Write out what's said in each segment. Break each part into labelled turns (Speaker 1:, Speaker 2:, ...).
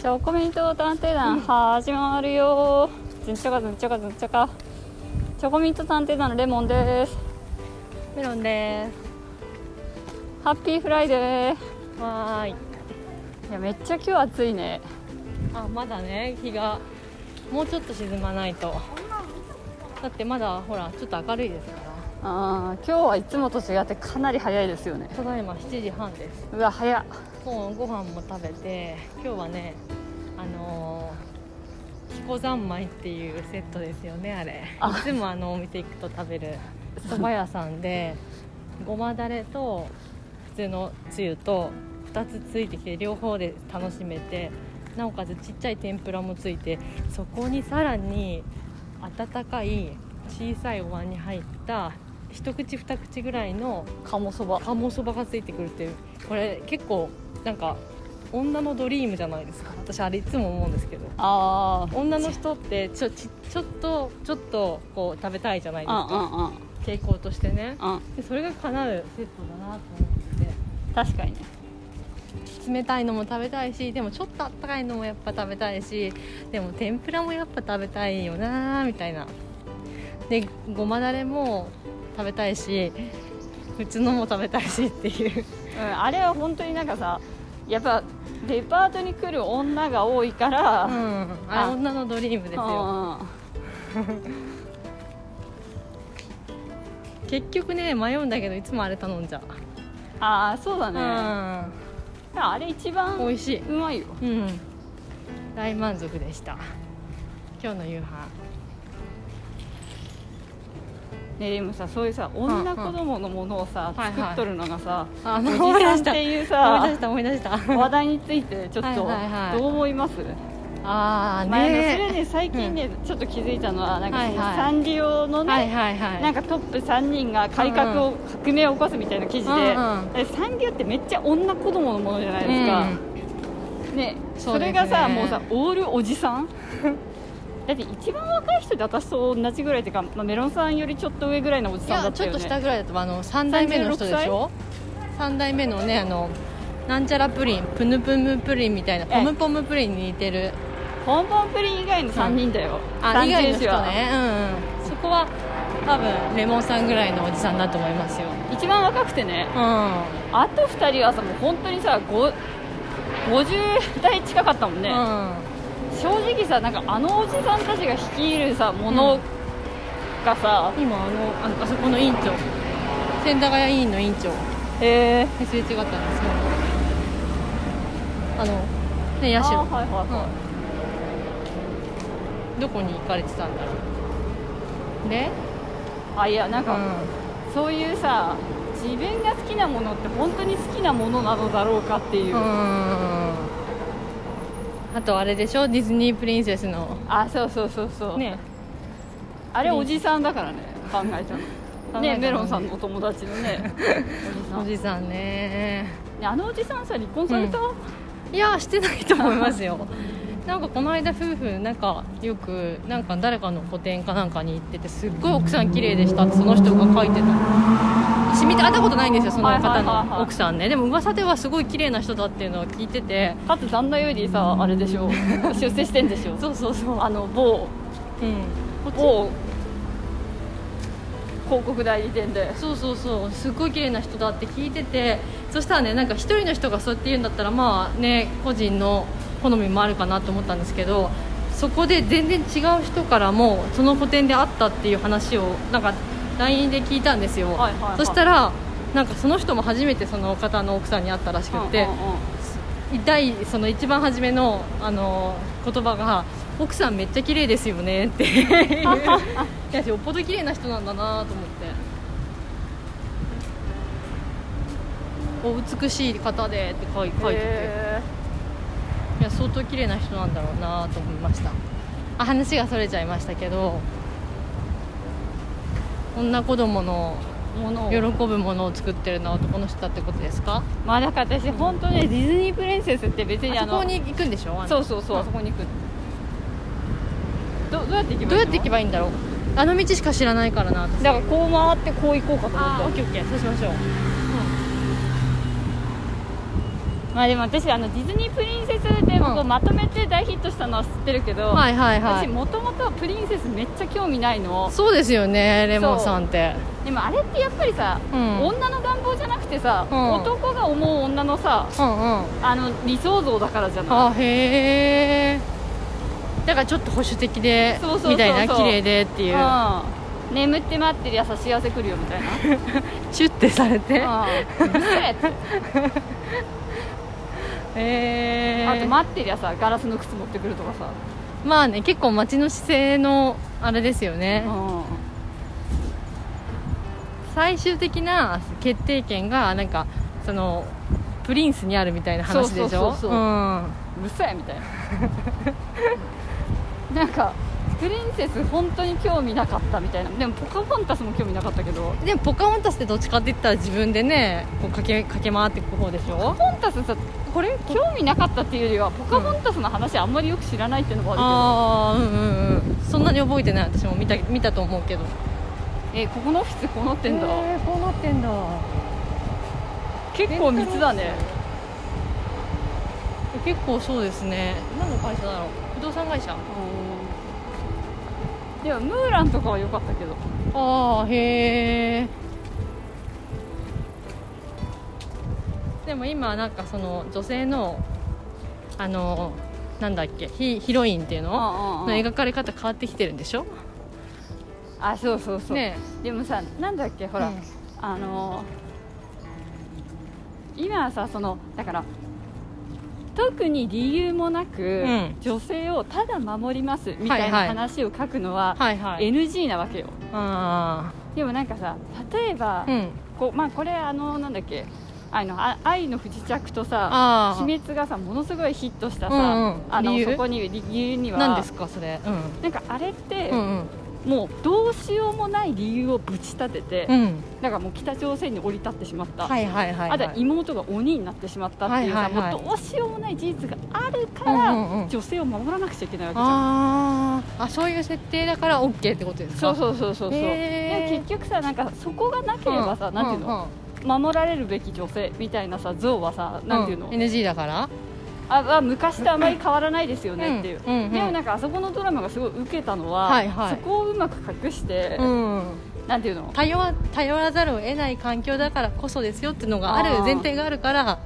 Speaker 1: じゃあおコメント探偵団始まるよずんちょかずんちょかずんちょかチョコミント探偵団のレモンです
Speaker 2: メロンで
Speaker 1: ハッピーフライデー
Speaker 2: す。わーい。
Speaker 1: いやめっちゃ今日暑いね
Speaker 2: あ、まだね、日が。もうちょっと沈まないと。だって、まだ、ほら、ちょっと明るいですから。
Speaker 1: あー今日はいつもと違ってかなり早いですよね
Speaker 2: ただいま7時半です。
Speaker 1: うわ早っ
Speaker 2: もうご飯も食べて、今日はね。あのー。彦三昧っていうセットですよね、あれ。
Speaker 1: あ
Speaker 2: いつもあのお店行くと食べる。蕎麦屋さんで。ごまだれと。普通のつゆと。2つついてきて両方で楽しめてなおかつちっちゃい天ぷらもついてそこにさらに温かい小さいお椀に入った一口二口ぐらいの
Speaker 1: 鴨そば
Speaker 2: 鴨そばがついてくるっていうこれ結構なんか女のドリームじゃないですか私あれいつも思うんですけど
Speaker 1: あー
Speaker 2: 女の人ってちょちちょっとちょっとこう食べたいじゃないです
Speaker 1: うん
Speaker 2: か
Speaker 1: う
Speaker 2: 傾向としてね
Speaker 1: んうんうん
Speaker 2: でそれが叶うセットだなと思って。
Speaker 1: 確かにね
Speaker 2: 冷たいのも食べたいしでもちょっとあったかいのもやっぱ食べたいしでも天ぷらもやっぱ食べたいよなーみたいなでごまだれも食べたいしうちのも食べたいしっていう
Speaker 1: うん、あれは本当になんかさやっぱデパートに来る女が多いから、
Speaker 2: うん
Speaker 1: うん
Speaker 2: あれ女のドリームですよ結局ね迷うんだけどいつもあれ頼んじゃ
Speaker 1: ああそうだね、
Speaker 2: う、
Speaker 1: あれ一番
Speaker 2: うん、美
Speaker 1: う
Speaker 2: 味しい
Speaker 1: まいよ
Speaker 2: うん大満足でした今日の夕飯
Speaker 1: ねでもさそういうさ女子供のものをさ、
Speaker 2: うんはいはい
Speaker 1: 作っとるのが さ、
Speaker 2: あ
Speaker 1: おじ
Speaker 2: 思い出
Speaker 1: さんっ
Speaker 2: した
Speaker 1: ていう
Speaker 2: 思い出
Speaker 1: さ
Speaker 2: した思い出した
Speaker 1: 話題についてちょっと
Speaker 2: はいはいはい
Speaker 1: どう思います、
Speaker 2: ああね
Speaker 1: まああのそれね最近ね、ちょっと気づいたのはなんかその
Speaker 2: はいはい
Speaker 1: サンリオのね、
Speaker 2: はいはいはい
Speaker 1: なんかトップ3人が改革を、革命を起こすみたいな記事で、
Speaker 2: うんうん
Speaker 1: えサンリオってめっちゃ女子供のものじゃないですか、ねそ
Speaker 2: そうで
Speaker 1: れ
Speaker 2: すね
Speaker 1: がさもうさオールおじさん だって一番若い人で私と同じぐらいっていうか、まあ、メロンさんよりちょっと上ぐらいのおじ
Speaker 2: い
Speaker 1: さんだ
Speaker 2: や
Speaker 1: っ
Speaker 2: ち
Speaker 1: た
Speaker 2: ょっ
Speaker 1: よ
Speaker 2: と
Speaker 1: ね
Speaker 2: 下ぐらいだとあの3代目の人でしょ3代目のねあのなんちゃらプリンプヌプムプリンみたいなポムポムプリンに似てる
Speaker 1: ポンポンプリン以外の3人だよ、
Speaker 2: あ以外の
Speaker 1: 三重
Speaker 2: 人
Speaker 1: 士は
Speaker 2: ねうんうんそこは多分レモンさんぐらいのおじさんだと思いますよ
Speaker 1: 一番若くてね
Speaker 2: うんうん
Speaker 1: あと2人はさもう本当にさご50代近かったもんね、正直さなんかあのおじさんたちが率いるさものがさ、
Speaker 2: 今あのあのあそこの院長千駄ヶ谷委員の院長
Speaker 1: へえ
Speaker 2: すれ違ったんですよあのね
Speaker 1: あ
Speaker 2: ヤ
Speaker 1: ー
Speaker 2: シロ
Speaker 1: はいはいは
Speaker 2: うんどこに行かれてたんだろうで
Speaker 1: い、あいやなんか、
Speaker 2: うん
Speaker 1: そういうさ自分が好きなものって本当に好きなものなのだろうかっていう、
Speaker 2: うーんあとあれでしょディズニープリンセスの
Speaker 1: あそうそうそうそう、
Speaker 2: ね
Speaker 1: あれおじさんだからね考えたの
Speaker 2: 考えたの
Speaker 1: ね
Speaker 2: ね
Speaker 1: メロンさんのお友達の ねおじさ
Speaker 2: お
Speaker 1: んね
Speaker 2: じさんね
Speaker 1: あのおじさんさ離婚された、
Speaker 2: ういやしてないと思いますよなんかこの間夫婦なんかよくなんか誰かの個展かなんかに行っててすっごい奥さん綺麗でしたってその人が書いてた私見て会ったことないんですよその
Speaker 1: は
Speaker 2: 方
Speaker 1: いはいはいはい
Speaker 2: の奥さんねでも噂ではすごい綺麗な人だっていうのを聞いてて
Speaker 1: かつ旦那よりさあれでしょ出世してんでしょ
Speaker 2: そうそうそう
Speaker 1: あの某
Speaker 2: うんこっち
Speaker 1: 某広告代理店で
Speaker 2: そうそうそうすっごい綺麗な人だって聞いててそしたらねなんか一人の人がそうやって言うんだったらまあね個人の好みもあるかなと思ったんですけどそこで全然違う人からもその個展で会ったっていう話をなんか LINE で聞いたんですよ、
Speaker 1: はいはいはい
Speaker 2: そしたらなんかその人も初めてその方の奥さんに会ったらしくっ
Speaker 1: う
Speaker 2: て、
Speaker 1: んうんうん
Speaker 2: 第その一番初めのあの言葉が「奥さんめっちゃ綺麗ですよね」っていやよっぽど綺麗な人なんだなと思って「お美しい方で」って書い書いてて
Speaker 1: へ
Speaker 2: いや相当綺麗な人なんだろうなと思いましたあ話がそれちゃいましたけど女子供の
Speaker 1: ーものを
Speaker 2: 喜ぶものを作ってるのは男の人だってことですか
Speaker 1: まあだから私本当ねディズニープリンセスって別に
Speaker 2: あ
Speaker 1: あ
Speaker 2: そ
Speaker 1: の
Speaker 2: こに行くんでしょあの
Speaker 1: そうそうそうあそこに行くどどうやって行けばいいの
Speaker 2: どうやって行けばいいんだろうあの道しか知らないから
Speaker 1: だ
Speaker 2: な
Speaker 1: からこう回ってこう行こうかと思った
Speaker 2: ケーオッケーそうしましょう、
Speaker 1: まあでも私あのディズニープリンセスで僕
Speaker 2: うん
Speaker 1: まとめて大ヒットしたのは知ってるけど、
Speaker 2: はいはいは
Speaker 1: 私
Speaker 2: い
Speaker 1: もともとプリンセスめっちゃ興味ないの
Speaker 2: そうですよねレモンさんって
Speaker 1: でもあれってやっぱりさ、
Speaker 2: うん
Speaker 1: 女の願望じゃなくてさ、
Speaker 2: うん
Speaker 1: 男が思う女のさ
Speaker 2: うんうん
Speaker 1: あの理想像だからじゃない
Speaker 2: あへえだからちょっと保守的で
Speaker 1: そうそうそうそう
Speaker 2: みたいな綺麗でっていう
Speaker 1: うん、眠って待ってりゃさ幸せ来るよみたい な
Speaker 2: シュッてされて
Speaker 1: うんうるせえって
Speaker 2: へ
Speaker 1: あと
Speaker 2: えま
Speaker 1: 待ってりゃさガラスの靴持ってくるとかさ、
Speaker 2: あね結構街の姿勢のあれですよね、
Speaker 1: うん
Speaker 2: 最終的な決定権がなんかそのプリンスにあるみたいな話でし
Speaker 1: そ
Speaker 2: ょ
Speaker 1: うそうそうそう
Speaker 2: うん
Speaker 1: うるさいみたいな なんかプリンセス本当に興味なかったみたいなでもポカフォンタスも興味なかったけどポ
Speaker 2: でもポカホンタスってどっちかって言ったら自分でねこう駆け駆け回っていく方でしょ
Speaker 1: カフォンタスさこれ興味なかったっていうよりはポカフォンタスの話あんまりよく知らないっていうのもあ
Speaker 2: ああうんうんうんそんなに覚えてない私も見た見たと思うけど
Speaker 1: るけどえここのオフィスこうなってんだ、
Speaker 2: えーこうなってんだ
Speaker 1: 結構密だね
Speaker 2: 結構そうですね何の会社だろう不動産会社
Speaker 1: でもムーランとかは良かったけど
Speaker 2: ああへえでも今なんかその女性のあのなんだっけヒヒロインっていうのの
Speaker 1: あ
Speaker 2: 描かれ方変わってきてるんでしょ
Speaker 1: あそうそうそう、
Speaker 2: ね
Speaker 1: でもさなんだっけほ
Speaker 2: ほ
Speaker 1: ら、
Speaker 2: ら、
Speaker 1: あの今さそのだから特に理由もなく、
Speaker 2: ん
Speaker 1: 女性をただ守りますみたい
Speaker 2: はいは
Speaker 1: ない話を書くのは
Speaker 2: はいはい
Speaker 1: NG なわけよ、
Speaker 2: あ
Speaker 1: でもなんかさ例えば、
Speaker 2: あうん
Speaker 1: こうまあ、これあのなんだっけあのあ愛の不時着とさ
Speaker 2: あ
Speaker 1: 秘密がさものすごいヒットしたさ、
Speaker 2: うんうん
Speaker 1: あ
Speaker 2: 理
Speaker 1: の
Speaker 2: 由
Speaker 1: そこに理由に
Speaker 2: あ
Speaker 1: は
Speaker 2: 何ですかそれう
Speaker 1: なんかあれって、
Speaker 2: んうん
Speaker 1: もうどうしようもない理由をぶち立てて、
Speaker 2: うんうん
Speaker 1: なんかもう北朝鮮に降り立ってしまった、
Speaker 2: はいはいはい
Speaker 1: あと
Speaker 2: は
Speaker 1: はい妹が鬼になってしまったっていうさ、
Speaker 2: はいはいはい
Speaker 1: もうどうしようもない事実があるか
Speaker 2: うんうんう
Speaker 1: ら
Speaker 2: ん
Speaker 1: 女性を守らなくちゃいけないわけじゃん、
Speaker 2: あーあそういう設定だから OK ってことです
Speaker 1: そ
Speaker 2: か
Speaker 1: うそうそうそうそう、
Speaker 2: へー
Speaker 1: でも結局さなんかそこがなければさ、なんていうの、
Speaker 2: ん
Speaker 1: 守られるべき女性みたいなさ像はさ
Speaker 2: ん
Speaker 1: なんていうの、
Speaker 2: ん NG だから
Speaker 1: あは昔とあまり変わらないですよねっていう、
Speaker 2: うんうんうん
Speaker 1: でもなんかあそこのドラマがすごい受けたのは、
Speaker 2: はいはい
Speaker 1: そこをうまく隠して、
Speaker 2: うん
Speaker 1: なんていうの
Speaker 2: 頼わ頼らざるを得ない環境だからこそですよっていうのがあ
Speaker 1: あ
Speaker 2: る
Speaker 1: ー
Speaker 2: 前提があるから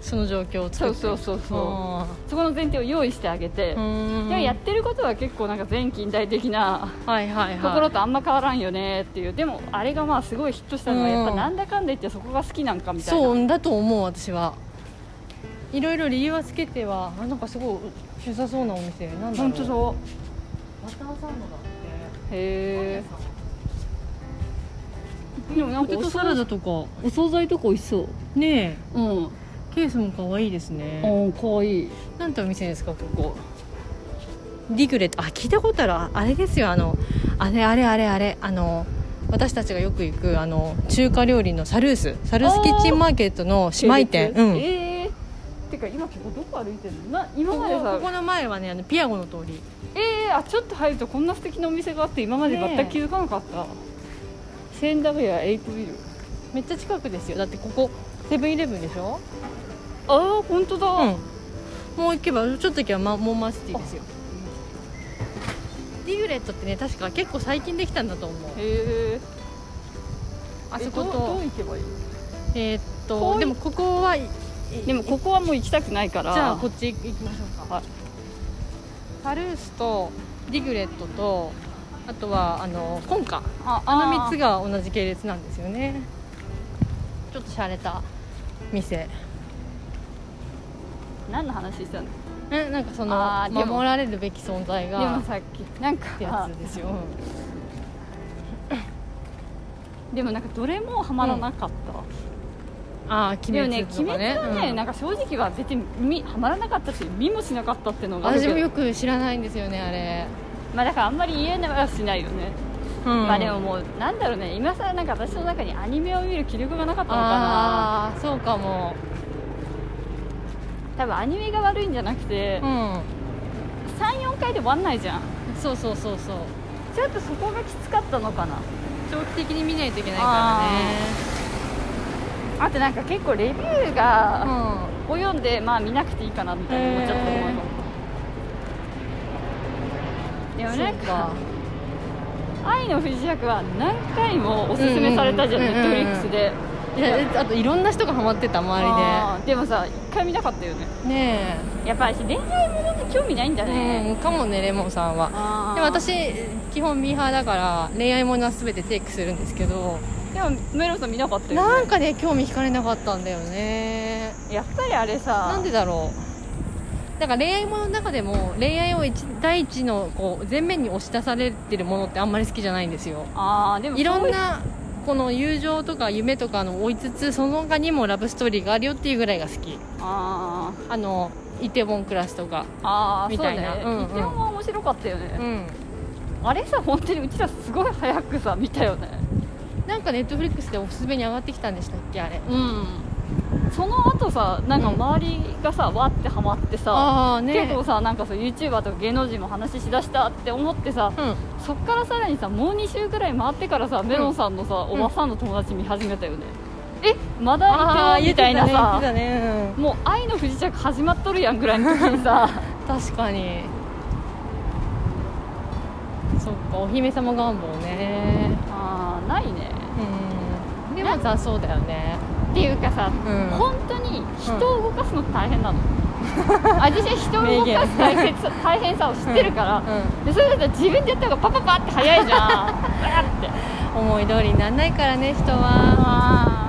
Speaker 2: その状況を
Speaker 1: そ
Speaker 2: 作
Speaker 1: う
Speaker 2: って
Speaker 1: そうそうそう
Speaker 2: あ
Speaker 1: そこの前提を用意してあげて、
Speaker 2: ーうん
Speaker 1: でもやってることは結構なんか全近代的な
Speaker 2: はいはい
Speaker 1: ところ
Speaker 2: は
Speaker 1: とあんま変わらんよねっていうでもあれがまあすごいヒットしたのは
Speaker 2: うん
Speaker 1: やっぱなんだかんだ言ってそこが好きなんかみ
Speaker 2: い
Speaker 1: たいな
Speaker 2: そうだと思う私はいろいろ理由はつけてはあなんかすごい良さそうなお店なんだろう
Speaker 1: 本当そう
Speaker 2: バターサンドだっ
Speaker 1: へえでもな
Speaker 2: て
Speaker 1: んか
Speaker 2: ポテ
Speaker 1: お
Speaker 2: トサラダとか
Speaker 1: お惣菜とか美味しそう
Speaker 2: ね
Speaker 1: うん
Speaker 2: えケースも可愛いですね
Speaker 1: うんかわいい
Speaker 2: なんてお店ですかここリグレットあ聞いたことあるああれですよあのあれあれあれあれあの私たちがよく行くあの中華料理のサルースサルースキッチンマーケットの姉妹店、うん、
Speaker 1: ええてか今ここどこ歩いてんのな今
Speaker 2: こ
Speaker 1: まで
Speaker 2: こ
Speaker 1: さ
Speaker 2: ここの前はねあのピアゴの通り
Speaker 1: ええあちょっと入るとこんな素敵なお店があって今まで全く気づかなかった、千駄ヶ谷エイプビル
Speaker 2: めっちゃ近くですよだってここセブンイレブンでしょ
Speaker 1: ああ本当だ、
Speaker 2: うんもう行けばちょっと行けばマモンマーシティですよリグレットってね確か結構最近できたんだと思う
Speaker 1: へえ
Speaker 2: あそこ
Speaker 1: えどうどう
Speaker 2: と
Speaker 1: 行けばいい
Speaker 2: えーっ
Speaker 1: 遠
Speaker 2: と
Speaker 1: い
Speaker 2: でもここはい
Speaker 1: でもここはもう行きたくないから
Speaker 2: じゃあこっち行きましょうか、
Speaker 1: はい
Speaker 2: サルースとリグレットとあとはあのコンカ
Speaker 1: あ
Speaker 2: あの3つが同じ系列なんですよねちょっと洒落た店
Speaker 1: 何の話したの
Speaker 2: えなんかそ
Speaker 1: あ
Speaker 2: の
Speaker 1: ーでも
Speaker 2: 守られるべき存在
Speaker 1: でも
Speaker 2: が
Speaker 1: さっきなんか
Speaker 2: ってやつですよ
Speaker 1: でもなんかどれもハマらなかった、
Speaker 2: ああー
Speaker 1: でも
Speaker 2: 鬼
Speaker 1: ね
Speaker 2: 滅
Speaker 1: 「鬼
Speaker 2: とか
Speaker 1: 滅」
Speaker 2: ね
Speaker 1: はね、
Speaker 2: うん
Speaker 1: なんか正直は別に見ハマらなかったし見もしなかったっていうのがあるけ
Speaker 2: 私
Speaker 1: ど
Speaker 2: もよく知らないんですよねあれ、
Speaker 1: まあだからあんまり言えはしないよね、
Speaker 2: うん
Speaker 1: まあでももうなんだろうね今さらなんか私の中にアニメを見る気力がなかったのかな
Speaker 2: ああーそうかも
Speaker 1: 多分アニメが悪いんじゃなくて、
Speaker 2: うん
Speaker 1: 34回で終わんないじゃん
Speaker 2: そうそうそうそう
Speaker 1: ちょっとそこがきつかったのかな
Speaker 2: 長期的に見ないといけないからね
Speaker 1: あとなんか結構レビューが
Speaker 2: ん
Speaker 1: を読んでまあ見なくていいかなみたいな思っちゃったと思うよでもなんか「愛の不時着」は何回もおすすめされたじゃん
Speaker 2: う
Speaker 1: ネ
Speaker 2: んうん
Speaker 1: ット
Speaker 2: うんうん
Speaker 1: フリックスで
Speaker 2: いやえあといろんな人がハマってた周
Speaker 1: あーでもさ一回見なかったよね
Speaker 2: りでね
Speaker 1: やっぱ私恋愛ものに興味ないんだ
Speaker 2: え、
Speaker 1: ね、
Speaker 2: うん、かもねレモンさんは
Speaker 1: あー
Speaker 2: でも私基本ミーハーだから恋愛ものは全てテイクするんですけど
Speaker 1: でもメロさん見なかったよね
Speaker 2: なんかね興味惹かれなかったんだよね
Speaker 1: やっぱりあれさ
Speaker 2: なんでだろうだから恋愛ものの中でも恋愛を一第一のこう前面に押し出されてるものってあんまり好きじゃないんですよ
Speaker 1: ああでも
Speaker 2: いろ
Speaker 1: そうんいう
Speaker 2: なこの友情とか夢とかの追いつつその他にもラブストーリーがあるよっていうぐらいが好き
Speaker 1: あー
Speaker 2: あのイテウォンクラスとか
Speaker 1: あー
Speaker 2: みたいな
Speaker 1: そうね
Speaker 2: うんうん
Speaker 1: イテウォンは面白かったよね、
Speaker 2: うん
Speaker 1: あれさ本当にうちらすごい早くさ見たよね
Speaker 2: なんかネットフリックスでおすすめに上がってきたんでしたっけあれ
Speaker 1: うんその後さなんか
Speaker 2: うん
Speaker 1: 周りがさ、わってハマってさ、
Speaker 2: ああね
Speaker 1: 結構さなんかそう YouTuber とか芸能人も話しだしたって思ってさ、
Speaker 2: うん
Speaker 1: そっからさらにさもう2週くらい回ってからさメロンさんのさ、おばさんの友達見始めたよね、えまだ
Speaker 2: あ
Speaker 1: いてよみたいなさ
Speaker 2: 言ってたね言ってたね
Speaker 1: もう愛の不時着始まっとるやんぐらいの時に さ
Speaker 2: うん確かにそっかお姫様願望ね
Speaker 1: あーないね
Speaker 2: うんでもさそうだよね
Speaker 1: っていうかさ、
Speaker 2: うん
Speaker 1: 本当に人を動かすの大変 なの、私は人を動かす大変さ大変さを知ってるから、
Speaker 2: う
Speaker 1: でそれだったら自分でやった方がパパパって早い じゃんわーって
Speaker 2: ん思い通りにならないからね人は
Speaker 1: あ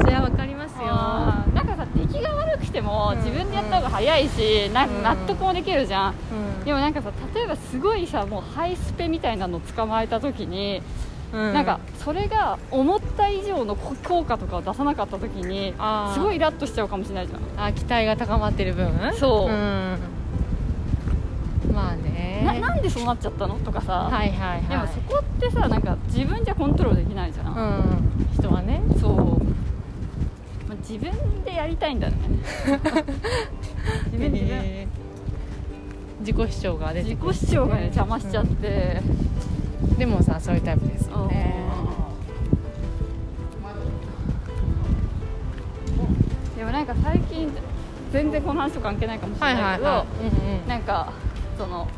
Speaker 2: それはわかりますよ
Speaker 1: あなんかさ出来が悪くても
Speaker 2: うん
Speaker 1: 自分でやった方が早いし、なん
Speaker 2: うん
Speaker 1: か納得もできるじゃん、
Speaker 2: うん
Speaker 1: でもなんかさ例えばすごいさもうハイスペみたいなの捕まえた時に、
Speaker 2: う
Speaker 1: なんかそれが思った以上の効果とかを出さなかった時に
Speaker 2: あー
Speaker 1: すごいイラッとしちゃうかもしれないじゃん
Speaker 2: あ期待が高まってる分
Speaker 1: そう
Speaker 2: うんまあね
Speaker 1: ななんでそうなっちゃったのとかさ、
Speaker 2: はいはいはい
Speaker 1: でもそこってさなんか自分じゃコントロールできないじゃ、
Speaker 2: うんん人は ね
Speaker 1: そう、まあ自分でやりたいんだね自分自分、
Speaker 2: えー自己主張が出て
Speaker 1: 自
Speaker 2: くる
Speaker 1: 己主張がね邪魔しちゃって、
Speaker 2: でもさそういうタイプですよね
Speaker 1: うんでもなんか最近全然この話と関係ないかもしれないけど、
Speaker 2: いうん
Speaker 1: なんかその、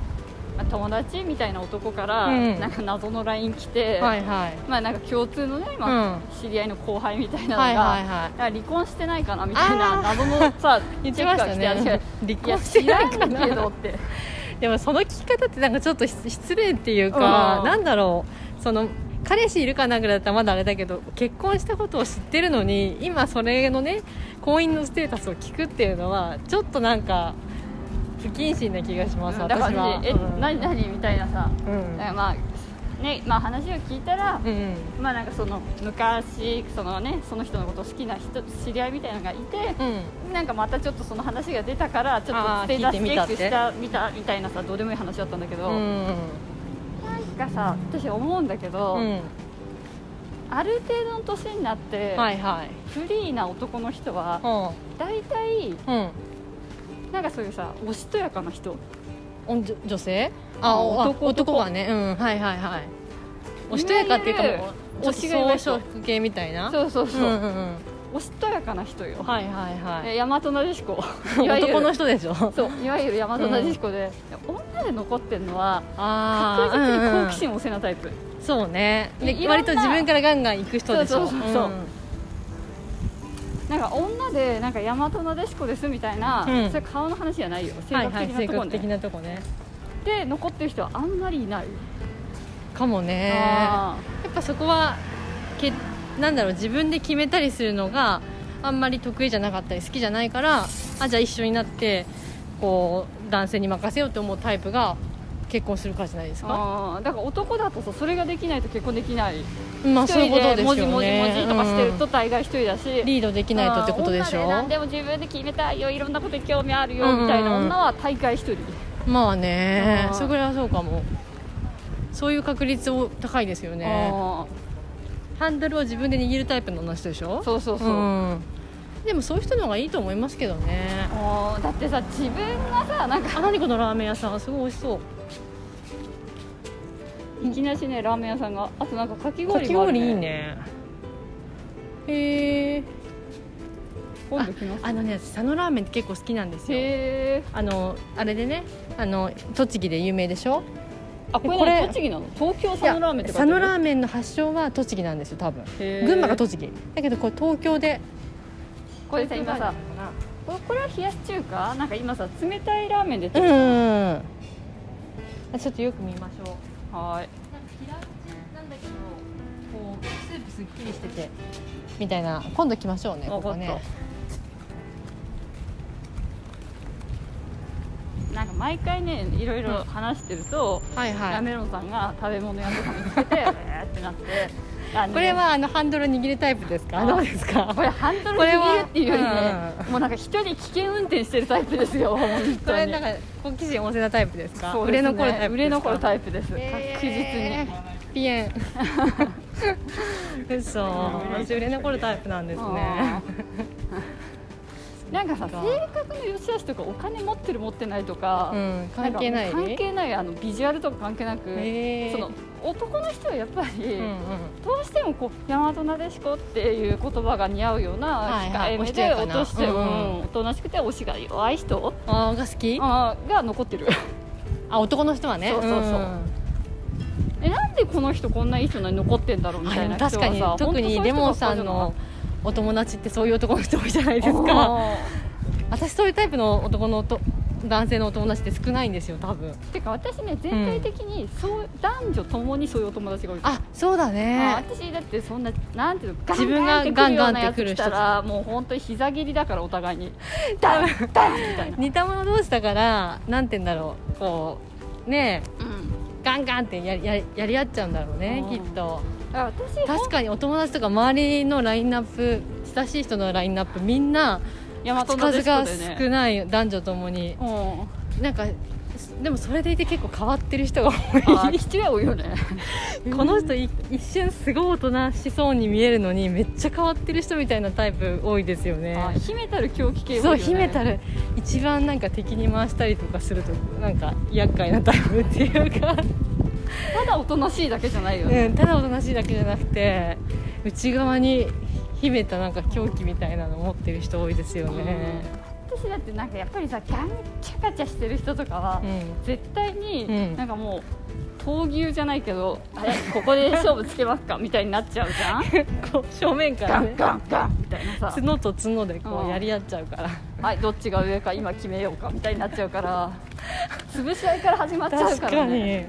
Speaker 1: まあ友達みたいな男から、
Speaker 2: うん
Speaker 1: なんか謎の LINE 来て、
Speaker 2: うんはいはい
Speaker 1: まあなんか共通のね、まあ知り合いの後輩みたいなのが、
Speaker 2: はいはいはい
Speaker 1: いや離婚してないかなみたいな謎のさ
Speaker 2: 言ってましたね
Speaker 1: チェックが来て私が
Speaker 2: 離婚してないか
Speaker 1: や
Speaker 2: な
Speaker 1: 知らんけどって
Speaker 2: でもその聞き方ってなんかちょっと失失礼っていう
Speaker 1: う
Speaker 2: か
Speaker 1: ん
Speaker 2: なんだろうその彼氏いるかなぐらいだったらまだあれだけど結婚したことを知ってるのに今それのね婚姻のステータスを聞くっていうのはちょっとなんか不謹慎な気がします、
Speaker 1: だから
Speaker 2: 私は
Speaker 1: え、
Speaker 2: うん
Speaker 1: 何何みたいなさ
Speaker 2: うん
Speaker 1: だからまあねまあ話を聞いたら、
Speaker 2: うんうん
Speaker 1: まあなんかその昔そのねその人のことを好きな人知り合いみたいなのがいて、
Speaker 2: うん
Speaker 1: なんかまたちょっとその話が出たからちょっ
Speaker 2: あ
Speaker 1: と
Speaker 2: ー
Speaker 1: ステータスチ
Speaker 2: 聞いてみ
Speaker 1: ェ
Speaker 2: た
Speaker 1: ッ
Speaker 2: っ
Speaker 1: ク
Speaker 2: て
Speaker 1: したみたみたいなさどうでもいい話だったんだけど、なんかさ私思うんだけど、
Speaker 2: うん
Speaker 1: ある程度の年になって、
Speaker 2: はいはい
Speaker 1: フリーな男の人は
Speaker 2: う
Speaker 1: 大体
Speaker 2: んうん
Speaker 1: なんかそういうさおしとやかな人
Speaker 2: お女女性あ
Speaker 1: うん
Speaker 2: おあ
Speaker 1: 男
Speaker 2: 男がねうんはいはいはいおしとやかっていうか
Speaker 1: いわゆる
Speaker 2: もうちょ
Speaker 1: 女
Speaker 2: っと
Speaker 1: 子がいない人
Speaker 2: 装飾系みたいな
Speaker 1: そうそうそう、
Speaker 2: んうんうん
Speaker 1: おしとやかな人よ、
Speaker 2: はいはいは
Speaker 1: え大和なでし こ
Speaker 2: い男の
Speaker 1: 人
Speaker 2: 人でしょ
Speaker 1: そういわゆる大和なでしこで、女で残ってるのは
Speaker 2: あ
Speaker 1: 確
Speaker 2: ー
Speaker 1: 実に
Speaker 2: うんうん
Speaker 1: 好奇心旺盛なタイプ、
Speaker 2: そうね
Speaker 1: いろん
Speaker 2: で
Speaker 1: な
Speaker 2: 割と自分からガンガン行く人でしょ
Speaker 1: そうそうそうそうんなんか女でなんか大和なでしこですみたいな、
Speaker 2: うん
Speaker 1: それ顔の話じゃないよ性
Speaker 2: はい
Speaker 1: 格
Speaker 2: はい
Speaker 1: 的な
Speaker 2: 性
Speaker 1: ところ
Speaker 2: 格的
Speaker 1: ね、
Speaker 2: なとこね
Speaker 1: で残ってる人はあんまりいない、
Speaker 2: かもねや
Speaker 1: あ
Speaker 2: っぱそこはけなんだろう自分で決めたりするのがあんまり得意じゃなかったり好きじゃないからあじゃあ一緒になってこう男性に任せようと思うタイプが結婚するかじゃないです
Speaker 1: ー
Speaker 2: か
Speaker 1: あーだから男だとさそれができないと結婚できない
Speaker 2: まあそういうことですよね
Speaker 1: 文字文字文字とかしてる
Speaker 2: う
Speaker 1: と
Speaker 2: ん
Speaker 1: 大概一人だし、
Speaker 2: リードできないとってことでし
Speaker 1: うん女
Speaker 2: ょ
Speaker 1: で何でも自分で決めたいよいろんなことに興味あるよ、
Speaker 2: うんうんうん
Speaker 1: みたいな女は大会一人
Speaker 2: まあね
Speaker 1: うん
Speaker 2: それぐらいはそうかもそういう確率を高いですよね
Speaker 1: あ
Speaker 2: ハンドルを自分で握るタイプの人でしょ
Speaker 1: ーそうそうそう、
Speaker 2: んでもそういう人の方がいいと思いますけどね
Speaker 1: あーだってさ自分がさなんか
Speaker 2: あ何このラーメン屋さんすごい美味しそう
Speaker 1: いきなしねラーメン屋さんがあとなんかかき
Speaker 2: か
Speaker 1: 氷
Speaker 2: き
Speaker 1: もある、
Speaker 2: 氷
Speaker 1: ね、
Speaker 2: いいねへえ
Speaker 1: 今度来ます
Speaker 2: あのね佐野ラーメンって結構好きなんですよ
Speaker 1: へえ
Speaker 2: あのあれでねあの栃木で有名でしょ
Speaker 1: あこれ
Speaker 2: これ
Speaker 1: 何栃木なの東京佐野ラーメンって書い
Speaker 2: い
Speaker 1: てあ
Speaker 2: や佐野ラ
Speaker 1: る
Speaker 2: ーメンの発祥は栃木なんですよ多分
Speaker 1: へー
Speaker 2: 群馬が栃木だけどこれ東京で
Speaker 1: これさ今さここれは冷やし中華なんか今さ冷たいラーメン出て
Speaker 2: うん
Speaker 1: る、
Speaker 2: うん
Speaker 1: は
Speaker 2: うんあちょっとよく見ましょう
Speaker 1: ーい
Speaker 2: なんか平打ちなんだけどこうスープすっきりしててみたいな今度来ましょうねこ
Speaker 1: わか
Speaker 2: こ
Speaker 1: った
Speaker 2: ね
Speaker 1: なんか毎回ねいろいろ話してると、
Speaker 2: はいは
Speaker 1: ラ
Speaker 2: い
Speaker 1: メロンさんが食べ物屋とか見つ けてえーってなってあね
Speaker 2: これはあのハンドル握るタイプですか
Speaker 1: あ
Speaker 2: どうですか
Speaker 1: これハンドル
Speaker 2: これ
Speaker 1: 握
Speaker 2: は
Speaker 1: るっていうよりね、
Speaker 2: う
Speaker 1: もうなんか一人危険運転してるタイプですよ本当に
Speaker 2: これなんか好奇心旺盛なタイプですか
Speaker 1: そう
Speaker 2: 売
Speaker 1: です
Speaker 2: れ
Speaker 1: ね
Speaker 2: 残るタイプですか
Speaker 1: 売れ残るタイプです、
Speaker 2: え
Speaker 1: 確実に
Speaker 2: ーピエン 嘘私売れ残るタイプなんですね
Speaker 1: うんなんかさ性格の良し悪しとかお金持ってる持ってないとか、
Speaker 2: うん関係ない
Speaker 1: んか関係ないあのビジュアルとか関係なく、
Speaker 2: へー
Speaker 1: その男の人はやっぱり、
Speaker 2: うんうん
Speaker 1: どうしてもこう大和なでしこっていう言葉が似合うような
Speaker 2: はい
Speaker 1: 控
Speaker 2: はい
Speaker 1: えめ
Speaker 2: おしと
Speaker 1: で
Speaker 2: やか
Speaker 1: 落
Speaker 2: な
Speaker 1: として、
Speaker 2: うん
Speaker 1: う
Speaker 2: うん
Speaker 1: んおとなしくて推しが弱い人
Speaker 2: あーが好き
Speaker 1: あーが残ってる
Speaker 2: あ男の人はね
Speaker 1: そうそうそうんえなんでこの人こんないい人なのに残ってんだろうみ
Speaker 2: あ
Speaker 1: た
Speaker 2: で
Speaker 1: いな
Speaker 2: も
Speaker 1: 人は
Speaker 2: 確
Speaker 1: さ
Speaker 2: かに特にレモンさんのお友達ってそういう男の人多いじゃないですか私そういうタイプの男のと男性のお友達って少ないんですよ多分
Speaker 1: てか私ね全体的にそう、男女ともにそういうお友達が多い
Speaker 2: あそうだ
Speaker 1: あ
Speaker 2: ね
Speaker 1: 私だってそんななんていうの
Speaker 2: 自分が
Speaker 1: ガンガン
Speaker 2: ガンガン
Speaker 1: っ
Speaker 2: っ
Speaker 1: く
Speaker 2: てて
Speaker 1: る
Speaker 2: 来る
Speaker 1: ようなやつ来
Speaker 2: 人
Speaker 1: たらもう本当に膝蹴りだからお互いにダメダメみたいな、
Speaker 2: 似た者同士だからなんて言うんだろうこうねえ
Speaker 1: うん、
Speaker 2: ガンガンってやりやりやり合っちゃうんだろうね
Speaker 1: うん
Speaker 2: きっと
Speaker 1: だから私
Speaker 2: 確かにお友達とか周りのラインナップ親しい人のラインナップみんな
Speaker 1: 大和
Speaker 2: 口
Speaker 1: なでし
Speaker 2: 数
Speaker 1: こ
Speaker 2: が
Speaker 1: でね
Speaker 2: 少ない男女ともに
Speaker 1: うん
Speaker 2: なんかでもそれでいて結構変わってる人が多い
Speaker 1: あー父親多いよね
Speaker 2: この人い一瞬すごい大人しそうに見えるのにめっちゃ変わってる人みたいなタイプ多いですよ
Speaker 1: あ
Speaker 2: ね
Speaker 1: ー秘めたる狂気系
Speaker 2: そ
Speaker 1: 多
Speaker 2: う
Speaker 1: いよね
Speaker 2: 秘めたる一番なんか敵に回したりとかするとなんか厄介なタイプっていうか、
Speaker 1: ただおとなしいだけじゃないよね、
Speaker 2: うん、ただおとなしいだけじゃなくて内側に秘めたなんか狂気みたいなの持ってる人多いですよね
Speaker 1: 私だってなんかやっぱりさガンチャカチャしてる人とかは
Speaker 2: うん、
Speaker 1: 絶対に、
Speaker 2: うん
Speaker 1: なんかもう闘牛じゃないけどあれここで勝負つけますかみたいになっちゃうじゃ ん
Speaker 2: こう正面か
Speaker 1: ガ
Speaker 2: ら
Speaker 1: ン
Speaker 2: ね
Speaker 1: ガンガンみたいなさ
Speaker 2: 角と角でこ
Speaker 1: うん
Speaker 2: うやり合っちゃうから
Speaker 1: はい、どっちが上か今決めようかみたいになっちゃうから潰し合いから始まっちゃう
Speaker 2: 確
Speaker 1: から
Speaker 2: か
Speaker 1: ね
Speaker 2: に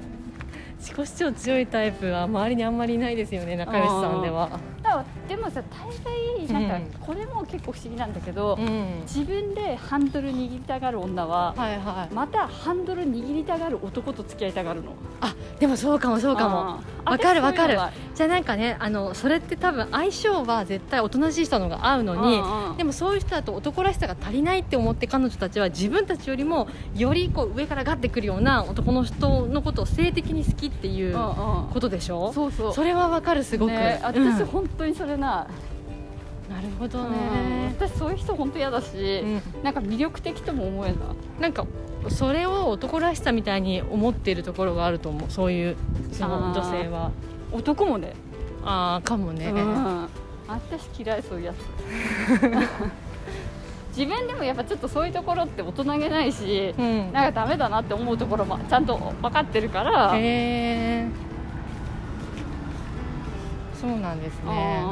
Speaker 2: 自己主張強いタイプは周りにあんまりいないですよね仲良しさんでは。
Speaker 1: だからでもさ大概なんかこれも結構不思議なんだけど、
Speaker 2: うん
Speaker 1: 自分でハンドル握りたがる女は、
Speaker 2: はいはい、
Speaker 1: またハンドル握りたがる男と付き合いたがるの
Speaker 2: あでもそうかもそうかも
Speaker 1: あー
Speaker 2: わかる
Speaker 1: 私
Speaker 2: わか
Speaker 1: そうい
Speaker 2: る
Speaker 1: うのは
Speaker 2: じゃあなんかねあのそれって多分相性は絶対おとなしい人の方が合うのに
Speaker 1: うんうん
Speaker 2: でもそういう人だと男らしさが足りないって思って彼女たちは自分たちよりもよりこう上からガッてくるような男の人のことを性的に好きっていう
Speaker 1: うんうん
Speaker 2: ことでしょ、
Speaker 1: そうそう
Speaker 2: それはわかるすごく、
Speaker 1: ね、私、
Speaker 2: うん
Speaker 1: 本当にそれな
Speaker 2: なるほ
Speaker 1: い、
Speaker 2: ど
Speaker 1: うん
Speaker 2: ね、
Speaker 1: 私そういう人本当嫌だし、
Speaker 2: うん
Speaker 1: なんか魅力的とも思えない
Speaker 2: なんかそれを男らしさみたいに思っているところがあると思うそういうその女性は
Speaker 1: 男もね
Speaker 2: ああーかもね、
Speaker 1: うん、私嫌いそう いうやつ自分でもやっぱちょっとそういうところって大人げないし、
Speaker 2: うん
Speaker 1: なんかダメだなって思うところもちゃんと分かってるから、
Speaker 2: へえそうなんですね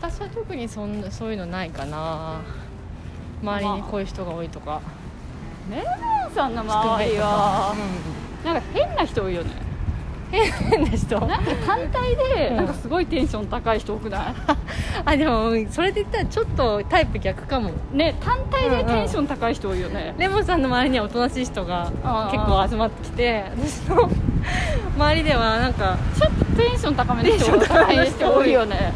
Speaker 1: う
Speaker 2: 私は特にそんなそういうのないかな周りにこういう人が多いとか
Speaker 1: んメロンさんの周りは
Speaker 2: う
Speaker 1: なんか変な人多いよね
Speaker 2: ん 変な人
Speaker 1: なんか単体で
Speaker 2: うん
Speaker 1: なんかすごいテンション高い人多くない、
Speaker 2: あでもうんそれで言ったらちょっとタイプ逆かも
Speaker 1: ね単体でテンション高い人多いよね、
Speaker 2: レモンさんの周りにはおとなしい人が
Speaker 1: ああ
Speaker 2: 結構集まってきて私の 周りではなんか
Speaker 1: ちょっとテンション高めの人
Speaker 2: テンション高めの人
Speaker 1: 人多いよね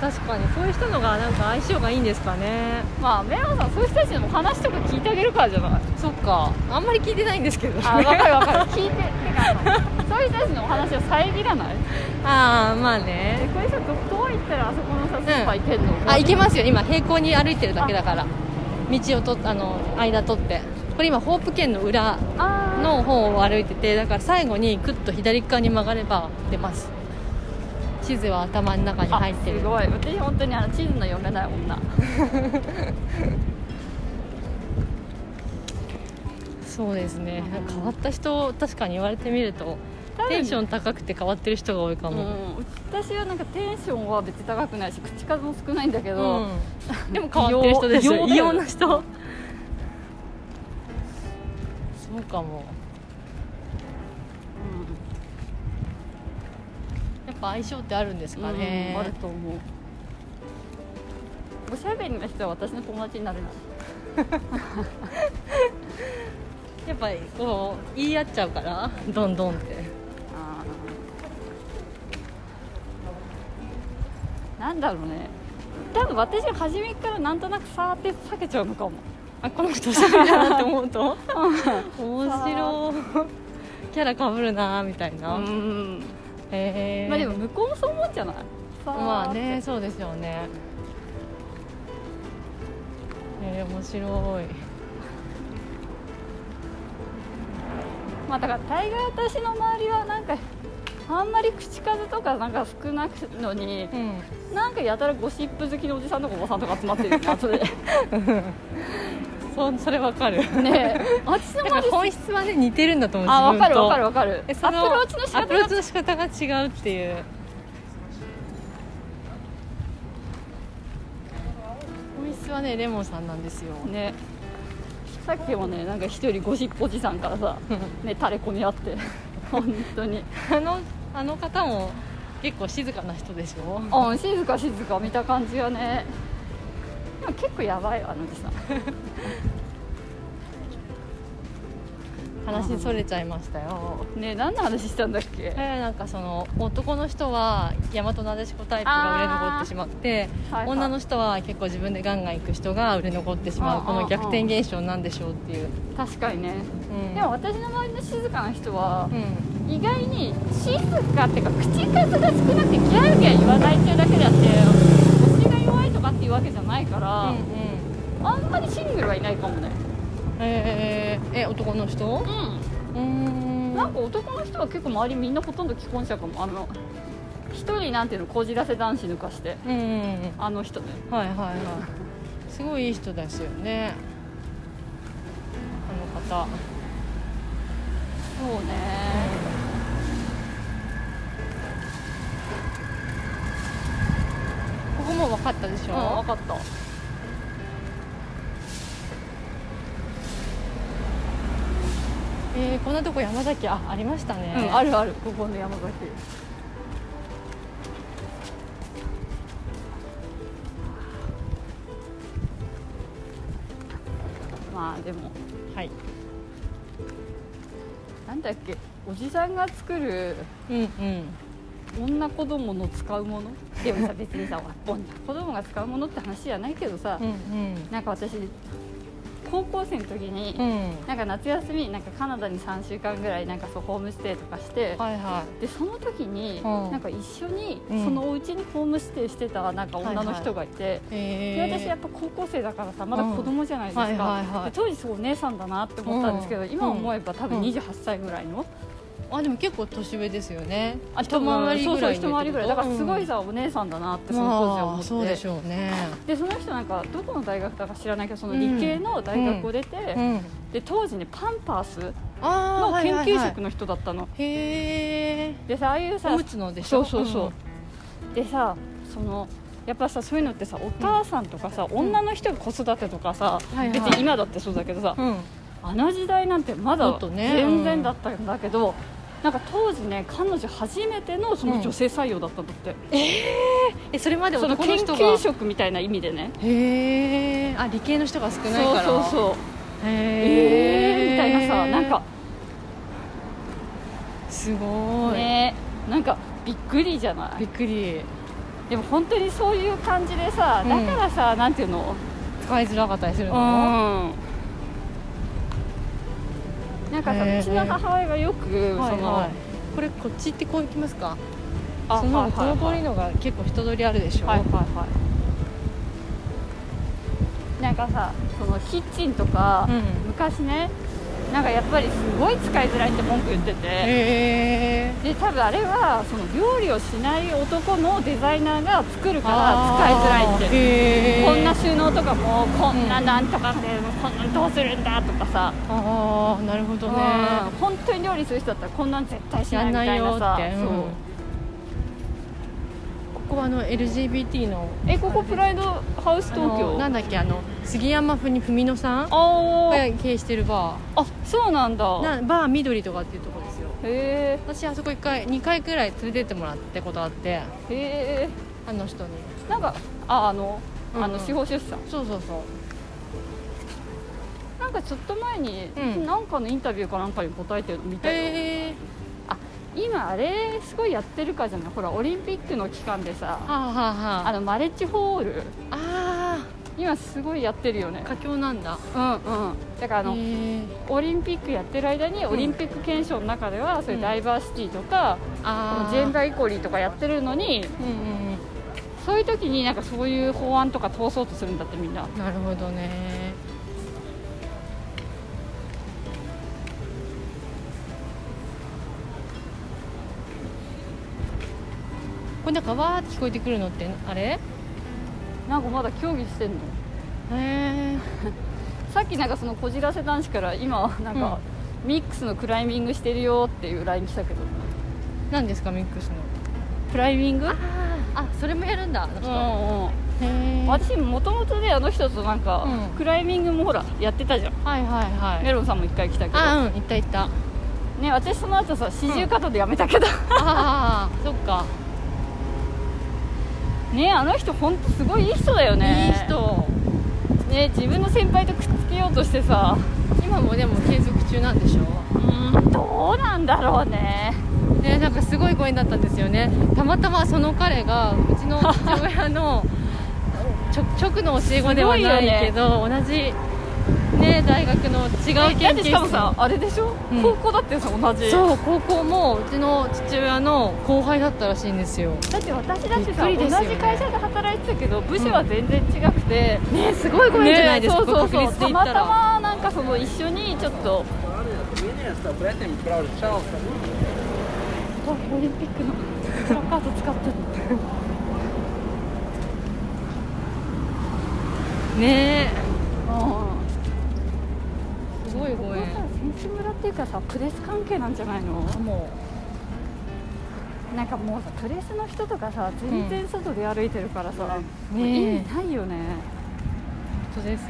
Speaker 2: 確かにそういう人のがなんか相性がいいんですかね
Speaker 1: まあメロンさんそういう人たちのお話とか聞いてあげるからじゃない
Speaker 2: そっかあんまり聞いてないんですけどね
Speaker 1: あ分かる分かる聞いててかそういう人たちのお話を遮らない
Speaker 2: ああまあ
Speaker 1: え
Speaker 2: ね
Speaker 1: これさどどう行ったらあそこのさスーパー行けんの、
Speaker 2: あ行けますよ今平行に歩いてるだけだから道をとあの間取ってこれ今ホープ県の裏
Speaker 1: あー
Speaker 2: の方を歩いててだから最後にグッと左側に曲がれば出ます地図は頭の中に入ってる
Speaker 1: あすごい私本当にあの地図の読めない女
Speaker 2: そうですね変わった人確かに言われてみると
Speaker 1: 多分
Speaker 2: テンション高くて変わってる人が多いか
Speaker 1: う
Speaker 2: も、
Speaker 1: ん、私はなんかテンションは別に高くないし口数も少ないんだけ
Speaker 2: う
Speaker 1: ど、
Speaker 2: んでも変わってる人ですよ
Speaker 1: 異様異様だよ
Speaker 2: 異様な人そうかもやっぱ相性ってあるんです
Speaker 1: うん
Speaker 2: かね、
Speaker 1: あると思うおしゃべりの人は私の友達になれない
Speaker 2: やっぱりこう言い合っちゃうからどんどんって
Speaker 1: あーなんだろうね多分私は初めからなんとなくさーって避けちゃうのかも
Speaker 2: あこの人おしゃべりだなって思うと面白いキャラかぶるなみたいな、
Speaker 1: ん
Speaker 2: へえ
Speaker 1: まあでも向こうもそう思うんじゃないさーって
Speaker 2: まあねそうですよねえー、面白い
Speaker 1: まあだから大概私の周りはなんかあんまり口数とかなんか少なくのに
Speaker 2: うん
Speaker 1: なんかやたらゴシップ好きのおじさんとかおばさんとか集まってるよね後で
Speaker 2: そそれ わかる
Speaker 1: ねえあっちの
Speaker 2: だから
Speaker 1: 周り
Speaker 2: 本質はね似てるんだと思う
Speaker 1: あわかるわかる
Speaker 2: る
Speaker 1: わかるア
Speaker 2: え
Speaker 1: プ
Speaker 2: その
Speaker 1: ローチの仕
Speaker 2: アプロー
Speaker 1: 方
Speaker 2: チ
Speaker 1: が
Speaker 2: の仕方が違うっていう本質はねレモンさんなんですよ
Speaker 1: ねさっきもねなんか一人ゴシップおじさんからさね垂れ込み合って 本当に
Speaker 2: あのあの方も結構静かな人でしょ
Speaker 1: うん静か静か見た感じはねでも結構やばいわあのおじさん
Speaker 2: 話それちゃいましたよ
Speaker 1: ねえ何の話したんだっけ
Speaker 2: えーなんかその男の人は大和なでしこタイプが売れ残ってしまって、
Speaker 1: はいはい
Speaker 2: 女の人は結構自分でガンガン行く人が売れ残ってしま
Speaker 1: う
Speaker 2: うんこの逆転現象なんでしょうっていう、
Speaker 1: 確かにね
Speaker 2: うん
Speaker 1: でも私の周りの静かな人は
Speaker 2: うん
Speaker 1: 意外に静かっていうか口数が少なくてギャーギャー言わないっていうだけであって腰が弱いとかっていうわけじゃないから
Speaker 2: うん、
Speaker 1: あんまりシングルはいないかもね
Speaker 2: うんえーえ男の人
Speaker 1: う
Speaker 2: うーん
Speaker 1: んなんか男の人は結構周りみんなほとんど既婚者かもあの一人なんていうのこじらせ男子抜かして
Speaker 2: うんうんうん
Speaker 1: あの人ね
Speaker 2: はいはいはいすごいいい人ですよねあの方
Speaker 1: そうね
Speaker 2: ここも分かったでし
Speaker 1: うん
Speaker 2: ょ
Speaker 1: 分、かった
Speaker 2: えーこんなとこ山崎あありましたね、
Speaker 1: うんあるあるここの山崎まあでも
Speaker 2: はい
Speaker 1: なんだっけおじさんが作る
Speaker 2: うんうん
Speaker 1: 女子供の使うものでもさ別にさ女 子供が使うものって話じゃないけどさ、
Speaker 2: うん
Speaker 1: なんか私高校生の時に、
Speaker 2: うんうん
Speaker 1: なんか夏休みなんかカナダに3週間ぐらいなんかそうホームステイとかして、
Speaker 2: はいは
Speaker 1: でその時に、
Speaker 2: うん
Speaker 1: なんか一緒に、
Speaker 2: うん
Speaker 1: そのお家にホームステイしてたなんか女の人がいて、
Speaker 2: い。
Speaker 1: で私やっ
Speaker 2: ぱ
Speaker 1: ぱ高校生だからさまだ子供じゃないですか、
Speaker 2: うんはいはいはい
Speaker 1: で当時すごいお姉さんだなって思ったんですけど、
Speaker 2: うん
Speaker 1: 今思えば多分
Speaker 2: うん
Speaker 1: 28歳ぐらいの、
Speaker 2: あでも結構年上ですよね。
Speaker 1: あ
Speaker 2: 一回り
Speaker 1: そう
Speaker 2: ぐ
Speaker 1: そ
Speaker 2: ら
Speaker 1: う
Speaker 2: い
Speaker 1: 一回りぐらいだからすごい
Speaker 2: さ。
Speaker 1: さ、お姉さんだなって
Speaker 2: うん
Speaker 1: その当時は思っ
Speaker 2: まあ
Speaker 1: て
Speaker 2: そうでしょうね。
Speaker 1: でその人なんかどこの大学だか知らないけどその理系の大学を出て、
Speaker 2: うん。
Speaker 1: で当時ねパンパースの
Speaker 2: ああ
Speaker 1: 研究職
Speaker 2: の。
Speaker 1: の人だったの、
Speaker 2: へえ。
Speaker 1: でさああいうさ
Speaker 2: おむつのでし
Speaker 1: そ
Speaker 2: ょ。
Speaker 1: うそうそうでさそのやっぱさそういうのってさお母さんとかさ、女の人が子育てとかさ、
Speaker 2: はいはい
Speaker 1: 別に今だってそうだけどさ、
Speaker 2: うん。うん。
Speaker 1: あの時代なんてま
Speaker 2: も
Speaker 1: だ
Speaker 2: っとね
Speaker 1: 全然だったんだけど、なんか当時ね彼女初めてのその女性採用だったんだって、
Speaker 2: えそれまで
Speaker 1: その
Speaker 2: 男
Speaker 1: 研
Speaker 2: の人
Speaker 1: 究
Speaker 2: が。
Speaker 1: 職みたいな意味でね
Speaker 2: へえ。あ理系の人が少
Speaker 1: そう
Speaker 2: ないから。
Speaker 1: そう
Speaker 2: う。
Speaker 1: そう
Speaker 2: へ
Speaker 1: え
Speaker 2: え。
Speaker 1: ー、みたいなさなんか
Speaker 2: すごい。
Speaker 1: ねなんかびっくりじゃな
Speaker 2: び
Speaker 1: い
Speaker 2: っくり。
Speaker 1: でも本当にそういう感じでさ
Speaker 2: うん
Speaker 1: だからさ、なんていうの
Speaker 2: 使いづらかったりする
Speaker 1: うん
Speaker 2: の。
Speaker 1: なんかさ、
Speaker 2: へー
Speaker 1: うちの母親がよく、
Speaker 2: はい
Speaker 1: その、
Speaker 2: はい。これこっち行ってこう行きますか。
Speaker 1: あ
Speaker 2: その
Speaker 1: はい
Speaker 2: こ
Speaker 1: はい
Speaker 2: の通
Speaker 1: は
Speaker 2: りのが結構人通りあるでし
Speaker 1: い
Speaker 2: ょ。
Speaker 1: はいはいはいなんかさそのキッチンとか、
Speaker 2: うん
Speaker 1: 昔ねなんかやっぱりすごい使いづらいって文句言ってて
Speaker 2: へえ
Speaker 1: で多分あれはその料理をしない男のデザイナーが作るから使いづらいって
Speaker 2: へえ
Speaker 1: こんな収納とかもこんななんとかでこんなんどうするんだとかさ、
Speaker 2: ああなるほどね
Speaker 1: うん本当に料理する人だったらこんなん絶対しないみたいなさ
Speaker 2: やんないよって
Speaker 1: そう
Speaker 2: うんここはあの LGBT の
Speaker 1: えここプライドハウス東
Speaker 2: あの
Speaker 1: 京
Speaker 2: なんだっけあの杉山ふに文乃さん
Speaker 1: あー
Speaker 2: が経営してるバ
Speaker 1: あそうなんだ
Speaker 2: ーなバー緑とかっていうところですよ
Speaker 1: へ
Speaker 2: 私あそこ1回2回くらい連れてってもらってことあって
Speaker 1: えへえ
Speaker 2: あの人に
Speaker 1: なんかああのあ
Speaker 2: うんう
Speaker 1: の
Speaker 2: ん
Speaker 1: 司法出産、
Speaker 2: そうそうそう
Speaker 1: なんかちょっと前に、
Speaker 2: うん
Speaker 1: なんかのインタビューかなんかに答えてるみたいな、
Speaker 2: へえ
Speaker 1: 今あれすごいやってるかじゃないほらオリンピックの期間でさ
Speaker 2: はあはあは
Speaker 1: あ
Speaker 2: あ
Speaker 1: のマレッジホール
Speaker 2: あ
Speaker 1: 今すごいやってるよね
Speaker 2: ー佳境なんだ
Speaker 1: うんうんだからあの、
Speaker 2: へえ
Speaker 1: オリンピックやってる間にオリンピック憲章の中ではそういうダイバーシティとか、
Speaker 2: あ
Speaker 1: ジェン
Speaker 2: ー
Speaker 1: ダーイコリーとかやってるのに
Speaker 2: うんうん
Speaker 1: そういう時になんかそういう法案とか通そうとするんだってみんな
Speaker 2: うんなるほどねこれなんかわーって聞こえてくるのってあれへ
Speaker 1: なんかまだ協議してんの
Speaker 2: え
Speaker 1: さっきなんかそのこじらせ男子から今なんか、ミックスのクライミングしてるよっていう LINE 来たけど
Speaker 2: 何ですかミックスの
Speaker 1: クライミング
Speaker 2: あそれもやるんだあの
Speaker 1: う
Speaker 2: 人
Speaker 1: んうん
Speaker 2: へえはい
Speaker 1: 私もともとねあの人となんか、
Speaker 2: うん
Speaker 1: クライミングもほらやってたじゃん
Speaker 2: はいは
Speaker 1: メ
Speaker 2: い
Speaker 1: ロンさんも一回来たけど
Speaker 2: あうん行った行った
Speaker 1: ね私その後さ四十肩でやめたけ ど、
Speaker 2: ああそっか、
Speaker 1: ねあの人本当すごいいい人だよね
Speaker 2: いい人
Speaker 1: ね自分の先輩とくっつけようとしてさ
Speaker 2: 今もでも継続中なんでしょ
Speaker 1: うんどうなんだろうね
Speaker 2: ねなんかすごいご縁だったんですよねたまたまその彼がうちの父 親のちょ直の教え子ではないけど、同じね大学の違う
Speaker 1: だっ
Speaker 2: 研
Speaker 1: てし
Speaker 2: 究室
Speaker 1: かもさあれでしょ、
Speaker 2: うん
Speaker 1: 高校だってさ同じ
Speaker 2: そう高校もうちの父親の後輩だったらしいんですよ
Speaker 1: だって私だってさ、
Speaker 2: びっく
Speaker 1: 同じ
Speaker 2: りですよね
Speaker 1: 会社で働いてたけど部署は全然違くて、
Speaker 2: ねすごいご縁じゃないですか、
Speaker 1: ねそうそう
Speaker 2: 確
Speaker 1: そう
Speaker 2: 率
Speaker 1: た
Speaker 2: で言
Speaker 1: ま
Speaker 2: った
Speaker 1: た
Speaker 2: ら
Speaker 1: まなんかその一緒にちょっと
Speaker 3: Меня оставляйте им право жаловаться.
Speaker 1: オリンピックのプラカード使ってる
Speaker 2: ね
Speaker 1: うん
Speaker 2: すごいご
Speaker 1: これ
Speaker 2: 縁
Speaker 1: さ選手村っていうかさプレス関係なんじゃないの
Speaker 2: も
Speaker 1: なんかもうさプレスの人とかさ全然外で歩いてるからさ、
Speaker 2: う
Speaker 1: 意
Speaker 2: ねえ
Speaker 1: 味ないよね、
Speaker 2: 本当ですね、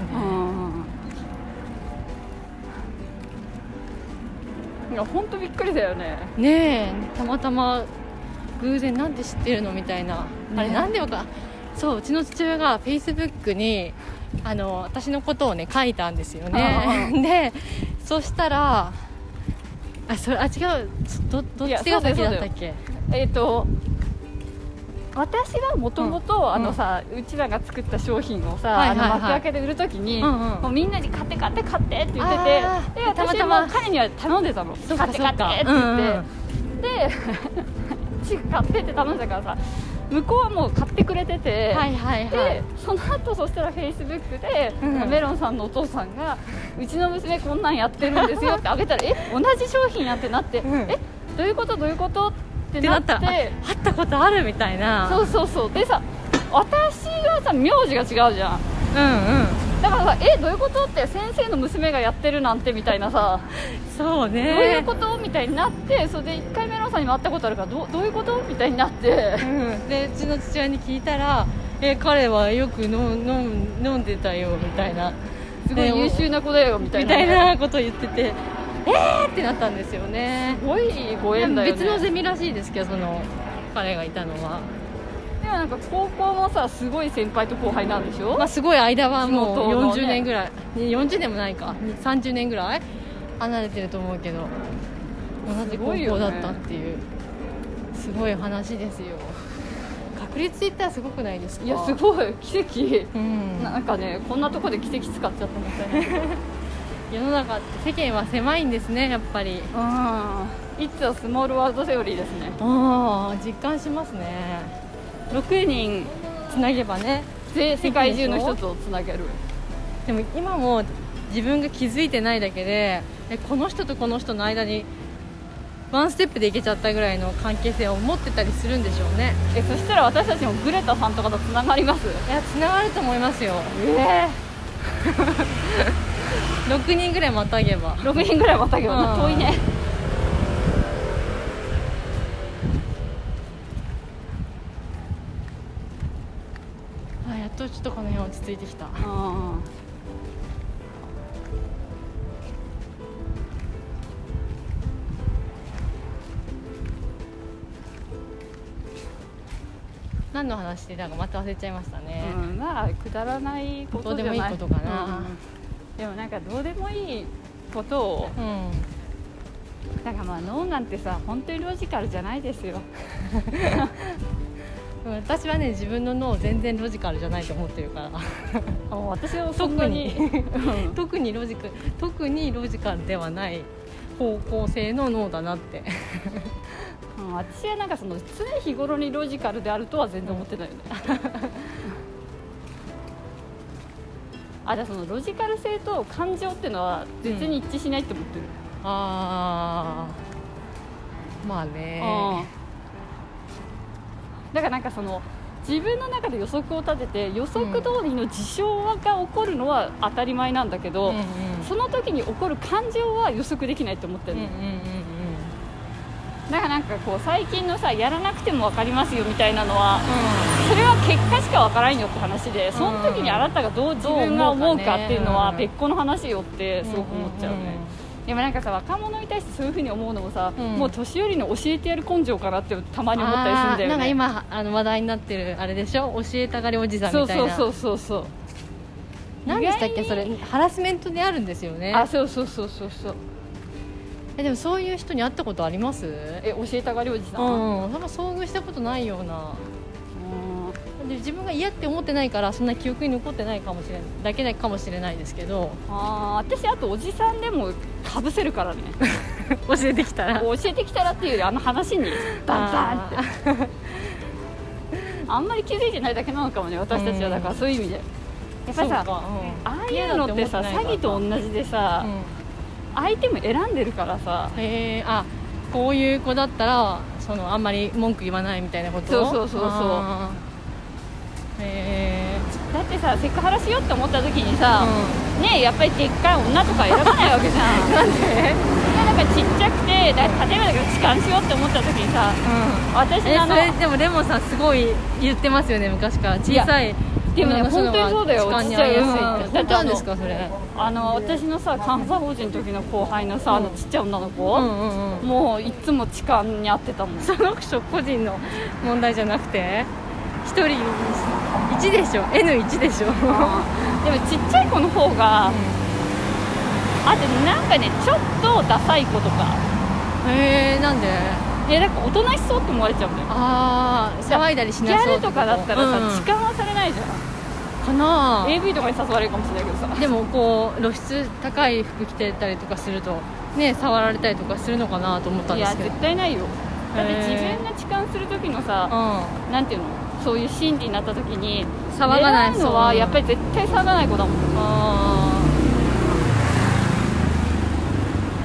Speaker 1: いや本当びっくりだよね
Speaker 2: ねえたまたま偶然なんで知ってるのみたいな、あれなんでわかそううちの父親がフェイスブックにあの私のことをね書いたんですよ ねでそしたらあそれあ違うどどっ
Speaker 1: いや
Speaker 2: ちが先
Speaker 1: そうだ
Speaker 2: だ
Speaker 1: よ
Speaker 2: ったっけ
Speaker 1: えっ、と私はもともとあ
Speaker 2: うん
Speaker 1: のさ、うちらが作った商品をさ、
Speaker 2: はいはいはい
Speaker 1: あの幕開けで売るときに、
Speaker 2: うんうん
Speaker 1: もうみんなに買って買って買ってって言ってて
Speaker 2: あー
Speaker 1: で
Speaker 2: たま
Speaker 1: 私
Speaker 2: たま
Speaker 1: も彼には頼んでたの買
Speaker 2: そ
Speaker 1: っ
Speaker 2: ってか
Speaker 1: 買っっ
Speaker 2: そってか
Speaker 1: て言って、で ち買ってって頼んでたからさ向こうはもう買ってくれてて、
Speaker 2: はいはいは
Speaker 1: で
Speaker 2: い
Speaker 1: その後そしたらフェイスブックで、
Speaker 2: うん
Speaker 1: メロンさんのお父さんがうちの娘こんなんやってるんですよってあげたらえ同じ商品やってなって、
Speaker 2: うん
Speaker 1: えどういうことどういうことって
Speaker 2: って
Speaker 1: な
Speaker 2: なっ
Speaker 1: ったて
Speaker 2: らあ会ったことあるみたいな
Speaker 1: そうそうそうでさ私がさ名字が違うじゃん
Speaker 2: うんうん
Speaker 1: だからさえどういうことって先生の娘がやってるなんてみたいなさ、
Speaker 2: そうね
Speaker 1: どういうことみたいになってそれで1回メロンさんにも会ったことあるからどうどういうことみたいになって
Speaker 2: うんでうちの父親に聞いたら「え彼はよく飲む飲む飲んでたよ」みたいな
Speaker 1: すごい優秀な子だよみたい
Speaker 2: み
Speaker 1: な
Speaker 2: たいなこと言っててえーってなったんですよね
Speaker 1: すごいご縁だよね
Speaker 2: 別のゼミらしいですけどその彼がいたのは、
Speaker 1: でもなんか高校もさすごい先輩と後輩なんでしょ、
Speaker 2: まあ、すごい間は
Speaker 1: 地
Speaker 2: も
Speaker 1: 元の
Speaker 2: う
Speaker 1: ね
Speaker 2: 40年ぐらい、40年もないか30年ぐらい離れてると思うけど同じ
Speaker 1: すごい
Speaker 2: 高
Speaker 1: よ
Speaker 2: 校
Speaker 1: ね
Speaker 2: だったっていうすごい話ですよ確率で言ったらすごくないですか
Speaker 1: いやすごい奇跡
Speaker 2: うん、
Speaker 1: なんかねこんなとこで奇跡使っちゃったみたいな
Speaker 2: 世の中世間は狭いんですねやっぱり
Speaker 1: うんいつはスモールワールドセオリーですね
Speaker 2: ああ実感しますね
Speaker 1: 6人
Speaker 2: つなげばね
Speaker 1: で世界中の人とつなげる
Speaker 2: でも今も自分が気づいてないだけでえこの人とこの人の間にワンステップでいけちゃったぐらいの関係性を持ってたりするんでしょうね
Speaker 1: えそしたら私たちもグレタさんとかとつながります
Speaker 2: いやつながると思いますよ
Speaker 1: え
Speaker 2: 6人ぐらいまたげば
Speaker 1: え6人ぐらいまたけどな
Speaker 2: うん
Speaker 1: 遠いね
Speaker 2: あやっとちょっとこの辺落ち着いてきた
Speaker 1: うん
Speaker 2: 何の話してたかまた忘れちゃいましたね、
Speaker 1: うんまあくだらないことじゃない
Speaker 2: どうでもいいことかな
Speaker 1: うんでもなんかどうでもいいことを
Speaker 2: うん
Speaker 1: だからまあ脳なんてさ本当にロジカルじゃないですよ
Speaker 2: うん私はね自分の脳全然ロジカルじゃないと思ってるから
Speaker 1: もう私はそ
Speaker 2: 特
Speaker 1: んな
Speaker 2: に
Speaker 1: に うん
Speaker 2: 特にロジカル特にロジカルではない方向性の脳だなって
Speaker 1: うん私はなんかその常日頃にロジカルであるとは全然思ってないよね、 あじゃあそのロジカル性と感情っていうのは絶に一致しないって思ってる、
Speaker 2: あーまあね
Speaker 1: うんだからなんかその自分の中で予測を立てて予測通りの事象が起こるのは当たり前なんだけど、
Speaker 2: うんうん
Speaker 1: その時に起こる感情は予測できないって思って
Speaker 2: う
Speaker 1: る
Speaker 2: んうん
Speaker 1: の、
Speaker 2: うん
Speaker 1: だからなんかこう最近のさやらなくても分かりますよみたいなのは
Speaker 2: う
Speaker 1: それは結果しか分からんよって話でその時にあなたがどう自分が思うかっていうのは
Speaker 2: うん
Speaker 1: 別個の話よってすごく思っちゃうね、
Speaker 2: うんうん
Speaker 1: でもなんかさ若者に対してそういうふうに思うのもさ、
Speaker 2: うん
Speaker 1: もう年寄りの教えてやる根性かなってたまに思ったりするんだよね
Speaker 2: あーなんか今あの話題になってるあれでしょ教えたがりおじさんみたいな
Speaker 1: そうそうそうそうそう
Speaker 2: 何でしたっけ
Speaker 1: 意
Speaker 2: そ
Speaker 1: 外
Speaker 2: れ
Speaker 1: に
Speaker 2: ハラスメントであるんですよね
Speaker 1: あそうそうそうそうそう
Speaker 2: えでもそういう人に会ったことあります
Speaker 1: え教えたがりおじさ、
Speaker 2: うん
Speaker 1: うん
Speaker 2: ん、あんま遭遇したことないようなで自分が嫌って思ってないからそんな記憶に残ってないかもしれないだけかもしれないですけど
Speaker 1: あー私あとおじさんでもかぶせるからね
Speaker 2: 教えてきたら
Speaker 1: 教えてきたらっていうよりあの話にバンバンって あんまり気づいてないだけなのかもね私たちはだから、
Speaker 2: うん
Speaker 1: そういう意味でやっぱ
Speaker 2: そう
Speaker 1: り
Speaker 2: か
Speaker 1: さ、
Speaker 2: う
Speaker 1: ああいうのってさ
Speaker 2: 嫌だって
Speaker 1: 詐
Speaker 2: 思ってな
Speaker 1: 欺と同
Speaker 2: いから
Speaker 1: じでさ、
Speaker 2: んうん
Speaker 1: 相手も選んでるからさ
Speaker 2: へえあこういう子だったらそのあんまり文句言わないみたいなこと
Speaker 1: そうそうそうそう
Speaker 2: あーへえ
Speaker 1: だってさセクハラしようって思った時にさ、ねえやっぱりでっかい女とか選ばないわけじゃん なんでなんかちっちゃくてだ例えばだけど痴漢しようって思った時にさ
Speaker 2: うん
Speaker 1: 私
Speaker 2: え
Speaker 1: のあ
Speaker 2: そ
Speaker 1: の
Speaker 2: れでもレモンさんすごい言ってますよね昔から小さい
Speaker 1: でもね
Speaker 2: 女の人
Speaker 1: 本
Speaker 2: の
Speaker 1: 当にそうだよ
Speaker 2: が痴漢に遭いやすいって
Speaker 1: ちっちゃいうん
Speaker 2: 本当なんですかそれ
Speaker 1: あの私のさ監査法人の時の後輩のさ、あのちっちゃい女の子、
Speaker 2: うんうんうん
Speaker 1: もういつも痴漢に遭ってたもん
Speaker 2: その人個人の問題じゃなくて一人1でしょ N1 でしょ、
Speaker 1: でもちっちゃい子の方が、あとなんかねちょっとダサい子とか
Speaker 2: へえなんで
Speaker 1: いやなんか大人しそうって思われちゃうんだよ
Speaker 2: ああ騒いだりし
Speaker 1: ギ
Speaker 2: なそう
Speaker 1: ャルとかだったらさ、
Speaker 2: うん
Speaker 1: 痴漢はされないじゃ
Speaker 2: かなん
Speaker 1: AV とかに誘われるかもしれないけどさ
Speaker 2: でもこう露出高い服着てたりとかするとね触られたりとかするのかなと思ったん
Speaker 1: い
Speaker 2: で
Speaker 1: や
Speaker 2: すけど
Speaker 1: 絶対ないよだって
Speaker 2: へー
Speaker 1: 自分が痴漢する時の
Speaker 2: うん
Speaker 1: さ、なんていうのそういう心理になった時に
Speaker 2: 騒がない
Speaker 1: 狙うのはやっぱり絶対騒がない子だもん
Speaker 2: あ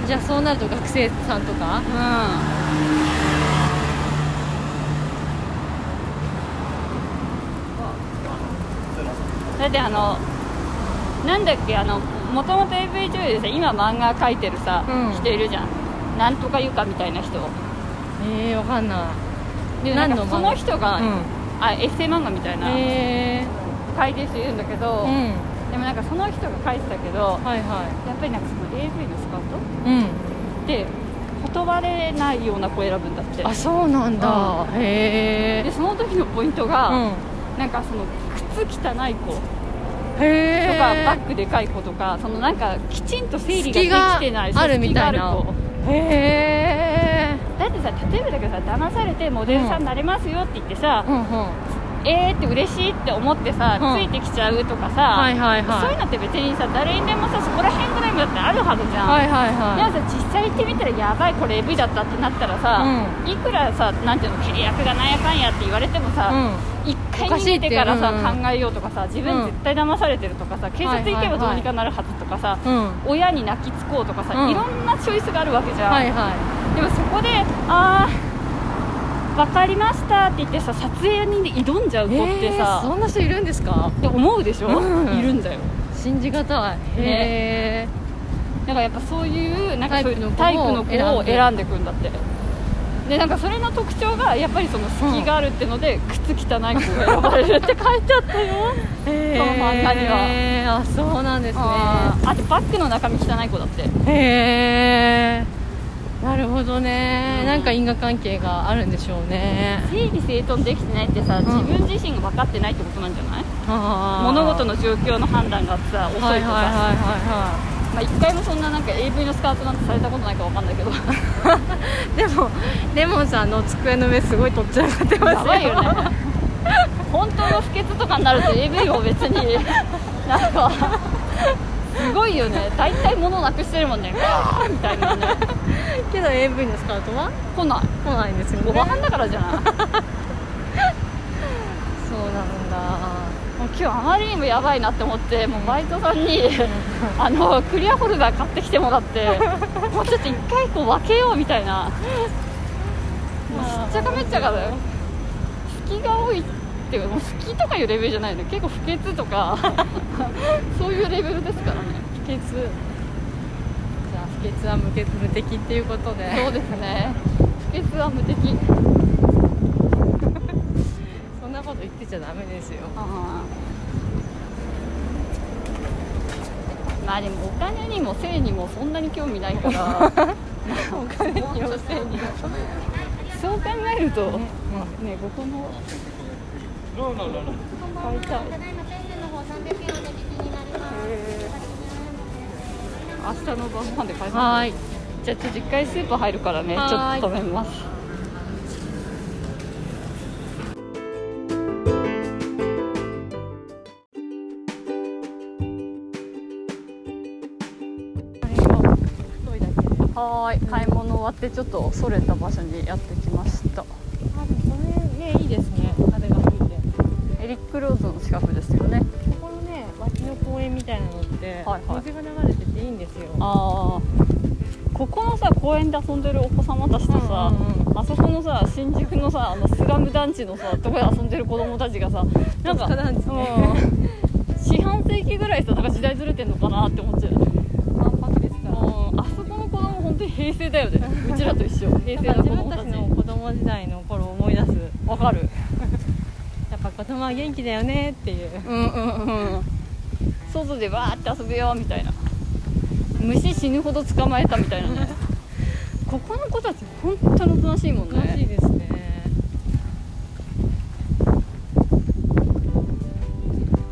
Speaker 2: ーじゃあそうなると学生さんと
Speaker 1: う
Speaker 2: か
Speaker 1: だってあのなんだっけあのもともと AV 女優でさ今漫画描いてるさ、
Speaker 2: うん
Speaker 1: 人いるじゃんなんとかゆかみたいな人
Speaker 2: ええわかんない
Speaker 1: で
Speaker 2: 何
Speaker 1: なん
Speaker 2: の
Speaker 1: か
Speaker 2: 漫
Speaker 1: そ
Speaker 2: 画
Speaker 1: の人が、
Speaker 2: う
Speaker 1: あエッセイ漫画みたい
Speaker 2: ん
Speaker 1: な
Speaker 2: へえ
Speaker 1: 書いてる人いるんだけど、
Speaker 2: うん
Speaker 1: でもなんかその人が書いてたけど
Speaker 2: はいは
Speaker 1: やっぱりなんかその AV のスカウト
Speaker 2: いうん
Speaker 1: って断れないような子選ぶんだって
Speaker 2: あそうなんだ、へ
Speaker 1: で
Speaker 2: え
Speaker 1: その時のポイント
Speaker 2: う
Speaker 1: が、
Speaker 2: ん
Speaker 1: なんかその靴汚い子と
Speaker 2: へ
Speaker 1: か、
Speaker 2: え
Speaker 1: バッグでかい子とかそのなんかきちんと整理
Speaker 2: 隙が
Speaker 1: ができてない
Speaker 2: あるみたいな
Speaker 1: 隙がある子
Speaker 2: へえ
Speaker 1: だってさ例えばだけどさ騙されてモデルさんになれますよって言ってさ、
Speaker 2: うんうん
Speaker 1: えーって嬉しいって思ってさ、
Speaker 2: うん
Speaker 1: ついてきちゃうとかさ、
Speaker 2: はいはいはい
Speaker 1: そういうのって別にさ誰にでもさそこら辺ぐらいもだってあるはずじゃん、
Speaker 2: はいはい
Speaker 1: でも
Speaker 2: は
Speaker 1: さ実際行ってみたらやばいこれエブだったってなったらさ、いくらさなんていうの契約がなんやかんやって言われてもさ、
Speaker 2: い
Speaker 1: 一回見てからさ
Speaker 2: おかしいってうんうん
Speaker 1: 考えようとかさ自分絶対騙されてるとかさ警察行けばどうにかなるはずとかさ、
Speaker 2: うんうん
Speaker 1: 親に泣きつこうとかさ、
Speaker 2: うん
Speaker 1: いろんなチョイスがあるわけじゃん、
Speaker 2: はいは
Speaker 1: でもそこでああ分かりましたって言ってさ撮影に挑んじゃう
Speaker 2: い
Speaker 1: 子って
Speaker 2: えーそ
Speaker 1: さ、
Speaker 2: んな人いるんですか
Speaker 1: って思うでしょ、
Speaker 2: うん
Speaker 1: いるんだよ
Speaker 2: 信じがたいへえ
Speaker 1: だからやっぱそういうなんかそういう
Speaker 2: タ
Speaker 1: タ
Speaker 2: イ
Speaker 1: イ
Speaker 2: プ
Speaker 1: プ
Speaker 2: の
Speaker 1: の
Speaker 2: 子を
Speaker 1: 子
Speaker 2: 選ん
Speaker 1: を
Speaker 2: で
Speaker 1: 選んでくんだってでなんかそれの特徴がやっぱりその隙があるってので、靴汚い子が選ばれるって書いてあったよ
Speaker 2: へ
Speaker 1: その漫画には
Speaker 2: はあそうなんですね
Speaker 1: あーあとバッグの中身汚い子だって
Speaker 2: へえなるほどね、
Speaker 1: うん
Speaker 2: なんか因果関係があるんでしょうね
Speaker 1: 整理整頓できてないってさ、
Speaker 2: ん
Speaker 1: 自分自身が分かってないってことなんじゃない物
Speaker 2: 物
Speaker 1: 事の状況の判断がさ遅いとか、
Speaker 2: はいはいはいは
Speaker 1: まあ、1回もそんななんか AV のスカートなんてされたことないかわかんないけど
Speaker 2: いはいでもレモンさんの机の上すごいとっちゃってます
Speaker 1: やばいよね本当の不潔とかになると AV も別に なんかすごいよね大体物なくしてるもんねうわーみたいなね
Speaker 2: けど AV のスカートは
Speaker 1: 来ない
Speaker 2: 来ないんですよ
Speaker 1: ご
Speaker 2: ね
Speaker 1: 飯だからじゃない
Speaker 2: そうなんだ
Speaker 1: もう今日あまりにもやばいなって思ってもうバイトさんにあのクリアホルダー買ってきてもらって もうちょっと一回こう分けようみたいなもうしっちゃかめっちゃかだよ隙が多いっていうかもう隙とかいうレベルじゃないの結構不潔と かそういうレベルですからね
Speaker 2: 不潔じゃあ不潔は無欠無敵っていうことで
Speaker 1: そうですね 不潔は無敵
Speaker 2: そんなこと言ってちゃダメですよ
Speaker 1: あーまあでもお金にも性にもそんなに興味ないからお金にも性にもそう考えると、ねここも買いたい
Speaker 4: ただいまペンネの方300円お引きになり
Speaker 1: 明日
Speaker 4: ます。
Speaker 1: の晩ご飯で買います
Speaker 2: はい
Speaker 1: じゃあちょっと一回スーパー入るからねちょっと
Speaker 2: はい
Speaker 1: 止めますはーい買い物終わってちょっとそれた場所にやってきました
Speaker 2: あでもこれねいいですね風が吹いて
Speaker 1: エリック・ローズの近くですよね
Speaker 2: ここのね脇の公園みたいなのって、
Speaker 1: はいはい
Speaker 2: 水が流れてていいんですよ
Speaker 1: ああここのさ公園で遊んでるお子様たちとさ、
Speaker 2: うんうん
Speaker 1: あそこのさ新宿のさあのスラム団地のさとこで遊んでる子供たちがさなんか、
Speaker 2: 戸塚団地ね
Speaker 1: うん四半世紀ぐらいさなんか時代ずれてんのかなって思っちゃうよね、
Speaker 2: 万 博です
Speaker 1: う
Speaker 2: か
Speaker 1: ん、あそこの子供本当に平成だよねうちらと一緒平
Speaker 2: なん
Speaker 1: 成の
Speaker 2: か
Speaker 1: 子
Speaker 2: 自分
Speaker 1: 供
Speaker 2: た
Speaker 1: たち
Speaker 2: ちの子供時代の頃を思い出す
Speaker 1: わかる
Speaker 2: やっぱ子供は元気だよねっていう
Speaker 1: うんうんうん外でわーって遊ぶよみたいな虫死ぬほど捕まえたみたいなねここの子たち本当におとなしいもんね
Speaker 2: 楽しいですね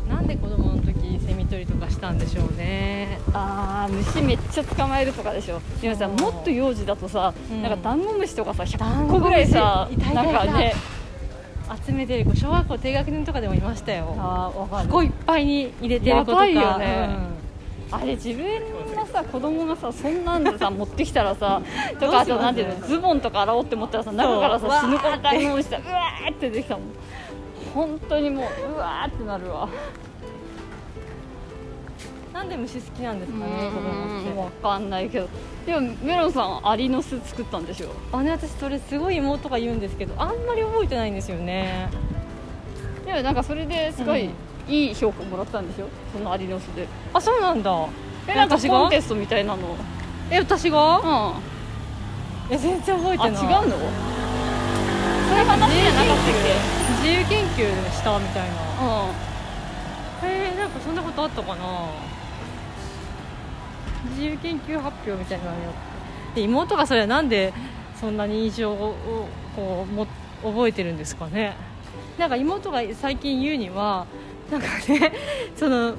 Speaker 2: なんで子供の時セミ取りとかしたんでしょうね
Speaker 1: あー虫めっちゃ捕まえるとかでしょでもさ
Speaker 2: うん
Speaker 1: もっと幼児だとさ、
Speaker 2: うん
Speaker 1: なんかダンゴムシとかさ
Speaker 2: ダン
Speaker 1: 100
Speaker 2: ゴ
Speaker 1: 個
Speaker 2: ムシ
Speaker 1: ぐらいさ
Speaker 2: いたいたいた
Speaker 1: なんかね
Speaker 2: 集めてる子小学校低学年とかでもいましたよ
Speaker 1: あーわかる
Speaker 2: 箱いっぱいに入れてる子とか
Speaker 1: やばいよねあれ自分のさ子供がさそんなん でさ持ってきたらさとかあ
Speaker 2: ど
Speaker 1: と
Speaker 2: うします
Speaker 1: なんていうのズボンとか洗おうって思ったらさ中からさ死ぬからダンゴムシさうわーって出てきたもん本当にもううわーってなるわ
Speaker 2: うんなんで虫好きなんですかね子供
Speaker 1: わ
Speaker 2: って
Speaker 1: かんないけどでもメロンさんアリの巣作ったんでしょ
Speaker 2: あね私それすごい妹が言うんですけどあんまり覚えてないんですよね
Speaker 1: でもなんかそれですご
Speaker 2: う
Speaker 1: い
Speaker 2: ん
Speaker 1: いい評価もらったんでしょそのアリの巣で
Speaker 2: あそうなんだ
Speaker 1: えなんか
Speaker 2: 私が
Speaker 1: コンテストみたいなの
Speaker 2: え私が
Speaker 1: うんあ
Speaker 2: え全然覚え
Speaker 1: 違う
Speaker 2: てな
Speaker 1: の
Speaker 2: い
Speaker 1: そういう話じゃなかったっ
Speaker 2: 自由研究したみたいな
Speaker 1: けうん
Speaker 2: へえなんかそんなことあったかな自由研究発表みたいなのよで妹がそれはなんでそんなに印象をこうも覚えてるんですかねなんか妹が最近言うにはなんかねその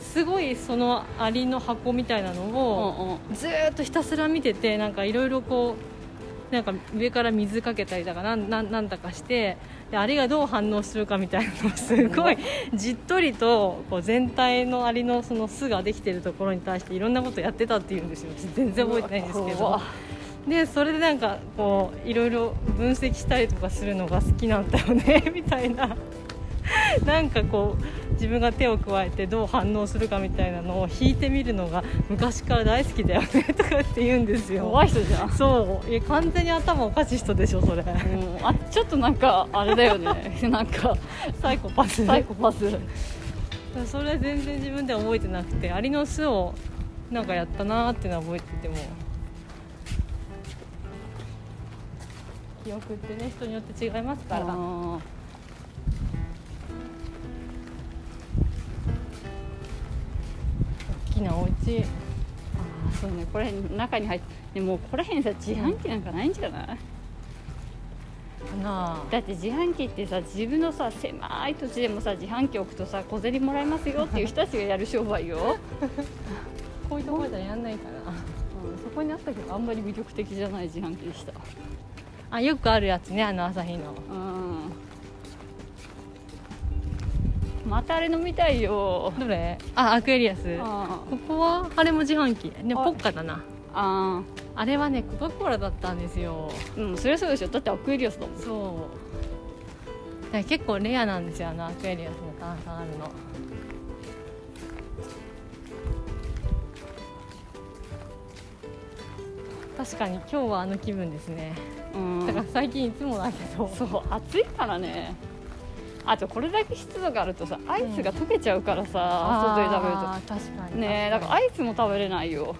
Speaker 2: すごいそのアリの箱みたいなのを
Speaker 1: うんうん
Speaker 2: ずーっとひたすら見ててなんかいろいろこうなんか上から水かけたりだかなんなんなんだかしてであれがどう反応するかみたいなのをすごいじっとりとこう全体のアリのその巣ができてるところに対していろんなことやってたっていうんですよ全然覚えてないんですけ
Speaker 1: う
Speaker 2: ど
Speaker 1: わ
Speaker 2: でそれでなんかこういろいろ分析したりとかするのが好きなんだよねみたいななんかこう自分が手を加えてどう反応するかみたいなのを引いてみるのが昔から大好きだよねとかって言うんですよ
Speaker 1: 怖い人じゃん
Speaker 2: そういや完全に頭おかしい人でしょそれ
Speaker 1: うんあちょっとなんかあれだよね なんか
Speaker 2: サイコパス
Speaker 1: サイコパス
Speaker 2: それ全然自分では覚えてなくてアリの巣をなんかやったなーってのは覚えてても記憶ってね人によって違いますから
Speaker 1: あ
Speaker 2: 大きなお家
Speaker 1: ーそうねこれ中に入ってでもここら辺さ自販機なんかないんじゃない
Speaker 2: かな
Speaker 1: だって自販機ってさ自分のさ狭い土地でもさ自販機置くとさ小銭もらえますよっていう人たちがやる商売 よ、
Speaker 2: こういうところじゃやんないかな
Speaker 1: うん、そこにあったけどあんまり魅力的じゃない自販機でした
Speaker 2: あよくあるやつねあの朝日の
Speaker 1: うんまたあれ飲みたいよ
Speaker 2: どれあアクエリアス
Speaker 1: あ
Speaker 2: ここはあれも自販機ね
Speaker 1: あ
Speaker 2: ポッカだな
Speaker 1: あ
Speaker 2: あれはねコカ・コーラだったんですよ
Speaker 1: ーうんそりゃそうでしょだってアクエリアスだもん
Speaker 2: そうだから結構レアなんですよあのアクエリアスの炭酸あるの確かに今日はあの気分ですね
Speaker 1: うん
Speaker 2: だから最近いつもだけど
Speaker 1: そう暑いからねあとこれだけ湿度があるとさアイスが溶けちゃうからさ、外で食べると
Speaker 2: あー確かに
Speaker 1: ねえだ
Speaker 2: 確
Speaker 1: か
Speaker 2: から
Speaker 1: アイスも食べれないよ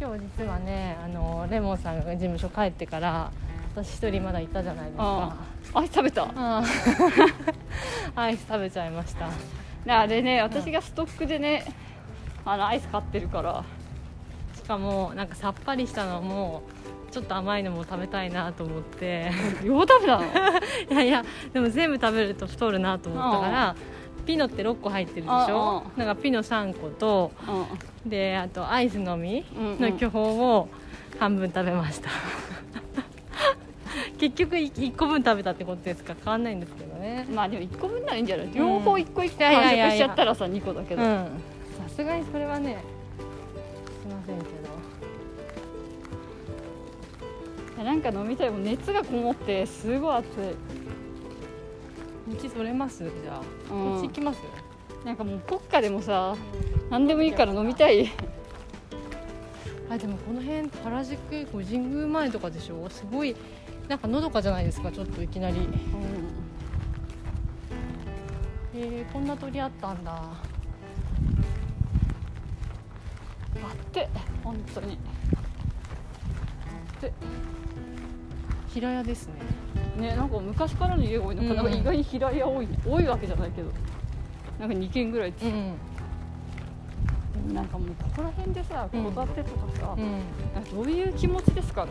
Speaker 2: 今日実はねあのレモンさんが事務所帰ってから私一人まだいたじゃないですか
Speaker 1: アイス食べたね
Speaker 2: あ アイス食べちゃいました
Speaker 1: あれね私がストックでねあのアイス買ってるから
Speaker 2: しかもなんかさっぱりしたのもちょっと甘いのも食べたいなと思って
Speaker 1: 両方食べたの
Speaker 2: いやいやでも全部食べると太るなと思ったからピノって6個入ってるでしょ
Speaker 1: う
Speaker 2: なんかピノ3個とであとアイスのみ
Speaker 1: うんうん
Speaker 2: の巨峰を半分食べました 結局1個分食べたってことですから変わんないんですけどね
Speaker 1: うんまあでも1個分ならいいんじゃない両方1個1個
Speaker 2: いやい
Speaker 1: 完
Speaker 2: やいやいや
Speaker 1: 食しちゃったらさ2個だけ
Speaker 2: うん
Speaker 1: ど、
Speaker 2: さすがにそれはねすいませんけ
Speaker 1: なんか飲みたいもう熱がこもってすごい暑い
Speaker 2: ど道それますじゃあ、
Speaker 1: うん
Speaker 2: こっち行きます
Speaker 1: なんかもうポッカでもさ何でもいいから飲みたい
Speaker 2: あでもこの辺原宿こう神宮前とかでしょすごいなんかのどかじゃないですかちょっといきなりえー、こんな鳥あったんだ
Speaker 1: で本当に
Speaker 2: 平屋ですね
Speaker 1: ねなんか昔からの家が多いのか,、
Speaker 2: うん
Speaker 1: なんか意外に平屋多い多いわけじゃないけどなんか2軒ぐらいつ、
Speaker 2: ん
Speaker 1: なんかもうここら辺でさ
Speaker 2: うん
Speaker 1: 戸建てとかさ、
Speaker 2: うん
Speaker 1: なんかどういう気持ちですかね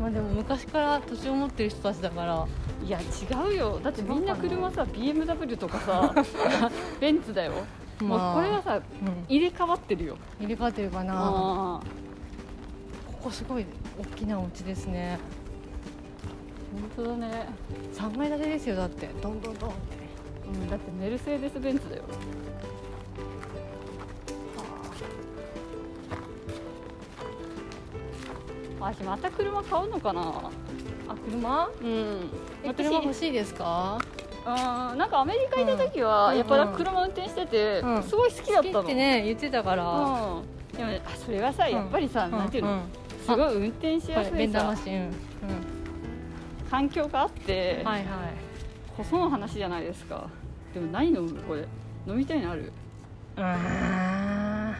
Speaker 2: まあでも昔から土地を持ってる人たちだから
Speaker 1: いや違うよだってみんな
Speaker 2: 違うかな
Speaker 1: 車さ BMW とかさ ベンツだよ、
Speaker 2: ま
Speaker 1: も
Speaker 2: あ
Speaker 1: うこれがさ
Speaker 2: うん
Speaker 1: 入れ替わってるよ
Speaker 2: 入れ替わってるかな
Speaker 1: あ
Speaker 2: ここすごい大きなお家ですね
Speaker 1: ー本当だね、
Speaker 2: 3階建てですよだってどんどんどんって
Speaker 1: うん、だってメルセデス・ベンツだよあ私また車買うのかな
Speaker 2: あ車
Speaker 1: うん私
Speaker 2: 車欲しいですか
Speaker 1: うんなんかアメリカ行った時は、
Speaker 2: うん
Speaker 1: やっぱ車運転してて、
Speaker 2: うん
Speaker 1: すごい好きだったの
Speaker 2: ってね言ってたから、
Speaker 1: うん、でもあそれはさ
Speaker 2: うん
Speaker 1: やっぱりさ、なんていうの、
Speaker 2: ん
Speaker 1: すごい運転し
Speaker 2: こ
Speaker 1: や
Speaker 2: れ
Speaker 1: す
Speaker 2: ベ
Speaker 1: い
Speaker 2: ンダー
Speaker 1: さ
Speaker 2: マシン、うん
Speaker 1: 環境があって、
Speaker 2: うん、はいはい
Speaker 1: こその話じゃないですかでも何飲むこれ飲みたいのある
Speaker 2: あ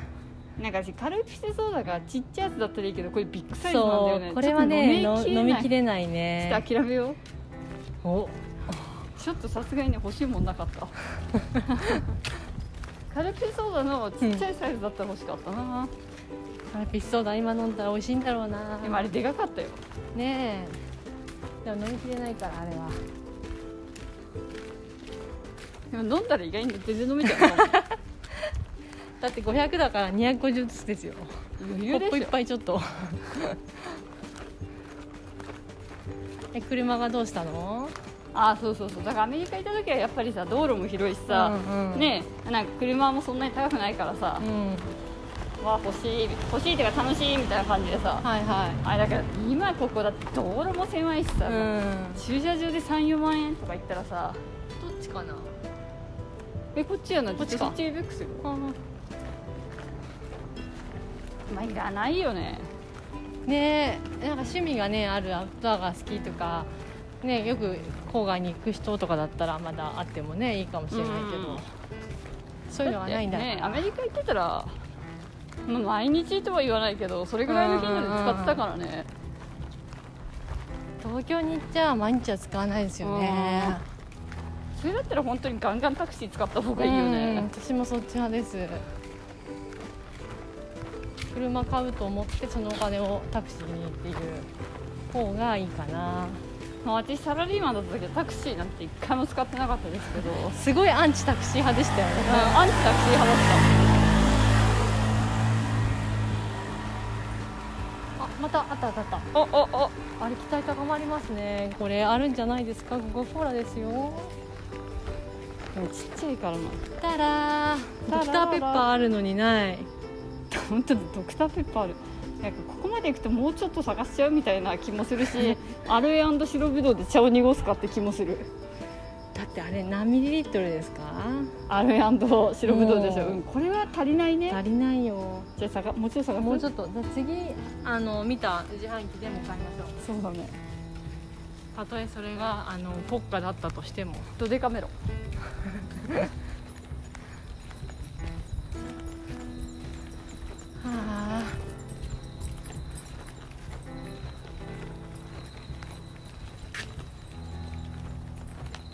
Speaker 1: なんか私軽いピスソーダがちっちゃいやつだったらいいけどこれビッグサイズなんだ
Speaker 2: そ
Speaker 1: よ
Speaker 2: う、
Speaker 1: ね
Speaker 2: これはね
Speaker 1: ちょっ
Speaker 2: の
Speaker 1: と
Speaker 2: 飲みき
Speaker 1: れ
Speaker 2: れない
Speaker 1: な
Speaker 2: ね
Speaker 1: いちょっと諦めよう
Speaker 2: お
Speaker 1: ちょっとさすがにね欲しいもんなかったカルピスソーダのちっちゃいサイズだったら欲しかったな、
Speaker 2: カルピスソーダ今飲んだら美味しいんだろうな
Speaker 1: でもあれでかかったよ
Speaker 2: ねえでも飲みきれないからあれは
Speaker 1: でも飲んだら意外に全然飲めちゃう
Speaker 2: だって500だから250ずつですよ
Speaker 1: 余
Speaker 2: コ
Speaker 1: 裕で
Speaker 2: ップい
Speaker 1: し
Speaker 2: っ
Speaker 1: ょ
Speaker 2: ぱいちょっとえ車がどうしたの
Speaker 1: ああそうそうそうだからアメリカ行った時はやっぱりさ道路も広いしさ、
Speaker 2: うんうん
Speaker 1: ねえなんか車もそんなに高くないからさ
Speaker 2: う、ん
Speaker 1: わあ欲しい欲しいっていうか楽しいみたいな感じでさ、
Speaker 2: はいは
Speaker 1: あれだから今ここだって道路も狭いしさ、
Speaker 2: いうん
Speaker 1: 駐車場で34万円とか言ったらさ
Speaker 2: どっちかな
Speaker 1: えこっちやな
Speaker 2: こっちか
Speaker 1: そっち ABEX よまあいらないよね
Speaker 2: ねえなんか趣味がねあるアウトドアが好きとかねよく郊外に行く人とかだったらまだあってもねいいかもしれないけど、
Speaker 1: うん
Speaker 2: そういうのはないんだ
Speaker 1: ってねアメリカ行ってたら、まあ、毎日とは言わないけどそれぐらいの頻度で使ってたからね
Speaker 2: 東京に行っちゃ毎日は使わないですよね
Speaker 1: それだったら本当にガンガンタクシー使った方がいいよ
Speaker 2: うん
Speaker 1: ね
Speaker 2: 私もそっち派です車買うと思ってそのお金をタクシーにっていう方がいいかな
Speaker 1: まあ私サラリーマンだった時はタクシーなんて一回も使ってなかったですけど、うん、
Speaker 2: すごいアンチタクシー派でしたよね、
Speaker 1: アンチタクシー派だ
Speaker 2: あまたあったあったあった
Speaker 1: ったおおお
Speaker 2: あれ期待高まりますねこれあるんじゃないですかここコーラですよ
Speaker 1: でもちっちゃいからな
Speaker 2: たらー
Speaker 1: たらー
Speaker 2: ドクターペッパーあるのにない
Speaker 1: 本当にドクターペッパーあるなんかここまで行くともうちょっと探しちゃうみたいな気もする しアロエ白ぶどうで茶を濁すかって気もする
Speaker 2: だってあれ何ミリリットルですか
Speaker 1: アロエ白ぶどうでしょ、
Speaker 2: おー
Speaker 1: うん、これは足りないね
Speaker 2: 足りないよ
Speaker 1: じゃあ探もうちょい探す
Speaker 2: もうちょっとじゃあ次あの見た自販機でも買いましょう
Speaker 1: そうだね
Speaker 2: たとえそれがあのポッカだったとしても
Speaker 1: ドデカメロ
Speaker 2: はあ